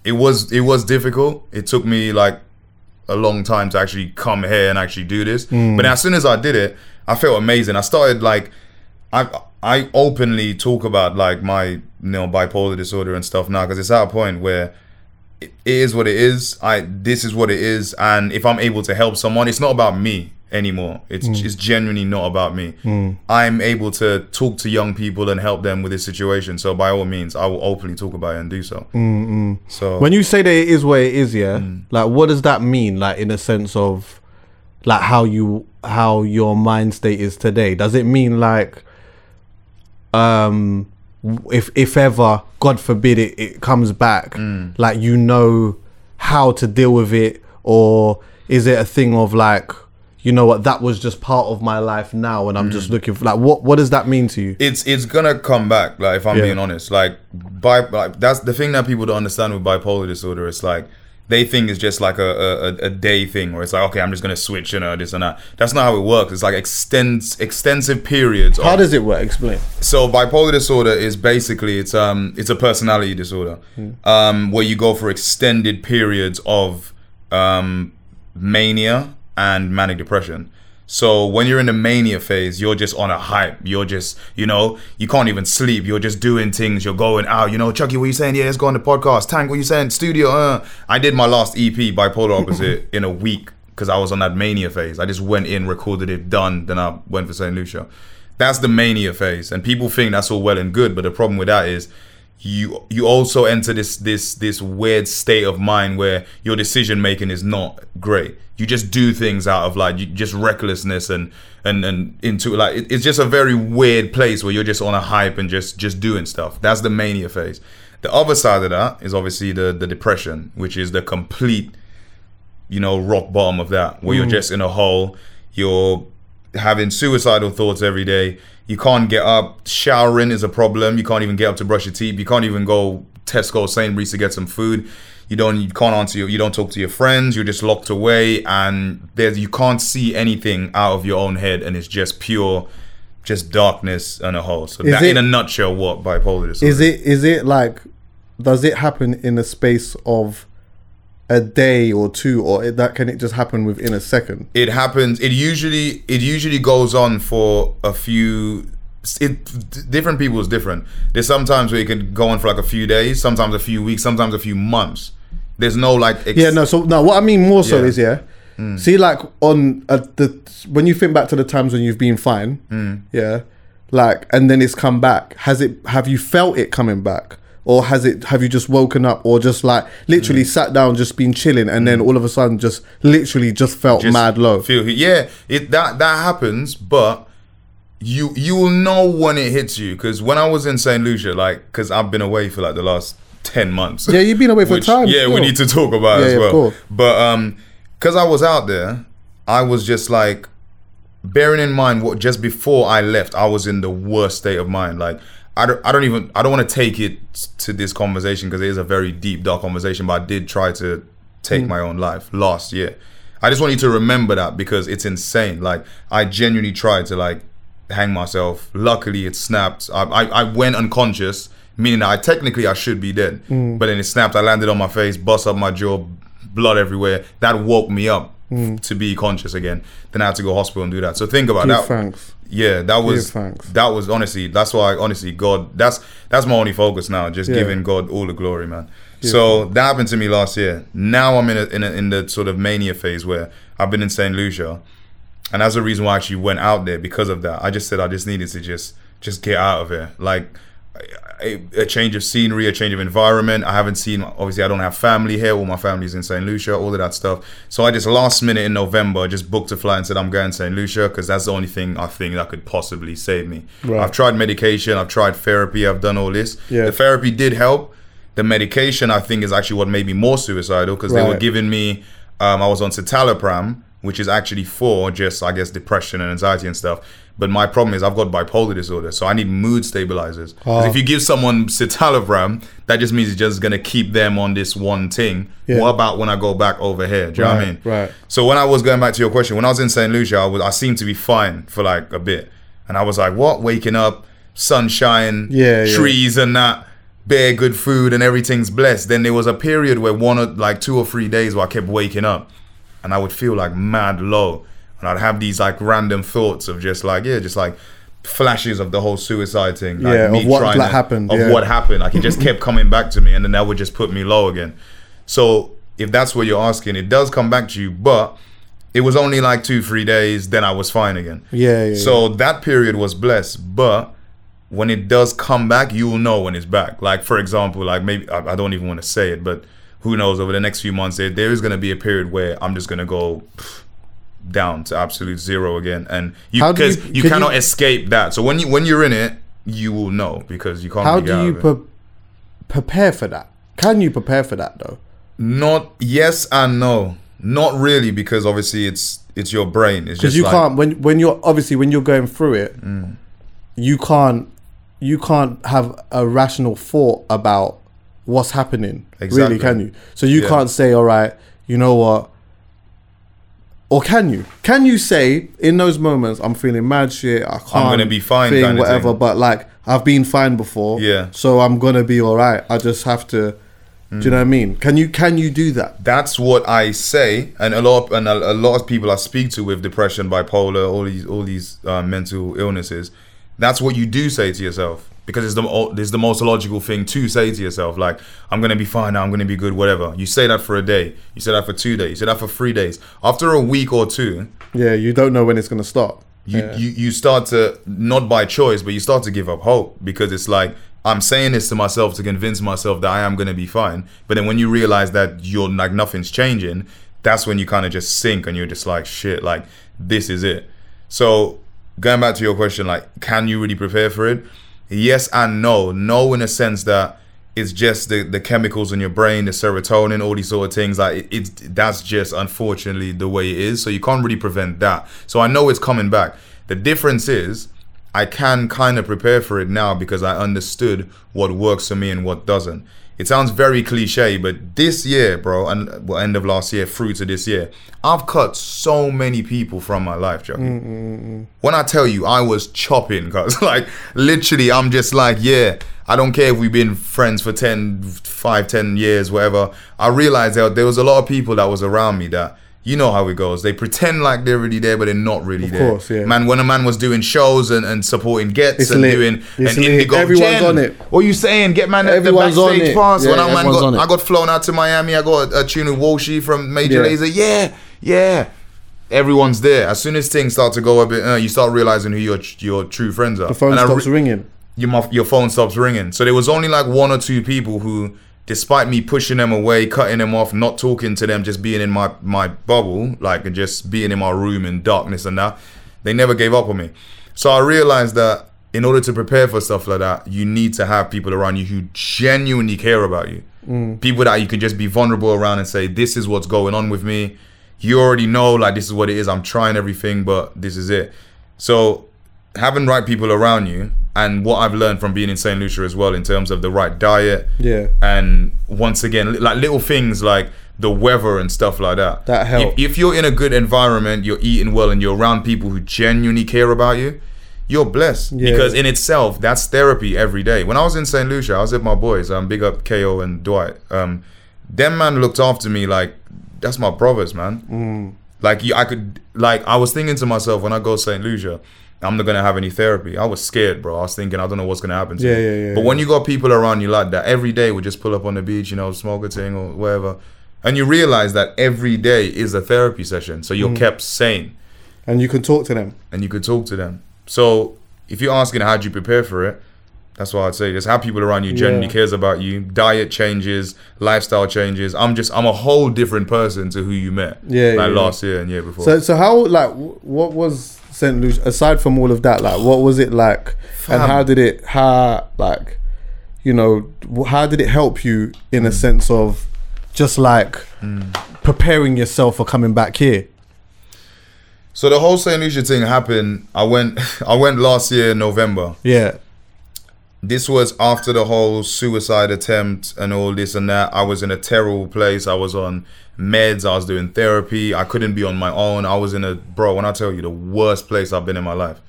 [SPEAKER 2] it was it was difficult. It took me like a long time to actually come here and actually do this. But as soon as I did it, I felt amazing. I started like I I openly talk about like my you know bipolar disorder and stuff now because it's at a point where it it is what it is. I this is what it is, and if I'm able to help someone, it's not about me anymore. It's it's genuinely not about me. I'm able to talk to young people and help them with this situation. So by all means, I will openly talk about it and do so. So
[SPEAKER 1] When you say that it is what it is, yeah, like what does that mean? Like in a sense of like how you how your mind state is today. Does it mean like um w- if if ever, God forbid it, it comes back, like you know how to deal with it, or is it a thing of like you know what that was just part of my life now and I'm just looking for like what what does that mean to you?
[SPEAKER 2] it's it's gonna come back. Like if I'm
[SPEAKER 1] Yeah.
[SPEAKER 2] being honest, like bi like that's the thing that people don't understand with bipolar disorder. It's like they think it's just like a a, a- a day thing, or it's like okay, I'm just gonna switch, you know, this and that. That's not how it works. It's like extends extensive periods.
[SPEAKER 1] How
[SPEAKER 2] of-
[SPEAKER 1] does it work? Explain.
[SPEAKER 2] so bipolar disorder is basically it's um it's a personality disorder um where you go for extended periods of um mania and manic depression so when you're in the mania phase you're just on a hype you're just you know you can't even sleep you're just doing things you're going out you know chucky what you saying yeah let's go on the podcast tank what you saying studio uh. i did my last ep bipolar opposite in a week because i was on that mania phase i just went in recorded it done then i went for st lucia that's the mania phase and people think that's all well and good but the problem with that is you you also enter this this this weird state of mind where your decision making is not great you just do things out of like you, just recklessness and and and into like it- it's just a very weird place where you're just on a hype and just just doing stuff that's the mania phase the other side of that is obviously the the depression which is the complete you know, rock bottom of that, where you're
[SPEAKER 1] Mm.
[SPEAKER 2] just in a hole, you're having suicidal thoughts every day, you can't get up, showering is a problem, you can't even get up to brush your teeth, you can't even go Tesco or Sainsbury's to get some food. You don't you can't answer your, you don't talk to your friends, you're just locked away and there's you can't see anything out of your own head and it's just pure just darkness and a hole. So that
[SPEAKER 1] it-
[SPEAKER 2] in a nutshell what bipolar disorder
[SPEAKER 1] Is it is it like does it happen in a space of a day or two or it- that can it just happen within a second?
[SPEAKER 2] it happens it usually it usually goes on for a few it d- different people is different there's sometimes where it can go on for like a few days sometimes a few weeks sometimes a few months there's no like ex-
[SPEAKER 1] Yeah, no. So no, what I mean more so
[SPEAKER 2] Yeah. Hmm.
[SPEAKER 1] is yeah. See, like on uh, the when you think back to the times when you've been fine,
[SPEAKER 2] Hmm.
[SPEAKER 1] yeah, like and then it's come back. Has it? Have you felt it coming back, or has it? Have you just woken up, or just like literally
[SPEAKER 2] Hmm.
[SPEAKER 1] sat down, just been chilling, and then all of a sudden, just literally just felt
[SPEAKER 2] just
[SPEAKER 1] mad low?
[SPEAKER 2] feel yeah it that that happens but you you will know when it hits you because when i was in saint lucia like because i've been away for like the last 10 months
[SPEAKER 1] yeah, you've been away for
[SPEAKER 2] Which,
[SPEAKER 1] time.
[SPEAKER 2] Yeah, we
[SPEAKER 1] still.
[SPEAKER 2] need to talk about
[SPEAKER 1] Yeah,
[SPEAKER 2] it as
[SPEAKER 1] yeah, of
[SPEAKER 2] well.
[SPEAKER 1] course.
[SPEAKER 2] But um, because I was out there, I was just like, bearing in mind what just before I left, I was in the worst state of mind. Like, I don't, I don't even, I don't want to take it to this conversation because it is a very deep, dark conversation. But I did try to
[SPEAKER 1] Mm.
[SPEAKER 2] take my own life last year. I just want you to remember that because it's insane. Like, I genuinely tried to like hang myself. Luckily, it snapped. I, I, I went unconscious, meaning that I technically I should be dead,
[SPEAKER 1] Hmm.
[SPEAKER 2] but then it snapped. I landed on my face, bust up my jaw, blood everywhere. That woke me up to be conscious again. Then I had to go hospital and do that. So think about
[SPEAKER 1] Hmm. Give
[SPEAKER 2] that.
[SPEAKER 1] thanks.
[SPEAKER 2] Yeah, that was
[SPEAKER 1] thanks.
[SPEAKER 2] that was honestly. That's why honestly, God. That's that's my only focus now. Just
[SPEAKER 1] Yeah.
[SPEAKER 2] giving God all the glory, man. So that happened to me last year. Now I'm in a, in a, in the sort of mania phase where I've been in Saint Lucia and that's the reason why I actually went out there because of that. I just said I just needed to just just get out of here, like a, a change of scenery, a change of environment. I haven't seen obviously I don't have family here. All my family's in Saint Lucia, all of that stuff. So I just last minute in November just booked a flight and said I'm going to Saint Lucia because that's the only thing I think that could possibly save me. I've tried medication, I've tried therapy, I've done all this.
[SPEAKER 1] Yeah.
[SPEAKER 2] The therapy did help. The medication I think is actually what made me more suicidal because they were
[SPEAKER 1] Right.
[SPEAKER 2] giving given me um, I was on citalopram, which is actually for just I guess depression and anxiety and stuff. But my problem is I've got bipolar disorder, so I need mood stabilizers. 'Cause
[SPEAKER 1] Oh.
[SPEAKER 2] if you give someone citalopram, that just means it's just gonna keep them on this one thing. What about when I go back over here? Do you know what I
[SPEAKER 1] Right,
[SPEAKER 2] mean?
[SPEAKER 1] right.
[SPEAKER 2] So when I was going back to your question, when I was in Saint Lucia, I was I seemed to be fine for like a bit, and I was like, what? Waking up, sunshine,
[SPEAKER 1] Yeah, yeah.
[SPEAKER 2] trees trees and that bare good food and everything's blessed then there was a period where one or like two or three days where i kept waking up and i would feel like mad low and i'd have these like random thoughts of just like yeah just like flashes of the whole suicide thing. Like
[SPEAKER 1] Yeah,
[SPEAKER 2] me
[SPEAKER 1] of what,
[SPEAKER 2] trying
[SPEAKER 1] like,
[SPEAKER 2] to-
[SPEAKER 1] happened,
[SPEAKER 2] Of
[SPEAKER 1] yeah.
[SPEAKER 2] what happened. Like it just kept coming back to me, and then that would just put me low again. So if that's what you're asking, it does come back to you, but it was only like two, three days. Then I was fine again.
[SPEAKER 1] Yeah, yeah,
[SPEAKER 2] So that period was blessed, but when it does come back, you will know when it's back. Like for example, like maybe I, I don't even want to say it, but who knows? Over the next few months, there, there is going to be a period where I'm just going to go pff, down to absolute zero again, and you
[SPEAKER 1] How do
[SPEAKER 2] because
[SPEAKER 1] you-
[SPEAKER 2] you,
[SPEAKER 1] could
[SPEAKER 2] cannot
[SPEAKER 1] you-
[SPEAKER 2] escape that. So when you when you're in it, you will know because you can't.
[SPEAKER 1] How
[SPEAKER 2] dig out
[SPEAKER 1] do you
[SPEAKER 2] of it.
[SPEAKER 1] pre- prepare for that? Can you prepare for that though?
[SPEAKER 2] Not yes and no. Not really because obviously it's it's your brain. It's
[SPEAKER 1] Because
[SPEAKER 2] just
[SPEAKER 1] you
[SPEAKER 2] like, Mm.
[SPEAKER 1] can't when when you're obviously when you're going through it, you can't you can't have a rational thought about what's happening. Really,
[SPEAKER 2] Exactly.
[SPEAKER 1] can you? So you
[SPEAKER 2] Yeah.
[SPEAKER 1] can't say, "All right, you know what." Or can you? Can you say in those moments, "I'm feeling mad shit. I can't.
[SPEAKER 2] gonna be fine,"
[SPEAKER 1] Thing,
[SPEAKER 2] kinda
[SPEAKER 1] whatever.
[SPEAKER 2] thing.
[SPEAKER 1] But like, I've been fine before.
[SPEAKER 2] Yeah.
[SPEAKER 1] So I'm gonna be all right. I just have to.
[SPEAKER 2] Mm.
[SPEAKER 1] Do you know what I mean? Can you? Can you do that?
[SPEAKER 2] that's what I say, and a lot of, and a, a lot of people I speak to with depression, bipolar, all these all these uh, mental illnesses. That's what you do say to yourself because it's the mo- it's the most logical thing to say to yourself. Like I'm gonna be fine now, I'm gonna be good, whatever. You say that for a day, you say that for two days, you say that for three days. After a week or two,
[SPEAKER 1] Yeah. You don't know when it's gonna stop.
[SPEAKER 2] you, you you start to not by choice, but you start to give up hope because it's like I'm saying this to myself to convince myself that I am gonna be fine. But then when you realize that you're like nothing's changing, that's when you kind of just sink and you're just like shit, like this is it. So going back to your question, like can you really prepare for it? Yes and no. No in a sense that it's just the, the chemicals in your brain, the serotonin, all these sort of things. Like it, it's that's just unfortunately the way it is. So you can't really prevent that. So I know it's coming back. The difference is I can kind of prepare for it now because I understood what works for me and what doesn't. It sounds very cliche, but this year, bro, and well, end of last year through to this year, I've cut so many people from my life, Chucky. When I tell you, I was chopping, cuz like literally, I'm just like, yeah, I don't care if we've been friends for 10, 5, 10 years, whatever. I realized that there was a lot of people that was around me that, you know how it goes. They pretend like they're really there, but they're not really there.
[SPEAKER 1] course, yeah.
[SPEAKER 2] Man, when a man was doing shows and, and supporting gets
[SPEAKER 1] It's
[SPEAKER 2] and
[SPEAKER 1] lit.
[SPEAKER 2] doing
[SPEAKER 1] It's
[SPEAKER 2] an
[SPEAKER 1] lit.
[SPEAKER 2] indigo,
[SPEAKER 1] Everyone's
[SPEAKER 2] Jen,
[SPEAKER 1] on it.
[SPEAKER 2] What you saying? Get man
[SPEAKER 1] Everyone's
[SPEAKER 2] the
[SPEAKER 1] on
[SPEAKER 2] backstage
[SPEAKER 1] it.
[SPEAKER 2] pass.
[SPEAKER 1] Yeah,
[SPEAKER 2] when I man
[SPEAKER 1] everyone's on
[SPEAKER 2] got,
[SPEAKER 1] it.
[SPEAKER 2] I got flown out to Miami. I got a, a tune with Walshy from Major
[SPEAKER 1] Yeah.
[SPEAKER 2] Laser. Yeah, yeah. Everyone's there. As soon as things start to go a bit, uh, you start realizing who your your true friends are.
[SPEAKER 1] The phone
[SPEAKER 2] And I
[SPEAKER 1] stops
[SPEAKER 2] re-
[SPEAKER 1] ringing.
[SPEAKER 2] your mo- your phone stops ringing. So there was only like one or two people who, despite me pushing them away, cutting them off, not talking to them, just being in my my bubble, like and just being in my room in darkness and that, they never gave up on me. So I realized that in order to prepare for stuff like that, you need to have people around you who genuinely care about you. People that you can just be vulnerable around and say, "This is what's going on with me." You already know, like this is what it is. I'm trying everything, but this is it. So having right people around you and what I've learned from being in St. Lucia as well in terms of the right diet.
[SPEAKER 1] Yeah.
[SPEAKER 2] And once again, li- like little things like the weather and stuff like that.
[SPEAKER 1] That help.
[SPEAKER 2] If, if you're in a good environment, you're eating well and you're around people who genuinely care about you, you're blessed.
[SPEAKER 1] Yeah.
[SPEAKER 2] Because in itself, that's therapy every day. When I was in St. Lucia, I was with my boys, um, big up KO and Dwight. Um, them man looked after me like, that's my brothers, man. Like you, I could like I was thinking to myself when I go to St. Lucia, I'm not gonna have any therapy. I was scared, bro. I was thinking I don't know what's gonna happen to
[SPEAKER 1] Yeah,
[SPEAKER 2] me.
[SPEAKER 1] yeah, yeah,
[SPEAKER 2] but when you got people around you like that, every day we just pull up on the beach, you know, smoke a thing or whatever. And you realize that every day is a therapy session. So you're
[SPEAKER 1] Mm-hmm.
[SPEAKER 2] kept sane
[SPEAKER 1] and you can talk to them.
[SPEAKER 2] and you could talk to them. So if you're asking how do you prepare for it, that's what I'd say. Just have people around you genuinely
[SPEAKER 1] Yeah.
[SPEAKER 2] cares about you. Diet changes, lifestyle changes. I'm just I'm a whole different person to who you met.
[SPEAKER 1] Yeah,
[SPEAKER 2] Like
[SPEAKER 1] yeah, yeah.
[SPEAKER 2] last year and year before.
[SPEAKER 1] So, so how like wh- what was Saint Lucia aside from all of that? Like, what was it like, and
[SPEAKER 2] Fam.
[SPEAKER 1] how did it how like, you know, wh- how did it help you in
[SPEAKER 2] Mm.
[SPEAKER 1] a sense of just like preparing yourself for coming back here?
[SPEAKER 2] So the whole Saint Lucia thing happened. I went, I went last year in November.
[SPEAKER 1] Yeah,
[SPEAKER 2] This was after the whole suicide attempt and all this and that. I was in a terrible place. I was on meds. I was doing therapy. I couldn't be on my own. I was in a bro. When I tell you the worst place I've been in my life.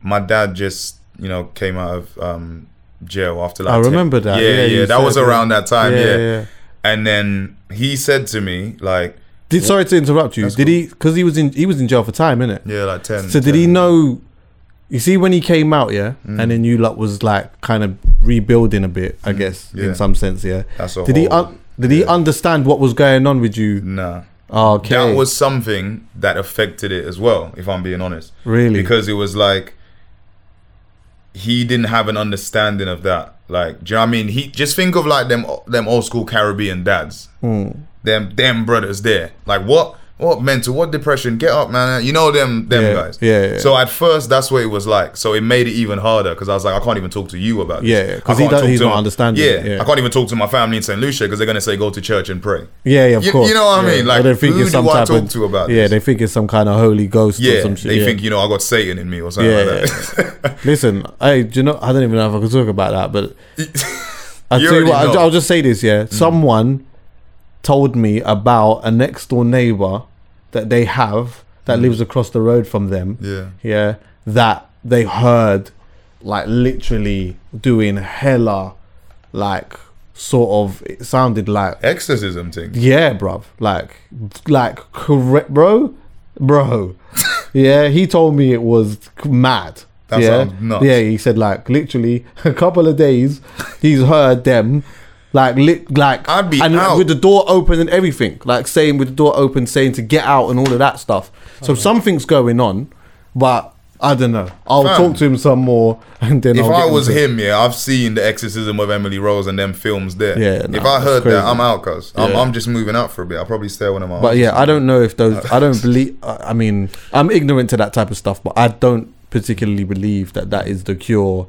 [SPEAKER 2] My dad just, you know, came out of um, jail after that.
[SPEAKER 1] I
[SPEAKER 2] ten-
[SPEAKER 1] remember that.
[SPEAKER 2] Yeah,
[SPEAKER 1] Yeah,
[SPEAKER 2] yeah,
[SPEAKER 1] you
[SPEAKER 2] that was
[SPEAKER 1] said, yeah.
[SPEAKER 2] around that time.
[SPEAKER 1] Yeah,
[SPEAKER 2] Yeah,
[SPEAKER 1] yeah.
[SPEAKER 2] And then he said to me, like,
[SPEAKER 1] Did sorry to interrupt you. did he because he was in he was in jail for time, innit?
[SPEAKER 2] yeah, like ten.
[SPEAKER 1] So did he
[SPEAKER 2] 10.
[SPEAKER 1] know You see, when he came out, yeah,
[SPEAKER 2] Mm.
[SPEAKER 1] and then you lot was like kind of rebuilding a bit, I guess,
[SPEAKER 2] yeah.
[SPEAKER 1] in some sense, yeah.
[SPEAKER 2] That's a
[SPEAKER 1] did he
[SPEAKER 2] whole-
[SPEAKER 1] un- did he understand what was going on with you? Ah,
[SPEAKER 2] Nah.
[SPEAKER 1] Okay,
[SPEAKER 2] That was something that affected it as well, if I'm being honest.
[SPEAKER 1] Really?
[SPEAKER 2] Because it was like he didn't have an understanding of that. Like, do you know what I mean? He just think of like them them old school Caribbean dads.
[SPEAKER 1] Hmm.
[SPEAKER 2] Them them brothers there. Like what what mental, what depression? Get up, man. You know them them
[SPEAKER 1] Yeah,
[SPEAKER 2] guys.
[SPEAKER 1] yeah, yeah.
[SPEAKER 2] So at first that's what it was like. So it made it even harder because I was like, I can't even talk to you about this.
[SPEAKER 1] Yeah, yeah, 'cause he
[SPEAKER 2] I can't
[SPEAKER 1] don't-
[SPEAKER 2] talk
[SPEAKER 1] he's
[SPEAKER 2] to
[SPEAKER 1] not
[SPEAKER 2] my-
[SPEAKER 1] understanding
[SPEAKER 2] Yeah,
[SPEAKER 1] it, yeah.
[SPEAKER 2] I can't even talk to my family in St. Lucia because they're gonna say go to church and pray.
[SPEAKER 1] yeah, yeah, of
[SPEAKER 2] You-
[SPEAKER 1] course.
[SPEAKER 2] you know what I
[SPEAKER 1] yeah.
[SPEAKER 2] mean? Like,
[SPEAKER 1] Or they think
[SPEAKER 2] who
[SPEAKER 1] it's
[SPEAKER 2] do
[SPEAKER 1] some
[SPEAKER 2] I
[SPEAKER 1] type
[SPEAKER 2] talk
[SPEAKER 1] of,
[SPEAKER 2] to about
[SPEAKER 1] Yeah,
[SPEAKER 2] this?
[SPEAKER 1] they think it's some kind of holy ghost or
[SPEAKER 2] Yeah,
[SPEAKER 1] some shit.
[SPEAKER 2] they
[SPEAKER 1] yeah.
[SPEAKER 2] think you know I got Satan in me or something
[SPEAKER 1] Yeah,
[SPEAKER 2] like that.
[SPEAKER 1] Listen, I do you know I don't even know if I can talk about that, but I
[SPEAKER 2] You
[SPEAKER 1] tell you what,
[SPEAKER 2] already
[SPEAKER 1] I'll,
[SPEAKER 2] know. Mm.
[SPEAKER 1] I'll just say this. Yeah, someone told me about a next door neighbor that they have that lives across the road from them.
[SPEAKER 2] Mm. Yeah.
[SPEAKER 1] yeah, that they heard like literally doing hella, like sort of. It sounded like
[SPEAKER 2] Exorcism thing.
[SPEAKER 1] yeah, bruv. Like, like, correct, bro, bro. yeah, he told me it was mad.
[SPEAKER 2] That
[SPEAKER 1] yeah,
[SPEAKER 2] sounds nuts.
[SPEAKER 1] yeah. He said like literally a couple of days, he's heard them. Like, li- like,
[SPEAKER 2] I'd be
[SPEAKER 1] and
[SPEAKER 2] out.
[SPEAKER 1] with the door open and everything. Like, saying with the door open, saying to get out and all of that stuff. So something's going on, but I don't know. I'll
[SPEAKER 2] Fam.
[SPEAKER 1] talk to him some more, and then
[SPEAKER 2] If
[SPEAKER 1] I'll
[SPEAKER 2] I
[SPEAKER 1] get
[SPEAKER 2] was
[SPEAKER 1] into-
[SPEAKER 2] him, yeah, I've seen the exorcism of Emily Rose and them films there.
[SPEAKER 1] Yeah, nah,
[SPEAKER 2] if I
[SPEAKER 1] that's
[SPEAKER 2] heard
[SPEAKER 1] crazy.
[SPEAKER 2] that, I'm out, cuz. I'm,
[SPEAKER 1] Yeah.
[SPEAKER 2] I'm just moving out for a bit. I'll probably stay at one of my.
[SPEAKER 1] But yeah, I don't know if those. I don't believe. I I mean, I'm ignorant to that type of stuff, but I don't particularly believe that that is the cure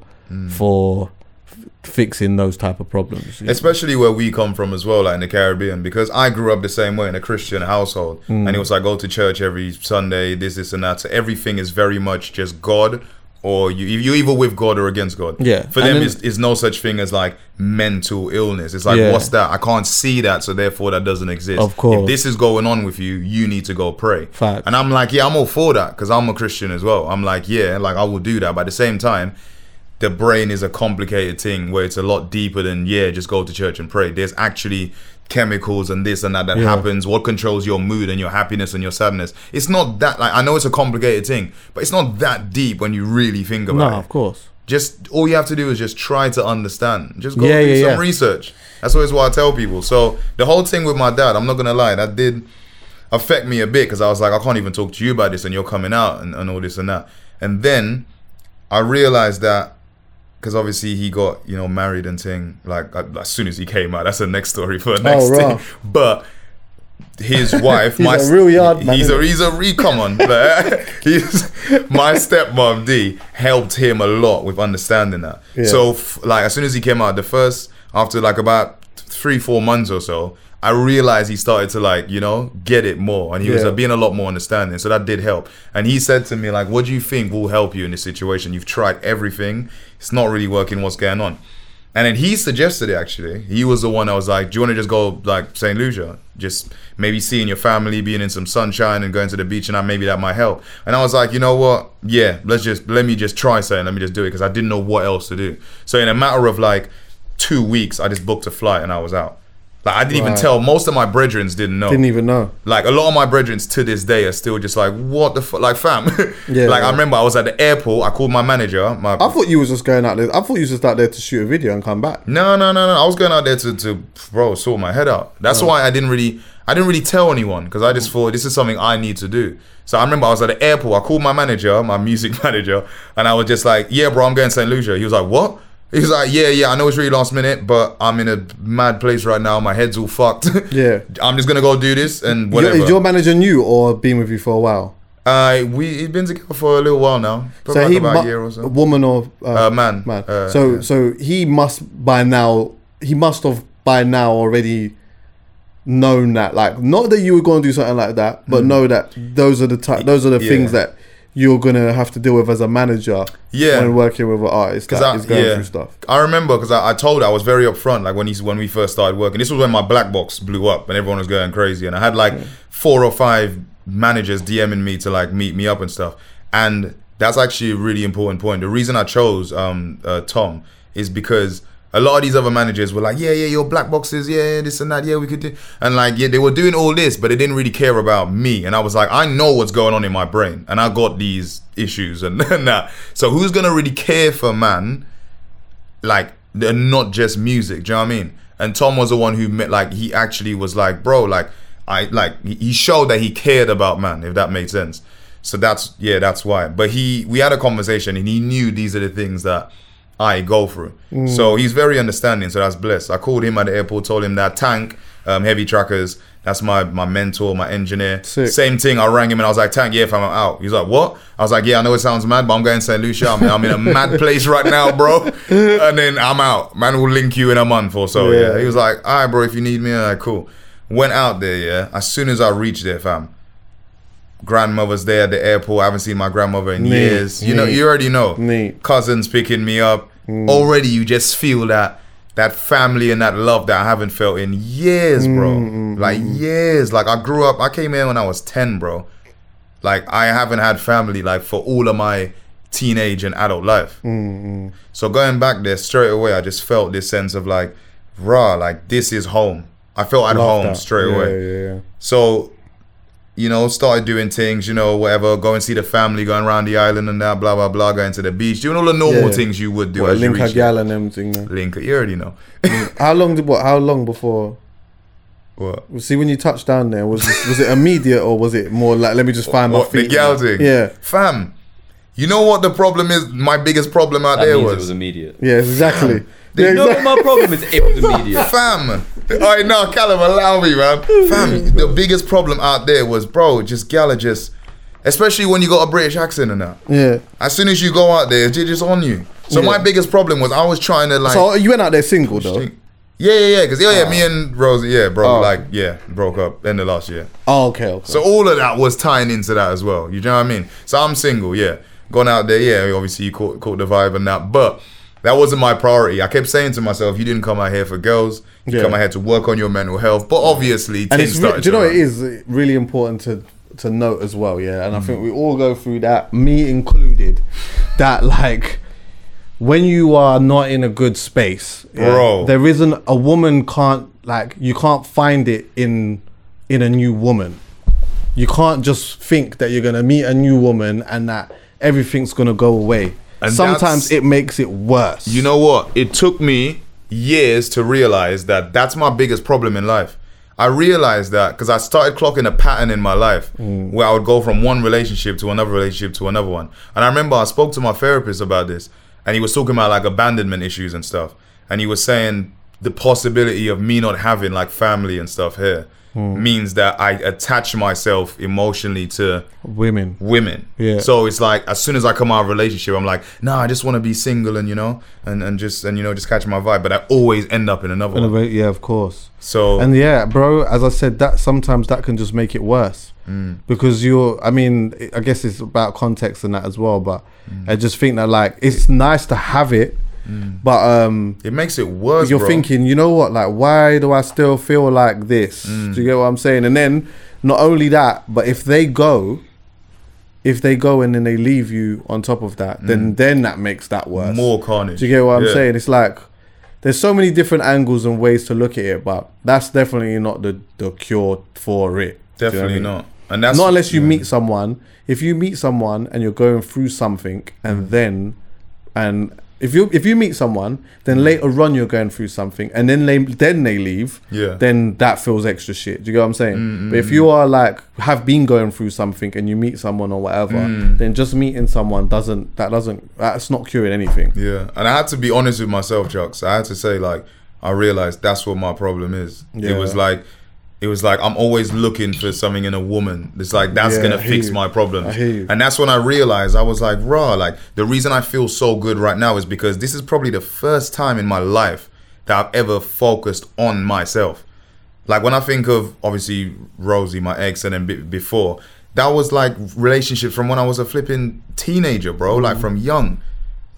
[SPEAKER 1] for f- fixing those type of problems. Yeah.
[SPEAKER 2] Especially where we come from as well, like in the Caribbean, because I grew up the same way in a Christian household.
[SPEAKER 1] Mm.
[SPEAKER 2] And it was like, go to church every Sunday, this, this, and that. So everything is very much just God, or you, you're either with God or against God.
[SPEAKER 1] Yeah.
[SPEAKER 2] For
[SPEAKER 1] And
[SPEAKER 2] them,
[SPEAKER 1] then-
[SPEAKER 2] it's, it's no such thing as like mental illness. It's like,
[SPEAKER 1] Yeah.
[SPEAKER 2] what's that? I can't see that, so therefore that doesn't exist.
[SPEAKER 1] Of course.
[SPEAKER 2] If this is going on with you, you need to go pray.
[SPEAKER 1] Facts.
[SPEAKER 2] And I'm like, yeah, I'm all for that because I'm a Christian as well. I'm like, yeah, like I will do that. But at the same time, the brain is a complicated thing where it's a lot deeper than yeah just go to church and pray there's actually chemicals and this and that that happens what controls your mood and your happiness and your sadness it's not that like i know it's a complicated thing but it's not that deep when you really think
[SPEAKER 1] no,
[SPEAKER 2] about it
[SPEAKER 1] of course.
[SPEAKER 2] just all you have to do is just try to understand just go
[SPEAKER 1] Yeah,
[SPEAKER 2] do
[SPEAKER 1] yeah,
[SPEAKER 2] some
[SPEAKER 1] yeah.
[SPEAKER 2] research that's always what i tell people so the whole thing with my dad i'm not gonna lie that did affect me a bit because i was like i can't even talk to you about this and you're coming out and, and all this and that and then i realized that because obviously he got you know married and thing like as soon as he came out that's the next story for the next
[SPEAKER 1] right.
[SPEAKER 2] thing but his wife
[SPEAKER 1] Oh, He's
[SPEAKER 2] my
[SPEAKER 1] a real yard man,
[SPEAKER 2] he's
[SPEAKER 1] isn't
[SPEAKER 2] a he's a re come on man. he's my stepmom d helped him a lot with understanding that so f- like as soon as he came out the first after like about three four months or so i realized he started to like you know get it more and he was
[SPEAKER 1] Yeah.
[SPEAKER 2] uh, being a lot more understanding so that did help and he said to me like what do you think will help you in this situation you've tried everything it's not really working what's going on and then he suggested it actually. He was the one that was like, Do you want to just go like St. Lucia? Just maybe seeing your family, being in some sunshine and going to the beach and that maybe that might help. And I was like, you know what? Yeah, let's just let me just try something. Let me just do it because I didn't know what else to do. So in a matter of like two weeks, I just booked a flight and I was out. Like I didn't even tell most of my brethren didn't know.
[SPEAKER 1] Didn't e- even know.
[SPEAKER 2] Like a lot of my brethren to this day are still just like, what the fuck? Like fam.
[SPEAKER 1] Yeah.
[SPEAKER 2] like I remember I was at the airport. I called my manager. My
[SPEAKER 1] I thought you was just going out there. I thought you was just out there to shoot a video and come back.
[SPEAKER 2] No, no, no, no. I was going out there to, to bro, sort my head out. That's why I didn't really, I didn't really tell anyone because I
[SPEAKER 1] Mm.
[SPEAKER 2] just thought this is something I need to do. So I remember I was at the airport. I called my manager, my music manager, and I was just like, "Yeah, bro, I'm going to St. Lucia." He was like, "What?" He was like, "Yeah, yeah. I know it's really last minute, but I'm in a mad place right now. My head's all fucked.
[SPEAKER 1] Yeah.
[SPEAKER 2] I'm just gonna go do this and
[SPEAKER 1] Your,
[SPEAKER 2] whatever."
[SPEAKER 1] is your manager new or been with you for a while?
[SPEAKER 2] uh, we he's been together for a little while now, probably like about
[SPEAKER 1] mu-
[SPEAKER 2] a year or so.
[SPEAKER 1] woman or uh,
[SPEAKER 2] Uh, man.
[SPEAKER 1] man.
[SPEAKER 2] Uh,
[SPEAKER 1] so
[SPEAKER 2] yeah.
[SPEAKER 1] so he must by now he must have by now already known that like not that you were going to do something like that, but know that those are the ty- those are the
[SPEAKER 2] Hmm. Yeah.
[SPEAKER 1] things that you're gonna have to deal with as a manager.
[SPEAKER 2] Yeah.
[SPEAKER 1] when working with an artist that
[SPEAKER 2] Because I,
[SPEAKER 1] is going
[SPEAKER 2] yeah,
[SPEAKER 1] through stuff.
[SPEAKER 2] I remember because I, I told her I was very upfront. Like when he's when we first started working, this was when my black box blew up and everyone was going crazy. And I had like four or five managers DMing me to like meet me up and stuff. And that's actually a really important point. The reason I chose um, uh, Tom is because A lot of these other managers were like, yeah, yeah, your black boxes, yeah, this and that, yeah, we could do. And like, yeah, they were doing all this, but they didn't really care about me. And I was like, I know what's going on in my brain, and I got these issues and, and that. So who's gonna really care for man? like they're not just music. Do you know what I mean? And Tom was the one who met like he actually was like, bro, like I like he- he showed that he cared about man, if that makes sense. So that's yeah, that's why. But he we had a conversation and he knew these are the things that I go through. So he's very understanding, so that's blessed. I called him at the airport, told him that tank, um, heavy trackers, that's my my mentor, my engineer.
[SPEAKER 7] Sick.
[SPEAKER 2] Same thing. I rang him and I was like, Tank, yeah, fam, I'm out. He's like, what? I was like, yeah, I know it sounds mad, but I'm going to St. Lucia. I'm, I'm in a mad place right now, bro. And then I'm out. Man will link you in a month or so. Yeah.
[SPEAKER 7] Yeah.
[SPEAKER 2] He was like, all right, bro, if you need me, all right, cool. Went out there, yeah. As soon as I reached there, fam, grandmother's there at the airport. I haven't seen my grandmother in
[SPEAKER 7] Neat,
[SPEAKER 2] years. You know,
[SPEAKER 7] neat.
[SPEAKER 2] you already know.
[SPEAKER 7] Neat.
[SPEAKER 2] Cousins picking me up.
[SPEAKER 7] Mm.
[SPEAKER 2] Already you just feel that that family and that love that I haven't felt in years, bro.
[SPEAKER 7] Mm,
[SPEAKER 2] Like years. Like I grew up I came here when I was 10, bro. Like I haven't had family like for all of my teenage and adult life.
[SPEAKER 7] Mm,
[SPEAKER 2] So going back there straight away, I just felt this sense of like, rah, like this is home. I felt at home
[SPEAKER 7] that.
[SPEAKER 2] straight
[SPEAKER 7] Yeah,
[SPEAKER 2] away.
[SPEAKER 7] Yeah, yeah.
[SPEAKER 2] So, you know, started doing things, you know, whatever, go and see the family, going around the island and that, blah, blah, blah, going to the beach, doing all the normal
[SPEAKER 7] Yeah, yeah.
[SPEAKER 2] things you would do
[SPEAKER 7] What,
[SPEAKER 2] as you
[SPEAKER 7] Link
[SPEAKER 2] reach
[SPEAKER 7] Agyal and everything, man.
[SPEAKER 2] Link, you already know.
[SPEAKER 7] How long did what? How long before?
[SPEAKER 2] what?
[SPEAKER 7] See, when you touched down there, was this, was it immediate or was it more like, let me just find my
[SPEAKER 2] What,
[SPEAKER 7] feet?
[SPEAKER 2] the gal thing?
[SPEAKER 7] Yeah,
[SPEAKER 2] Fam, you know what the problem is? My biggest problem out
[SPEAKER 4] That
[SPEAKER 2] there
[SPEAKER 4] means
[SPEAKER 2] was,
[SPEAKER 4] it was immediate.
[SPEAKER 7] yeah, exactly.
[SPEAKER 2] They
[SPEAKER 7] Yeah,
[SPEAKER 4] No,
[SPEAKER 7] exactly.
[SPEAKER 4] my problem is it was immediate.
[SPEAKER 2] Fam, all right, no, Callum, allow me, man. Fam, the biggest problem out there was, bro, just gala, just, especially when you got a British accent and that.
[SPEAKER 7] Yeah.
[SPEAKER 2] As soon as you go out there, it's just on you. So my
[SPEAKER 7] Yeah.
[SPEAKER 2] biggest problem was I was trying to like.
[SPEAKER 7] So you went out there single though.
[SPEAKER 2] Yeah, yeah, yeah. Because yeah, yeah, me and Rosie, yeah, bro,
[SPEAKER 7] Oh.
[SPEAKER 2] like yeah, broke up in the last year.
[SPEAKER 7] Oh, okay. okay.
[SPEAKER 2] So all of that was tying into that as well. You know what I mean? So I'm single, yeah. Gone out there, yeah. Obviously, you caught, caught the vibe and that, but that wasn't my priority. I kept saying to myself, "You didn't come out here for girls. You
[SPEAKER 7] Yeah.
[SPEAKER 2] come out here to work on your mental health." But obviously,
[SPEAKER 7] and
[SPEAKER 2] things
[SPEAKER 7] it's re-
[SPEAKER 2] started
[SPEAKER 7] do you
[SPEAKER 2] to
[SPEAKER 7] know it
[SPEAKER 2] run.
[SPEAKER 7] is really important to to note as well yeah
[SPEAKER 2] Mm.
[SPEAKER 7] and i think we all go through that me included that like when you are not in a good space yeah,
[SPEAKER 2] Bro.
[SPEAKER 7] there isn't a woman can't like you can't find it in in a new woman you can't just think that you're gonna meet a new woman and that everything's gonna go away
[SPEAKER 2] And
[SPEAKER 7] sometimes
[SPEAKER 2] that's-
[SPEAKER 7] it makes it worse
[SPEAKER 2] You know what? It took me years to realize that that's my biggest problem in life. I realized that because I started clocking a pattern in my life where I would go from one relationship to another relationship to another one. And I remember I spoke to my therapist about this, and he was talking about like abandonment issues and stuff. And he was saying the possibility of me not having like family and stuff here means that I attach myself emotionally to
[SPEAKER 7] women
[SPEAKER 2] women.
[SPEAKER 7] Yeah.
[SPEAKER 2] So it's like as soon as I come out of a relationship, I'm like, nah, I just want to be single and you know, and and just and you know, just catch my vibe. But I always end up in another one.
[SPEAKER 7] yeah of course
[SPEAKER 2] So
[SPEAKER 7] And yeah, bro, as I said, that sometimes that can just make it worse
[SPEAKER 2] Mm.
[SPEAKER 7] because you're. I mean, I- I guess it's about context and that as well. But
[SPEAKER 2] Mm.
[SPEAKER 7] I just think that like it's nice to have it, but um,
[SPEAKER 2] it makes it worse.
[SPEAKER 7] you're
[SPEAKER 2] Mm. bro.
[SPEAKER 7] thinking, you know what? Like, why do I still feel like this?
[SPEAKER 2] Mm.
[SPEAKER 7] Do you get what I'm saying? And then not only that, but if they go. If they go and then they leave you on top of that, then then that makes that worse.
[SPEAKER 2] Mm. more carnage.
[SPEAKER 7] Do you get what I'm
[SPEAKER 2] Yeah.
[SPEAKER 7] saying? It's like there's so many different angles and ways to look at it, but that's definitely not the, the cure for it. Do you know what I
[SPEAKER 2] Definitely
[SPEAKER 7] mean?
[SPEAKER 2] not. And that's
[SPEAKER 7] Not unless you
[SPEAKER 2] yeah.
[SPEAKER 7] meet someone. If you meet someone and you're going through something, and
[SPEAKER 2] Mm.
[SPEAKER 7] then, and if you if you meet someone,
[SPEAKER 2] Mm.
[SPEAKER 7] then later on you're going through something, and then they then they leave.
[SPEAKER 2] Yeah. Mm,
[SPEAKER 7] Then that feels extra shit. Do you get what I'm saying? But if you are like have been going through something and you meet someone or whatever,
[SPEAKER 2] Mm.
[SPEAKER 7] then just meeting someone doesn't that doesn't that's not curing anything.
[SPEAKER 2] Yeah, and I had to be honest with myself, Chucks. I had to say like, I realized that's what my problem is.
[SPEAKER 7] Yeah.
[SPEAKER 2] It was like, it was like I'm always looking for something in a woman. It's like that's
[SPEAKER 7] Yeah,
[SPEAKER 2] gonna
[SPEAKER 7] I hear
[SPEAKER 2] fix
[SPEAKER 7] you.
[SPEAKER 2] my problems.
[SPEAKER 7] I hear you.
[SPEAKER 2] And that's when I realized I was like, raw. Like the reason I feel so good right now is because this is probably the first time in my life that I've ever focused on myself like when I think of obviously Rosie, my ex, and then b- before, that was like relationships from when I was a flipping teenager, bro.
[SPEAKER 7] Mm.
[SPEAKER 2] Like from young,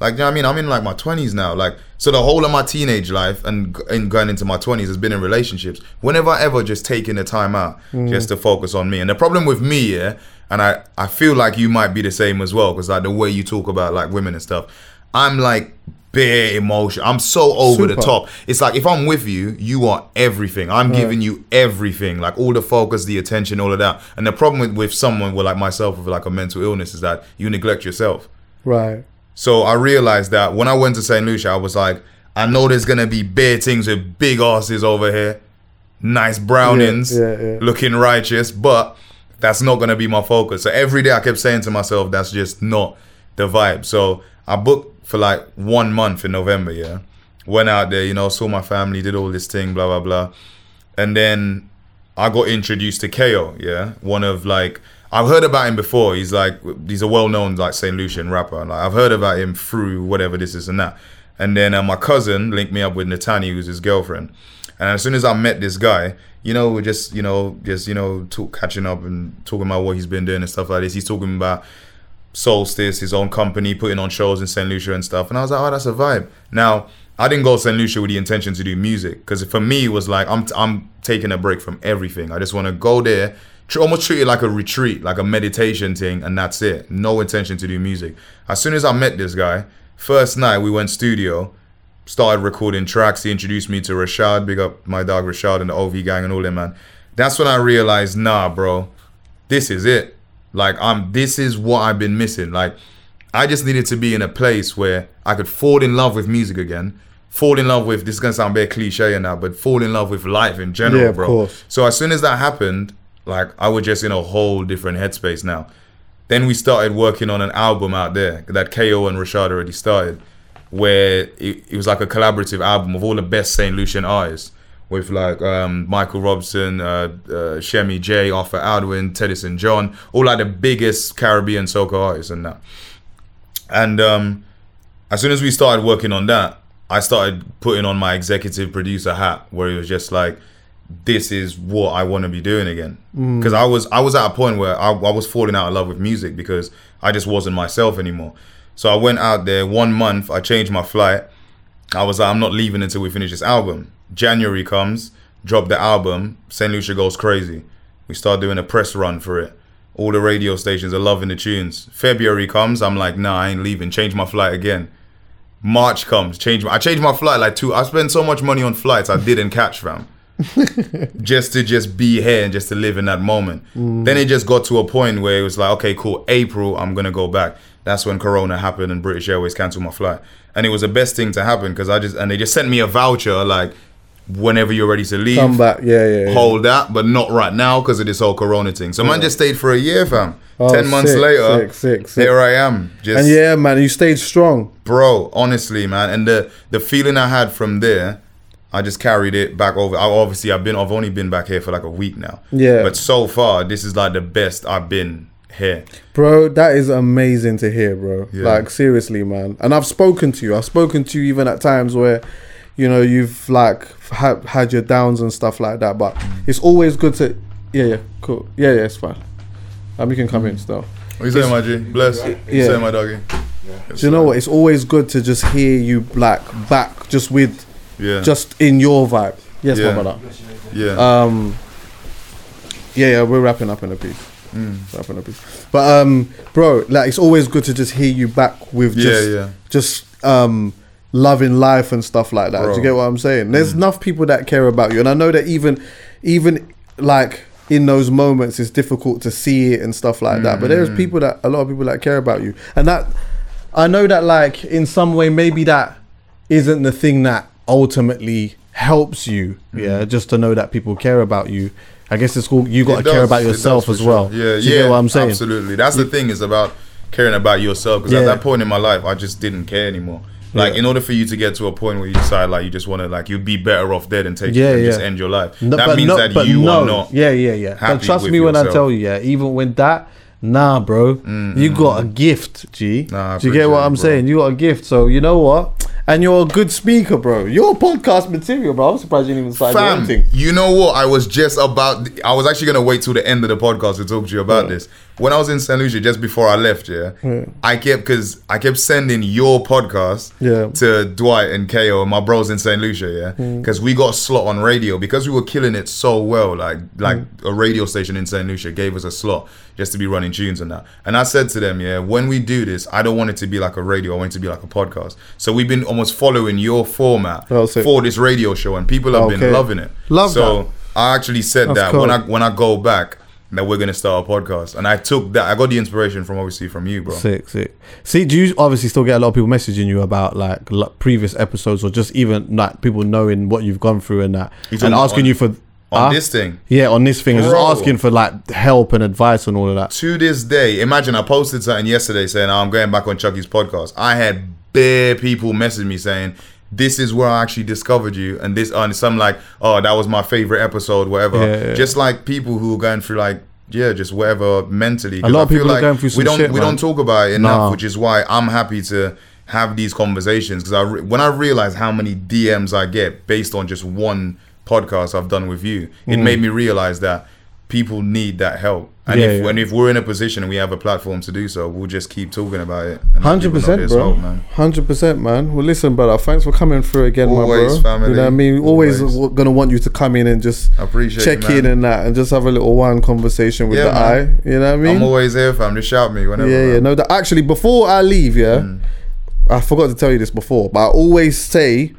[SPEAKER 2] like you know what I mean. I'm in like my twenties now. Like so, the whole of my teenage life and g- and going into my twenties has been in relationships. When have I ever just taken the time out just to focus on me? And the problem with me, yeah, and I I feel like you might be the same as well, because like the way you talk about like women and stuff. I'm like bare emotion. I'm so over the
[SPEAKER 7] Super.
[SPEAKER 2] top. It's like if I'm with you, you are everything. I'm giving you everything, like all the focus, the attention, all of that. And the problem with, with someone with like myself with like a mental illness is that you neglect yourself.
[SPEAKER 7] Right.
[SPEAKER 2] So I realized that when I went to St. Lucia, I was like, I know there's gonna be bare things with big asses over here, nice brownings,
[SPEAKER 7] Yeah, yeah, yeah.
[SPEAKER 2] looking righteous, but that's not gonna be my focus. So every day I kept saying to myself, that's just not the vibe. So I booked for like one month in November, yeah. Went out there, you know, saw my family, did all this thing, blah blah blah. And then I got introduced to KO, yeah. One of like I've heard about him before. He's like he's a well-known like Saint Lucian rapper. Like I've heard about him through whatever this is and that. And then uh, my cousin linked me up with Natani, who's his girlfriend. And as soon as I met this guy, you know, we're just you know, just you know, talk, catching up and talking about what he's been doing and stuff like this. He's talking about Solstice, his own company, putting on shows in St. Lucia and stuff. And I was like, oh, that's a vibe. Now, I didn't go to St. Lucia with the intention to do music because for me, it was like, I'm, I'm taking a break from everything. I just want to go there, tr- almost treat it like a retreat, like a meditation thing, and that's it. No intention to do music. As soon as I met this guy, first night we went studio, started recording tracks. He introduced me to Rashad, big up my dog Rashad and the OV gang and all that, man. That's when I realized, nah, bro, this is it. Like I'm this is what I've been missing. Like I just needed to be in a place where I could fall in love with music again. Fall in love with this is gonna sound very cliche and that, but fall in love with life in general,
[SPEAKER 7] Yeah, of
[SPEAKER 2] bro.
[SPEAKER 7] course.
[SPEAKER 2] So as soon as that happened, like I was just in a whole different headspace now. Then we started working on an album out there that KO and Rashad already started, where it, it was like a collaborative album of all the best St. Lucian artists with like um, Michael Robson, uh, uh, Shemi J, Arthur Alwin, Tedison John, all like the biggest Caribbean soca artists and that. And um, as soon as we started working on that, I started putting on my executive producer hat, where it was just like, this is what I want to be doing again. Because I was I was at a point where I, I was falling out of love with music because I just wasn't myself anymore. So I went out there one month. I changed my flight. I was like, I'm not leaving until we finish this album. January comes, drop the album. St. Lucia goes crazy. We start doing a press run for it. All the radio stations are loving the tunes. February comes, I'm like, nah, I ain't leaving. Change my flight again. March comes, change my. I changed my flight like two. I spent so much money on flights I didn't catch, fam just to just be here and just to live in that moment.
[SPEAKER 7] Mm.
[SPEAKER 2] Then it just got to a point where it was like, okay, cool, April, I'm gonna go back. That's when Corona happened and British Airways cancelled my flight, and it was the best thing to happen because I just and they just sent me a voucher like, whenever you're ready to leave,
[SPEAKER 7] Come back. Yeah, yeah. yeah.
[SPEAKER 2] hold that, but not right now because of this whole Corona thing. So man just stayed for a year, fam.
[SPEAKER 7] Oh,
[SPEAKER 2] Ten months
[SPEAKER 7] sick,
[SPEAKER 2] later,
[SPEAKER 7] sick, sick, sick.
[SPEAKER 2] here I am. Just
[SPEAKER 7] And yeah, man, you stayed strong.
[SPEAKER 2] bro honestly man and the the feeling i had from there i just carried it back over I, obviously i've been i've only been back here for like a week now
[SPEAKER 7] Yeah.
[SPEAKER 2] but so far this is like the best i've been here
[SPEAKER 7] Bro, that is amazing to hear, bro.
[SPEAKER 2] Yeah.
[SPEAKER 7] Like seriously, man. And I've spoken to you. I've spoken to you even at times where, you know, you've like ha- had your downs and stuff like that. But it's always good to, yeah, yeah, cool, yeah, yeah, it's fine. Um, you can come
[SPEAKER 2] Mm.
[SPEAKER 7] in still.
[SPEAKER 2] what you saying my g bless What you
[SPEAKER 7] Yeah.
[SPEAKER 2] saying my doggy
[SPEAKER 7] Do you know what? It's always good to just hear you like back, just with,
[SPEAKER 2] yeah
[SPEAKER 7] just in your vibe. Yes,
[SPEAKER 2] Yeah.
[SPEAKER 7] my brother.
[SPEAKER 2] yeah
[SPEAKER 7] Um, yeah, yeah, we're wrapping up in a piece. Wrapping up in a piece. But um, bro, like it's always good to just hear you back with
[SPEAKER 2] Yeah,
[SPEAKER 7] just,
[SPEAKER 2] yeah.
[SPEAKER 7] just um, loving life and stuff like that. Do
[SPEAKER 2] Bro. Mm.
[SPEAKER 7] you get what I'm saying? There's enough people that care about you, and I know that even, even like in those moments, it's difficult to see it and stuff like that. But there's
[SPEAKER 2] Mm.
[SPEAKER 7] people that a lot of people that care about you, and that I know that like in some way maybe that isn't the thing that ultimately helps you. Yeah, just to know that people care about you. I guess it's called you got
[SPEAKER 2] It
[SPEAKER 7] to care
[SPEAKER 2] does,
[SPEAKER 7] about
[SPEAKER 2] it does
[SPEAKER 7] yourself
[SPEAKER 2] for
[SPEAKER 7] as
[SPEAKER 2] sure.
[SPEAKER 7] well.
[SPEAKER 2] Yeah,
[SPEAKER 7] Do you
[SPEAKER 2] yeah.
[SPEAKER 7] get what I'm saying?
[SPEAKER 2] Absolutely. That's the thing is about caring about yourself because at
[SPEAKER 7] Yeah.
[SPEAKER 2] that point in my life, I just didn't care anymore. Like
[SPEAKER 7] Yeah.
[SPEAKER 2] in order for you to get to a point where you decide like you just want to like you'd be better off dead and take
[SPEAKER 7] Yeah,
[SPEAKER 2] it and
[SPEAKER 7] yeah.
[SPEAKER 2] just end your life.
[SPEAKER 7] No,
[SPEAKER 2] that
[SPEAKER 7] but
[SPEAKER 2] means
[SPEAKER 7] no-
[SPEAKER 2] that
[SPEAKER 7] but
[SPEAKER 2] you
[SPEAKER 7] no.
[SPEAKER 2] are not.
[SPEAKER 7] Yeah, yeah, yeah. But
[SPEAKER 2] happy
[SPEAKER 7] trust
[SPEAKER 2] with
[SPEAKER 7] me when I
[SPEAKER 2] yourself.
[SPEAKER 7] tell you, yeah. Even with that, nah, bro, you got a gift, G.
[SPEAKER 2] Nah, I
[SPEAKER 7] Do you get
[SPEAKER 2] appreciate
[SPEAKER 7] what
[SPEAKER 2] it,
[SPEAKER 7] I'm
[SPEAKER 2] bro.
[SPEAKER 7] saying? You got a gift. So you know what? And you're a good speaker, bro. You're podcast material, bro. I'm surprised you didn't even sign
[SPEAKER 2] Fam,
[SPEAKER 7] anything.
[SPEAKER 2] you know what? I was just about. I was actually gonna wait till the end of the podcast to talk to you about this. when I was in St. Lucia just before I left, yeah, I kept because I kept sending your podcast
[SPEAKER 7] Yeah. Mm.
[SPEAKER 2] to Dwight and KO and my bros in St. Lucia, yeah, because we got a slot on radio because we were killing it so well. Like like
[SPEAKER 7] Mm.
[SPEAKER 2] a radio station in St. Lucia gave us a slot just to be running tunes and that. And I said to them, yeah, when we do this, I don't want it to be like a radio. I want it to be like a podcast. So we've been almost following your format
[SPEAKER 7] Oh, sick.
[SPEAKER 2] for this radio show, and people have
[SPEAKER 7] Okay.
[SPEAKER 2] been loving it.
[SPEAKER 7] Love
[SPEAKER 2] so
[SPEAKER 7] that.
[SPEAKER 2] I actually said
[SPEAKER 7] That's
[SPEAKER 2] that
[SPEAKER 7] cool.
[SPEAKER 2] when I when I go back that we're gonna start a podcast, and I took that. I got the inspiration from obviously from you, bro.
[SPEAKER 7] Sick, sick. See, do you obviously still get a lot of people messaging you about like lo- previous episodes, or just even like people knowing what you've gone through and that,
[SPEAKER 2] You
[SPEAKER 7] and
[SPEAKER 2] talking
[SPEAKER 7] asking
[SPEAKER 2] on-
[SPEAKER 7] you for
[SPEAKER 2] On
[SPEAKER 7] Huh?
[SPEAKER 2] this thing,
[SPEAKER 7] Yeah, on this thing, just
[SPEAKER 2] Bro.
[SPEAKER 7] asking for like help and advice and all of that.
[SPEAKER 2] to this day, imagine I posted something yesterday saying "Oh, I'm going back on Chucky's podcast. I had bare people message me saying. This is where I actually discovered you, and this and some like, oh, that was my favorite episode, whatever.
[SPEAKER 7] Yeah, yeah.
[SPEAKER 2] Just like people who are going through like, yeah, just whatever mentally.
[SPEAKER 7] A lot of
[SPEAKER 2] 'Cause I feel
[SPEAKER 7] people are going through
[SPEAKER 2] we
[SPEAKER 7] some
[SPEAKER 2] don't
[SPEAKER 7] shit,
[SPEAKER 2] we
[SPEAKER 7] man.
[SPEAKER 2] don't talk about it enough,
[SPEAKER 7] Nah.
[SPEAKER 2] which is why I'm happy to have these conversations because I re- when I realize how many DMs I get based on just one podcast I've done with you, it
[SPEAKER 7] Mm.
[SPEAKER 2] made me realize that people need that help. And
[SPEAKER 7] Yeah,
[SPEAKER 2] if
[SPEAKER 7] yeah.
[SPEAKER 2] when if we're in a position and we have a platform to do so, we'll just keep talking about it. and let
[SPEAKER 7] Hundred
[SPEAKER 2] people know
[SPEAKER 7] percent,
[SPEAKER 2] there's
[SPEAKER 7] bro.
[SPEAKER 2] hope, man.
[SPEAKER 7] Hundred percent, man. Well, listen, brother. Thanks for coming through again,
[SPEAKER 2] Always,
[SPEAKER 7] my bro. You
[SPEAKER 2] family.
[SPEAKER 7] know what I mean. Always,
[SPEAKER 2] Always.
[SPEAKER 7] w- gonna want you to come in and just
[SPEAKER 2] I appreciate
[SPEAKER 7] check
[SPEAKER 2] you, man.
[SPEAKER 7] in and that, and just have a little wine conversation with
[SPEAKER 2] Yeah,
[SPEAKER 7] the
[SPEAKER 2] man.
[SPEAKER 7] eye. You know what I mean?
[SPEAKER 2] I'm always here, fam. Just shout me whenever.
[SPEAKER 7] yeah, yeah.
[SPEAKER 2] man. Mm.
[SPEAKER 7] No, that actually, before I leave, yeah, I forgot to tell you this before, but I always say.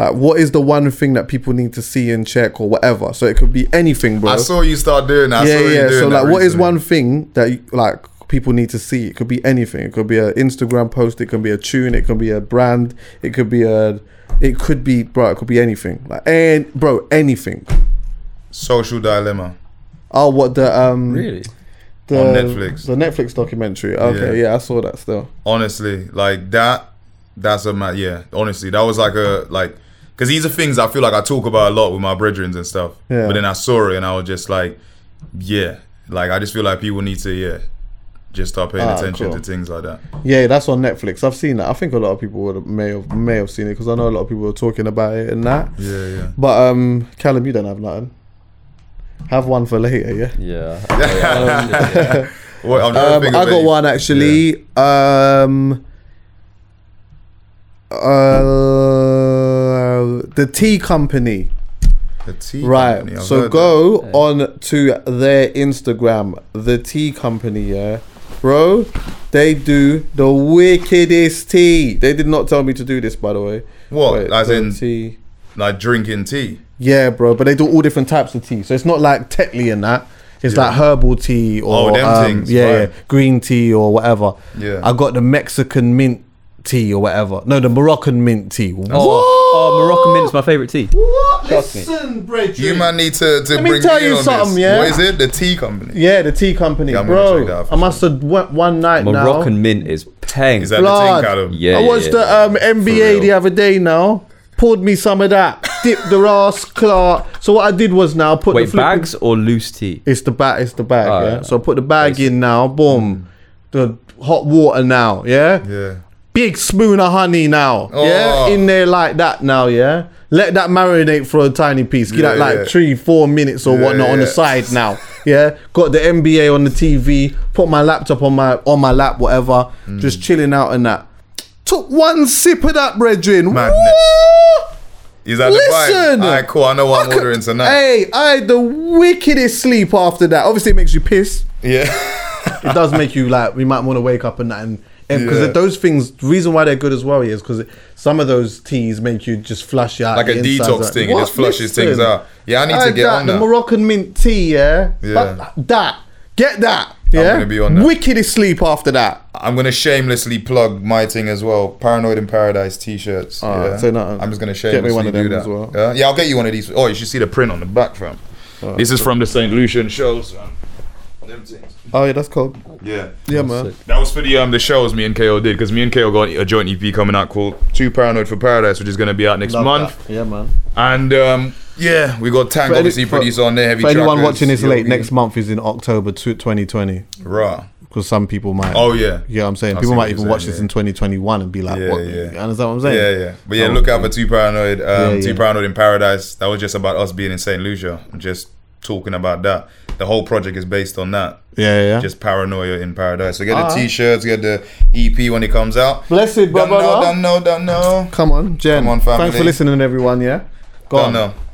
[SPEAKER 7] Like, what is the one thing that people need to see and check or whatever? So it could be anything, bro
[SPEAKER 2] I saw you start doing that. I
[SPEAKER 7] yeah,
[SPEAKER 2] saw you
[SPEAKER 7] yeah.
[SPEAKER 2] doing
[SPEAKER 7] So
[SPEAKER 2] that
[SPEAKER 7] like, what is
[SPEAKER 2] recently.
[SPEAKER 7] one thing that you- like people need to see? It could be anything. It could be an Instagram post. It could be a tune. It could be a brand. It could be a. It could be bro. It could be anything. Like and bro, anything.
[SPEAKER 2] social dilemma?
[SPEAKER 7] Oh, what the um
[SPEAKER 4] Really?
[SPEAKER 7] the,
[SPEAKER 2] On Netflix.
[SPEAKER 7] the Netflix documentary. Okay, yeah, I saw that still.
[SPEAKER 2] honestly like that that's a ma yeah honestly that was like a like because these are things i feel like i talk about a lot with my brethrens and stuff
[SPEAKER 7] Yeah.
[SPEAKER 2] but then i saw it and i was just like yeah like i just feel like people need to yeah just start paying
[SPEAKER 7] Ah,
[SPEAKER 2] attention
[SPEAKER 7] cool.
[SPEAKER 2] to things like that
[SPEAKER 7] Yeah, that's on Netflix. I've seen that. I think a lot of people would have, may have may have seen it because I know a lot of people were talking about it and that.
[SPEAKER 2] yeah yeah
[SPEAKER 7] But um, Callum, you don't have nothing. Have one for later, yeah.
[SPEAKER 4] Yeah. I- I-
[SPEAKER 2] well, I'm trying to
[SPEAKER 7] Um,
[SPEAKER 2] think
[SPEAKER 7] I
[SPEAKER 2] of
[SPEAKER 7] got
[SPEAKER 2] any-
[SPEAKER 7] one actually. Um, uh, the tea company,
[SPEAKER 2] The tea
[SPEAKER 7] right?
[SPEAKER 2] company, I've
[SPEAKER 7] so
[SPEAKER 2] heard
[SPEAKER 7] go on to their Instagram, the tea company. Yeah, bro, they do the wickedest tea. They did not tell me to do this, by the way.
[SPEAKER 2] that. what
[SPEAKER 7] Wait,
[SPEAKER 2] as
[SPEAKER 7] the
[SPEAKER 2] in
[SPEAKER 7] tea.
[SPEAKER 2] like drinking tea
[SPEAKER 7] Yeah, bro, but they do all different types of tea. So it's not like Tetley and that. It's
[SPEAKER 2] Yeah.
[SPEAKER 7] like herbal tea or
[SPEAKER 2] Oh, them
[SPEAKER 7] um,
[SPEAKER 2] things,
[SPEAKER 7] yeah,
[SPEAKER 2] right.
[SPEAKER 7] yeah, green tea or whatever.
[SPEAKER 2] Yeah.
[SPEAKER 7] I got the Mexican mint tea or whatever. No, the Moroccan mint tea.
[SPEAKER 4] oh, oh, Moroccan mint is my favorite tea.
[SPEAKER 7] What?
[SPEAKER 4] Trust me.
[SPEAKER 7] Listen, Bridget.
[SPEAKER 2] you man need to, to
[SPEAKER 7] Let me
[SPEAKER 2] bring
[SPEAKER 7] tell
[SPEAKER 2] me
[SPEAKER 7] you
[SPEAKER 2] on
[SPEAKER 7] something,
[SPEAKER 2] this.
[SPEAKER 7] yeah?
[SPEAKER 2] what is it the tea company
[SPEAKER 7] Yeah, the tea company,
[SPEAKER 2] Yeah, I'm gonna check that
[SPEAKER 7] bro.
[SPEAKER 2] out for
[SPEAKER 7] I must have went one night
[SPEAKER 4] Moroccan mint is peng.
[SPEAKER 2] is that
[SPEAKER 7] Blood.
[SPEAKER 2] the tea Callum?
[SPEAKER 7] now.
[SPEAKER 4] Yeah.
[SPEAKER 7] I watched
[SPEAKER 4] yeah.
[SPEAKER 7] the um, NBA the
[SPEAKER 4] real.
[SPEAKER 7] other day now. Poured me some of that. Dipped the ass, Clark. So what I did was now put the
[SPEAKER 4] Wait,
[SPEAKER 7] flipping-
[SPEAKER 4] bags or loose tea?
[SPEAKER 7] It's the bag. It's the bag.
[SPEAKER 4] Oh,
[SPEAKER 7] yeah.
[SPEAKER 4] yeah.
[SPEAKER 7] So I put the bag in now.
[SPEAKER 2] Mm.
[SPEAKER 7] Boom. The hot water now. Yeah.
[SPEAKER 2] yeah
[SPEAKER 7] Big spoon of honey now.
[SPEAKER 2] Oh.
[SPEAKER 7] Yeah. In there like that now. Yeah. Let that marinate for a tiny piece. Give
[SPEAKER 2] Yeah,
[SPEAKER 7] that like
[SPEAKER 2] yeah.
[SPEAKER 7] three, four minutes or
[SPEAKER 2] Yeah,
[SPEAKER 7] whatnot on the
[SPEAKER 2] yeah.
[SPEAKER 7] side now. Yeah. Got the NBA on the TV. Put my laptop on my on my lap. Whatever.
[SPEAKER 2] Mm.
[SPEAKER 7] Just chilling out and that. Took one sip of that, brethren.
[SPEAKER 2] Madness.
[SPEAKER 7] Woo!
[SPEAKER 2] is that
[SPEAKER 7] Listen.
[SPEAKER 2] the vibe alright cool I know what I'm ordering tonight
[SPEAKER 7] Hey, I had the wickedest sleep after that. Obviously, it makes you piss.
[SPEAKER 2] yeah
[SPEAKER 7] it does make you like we might want to wake up and that and because
[SPEAKER 2] Yeah.
[SPEAKER 7] those things the reason why they're good as well is because some of those teas make you just flush out
[SPEAKER 2] like a
[SPEAKER 7] the insides
[SPEAKER 2] detox
[SPEAKER 7] out.
[SPEAKER 2] thing. It just
[SPEAKER 7] What?
[SPEAKER 2] flushes things
[SPEAKER 7] Listen,
[SPEAKER 2] out. Yeah, I need
[SPEAKER 7] I
[SPEAKER 2] to get
[SPEAKER 7] got
[SPEAKER 2] on
[SPEAKER 7] the
[SPEAKER 2] that.
[SPEAKER 7] Moroccan mint tea yeah,
[SPEAKER 2] Yeah.
[SPEAKER 7] But that get that yeah
[SPEAKER 2] gonna be on that.
[SPEAKER 7] wickedest sleep after that
[SPEAKER 2] I'm gonna shamelessly plug my thing as well. Paranoid in Paradise t-shirts.
[SPEAKER 7] Alright,
[SPEAKER 2] yeah.
[SPEAKER 7] say nothing.
[SPEAKER 2] I'm just gonna
[SPEAKER 7] Get me
[SPEAKER 2] shamelessly
[SPEAKER 7] one of
[SPEAKER 2] do
[SPEAKER 7] them
[SPEAKER 2] that.
[SPEAKER 7] as well.
[SPEAKER 2] Yeah? yeah, I'll get you one of these. Oh, you should see the print on the back, fam. this is from the St. Lucian shows, fam. Them things.
[SPEAKER 7] oh yeah that's cold
[SPEAKER 2] Yeah.
[SPEAKER 7] yeah man
[SPEAKER 2] That was for the um the shows me and KO did because me and KO got a joint EP coming out called Two Paranoid for Paradise, which is gonna be out next
[SPEAKER 7] Love
[SPEAKER 2] month.
[SPEAKER 7] that. yeah man
[SPEAKER 2] And um yeah, we got Tank
[SPEAKER 7] For any-
[SPEAKER 2] obviously
[SPEAKER 7] for-
[SPEAKER 2] produced on there. Heavy
[SPEAKER 7] for anyone
[SPEAKER 2] Trackers,
[SPEAKER 7] watching this late
[SPEAKER 2] Yogi.
[SPEAKER 7] next month is in October tw- 2020
[SPEAKER 2] Raw.
[SPEAKER 7] because some people might
[SPEAKER 2] Oh yeah.
[SPEAKER 7] yeah I'm saying
[SPEAKER 2] I see
[SPEAKER 7] people
[SPEAKER 2] what
[SPEAKER 7] might
[SPEAKER 2] you're
[SPEAKER 7] even watch
[SPEAKER 2] saying,
[SPEAKER 7] this
[SPEAKER 2] yeah.
[SPEAKER 7] in 2021 and be like
[SPEAKER 2] Yeah,
[SPEAKER 7] what
[SPEAKER 2] yeah.
[SPEAKER 7] you understand what I'm saying
[SPEAKER 2] Yeah, yeah. But yeah,
[SPEAKER 7] Oh,
[SPEAKER 2] look out for Two Paranoid. Um,
[SPEAKER 7] Yeah,
[SPEAKER 2] Two
[SPEAKER 7] yeah.
[SPEAKER 2] Paranoid in Paradise. That was just about us being in St. Lucia. Just talking about that. The whole project is based on that.
[SPEAKER 7] Yeah, Ah. yeah.
[SPEAKER 2] Just paranoia in paradise. So get the t-shirts, get the EP when it comes out.
[SPEAKER 7] Blessed,
[SPEAKER 2] Don't know,
[SPEAKER 7] brother.
[SPEAKER 2] don't know, don't know.
[SPEAKER 7] Come on, Jen.
[SPEAKER 2] Come on,
[SPEAKER 7] Thanks
[SPEAKER 2] family.
[SPEAKER 7] for listening, everyone. Yeah. Go
[SPEAKER 2] Don't
[SPEAKER 7] on.
[SPEAKER 2] know.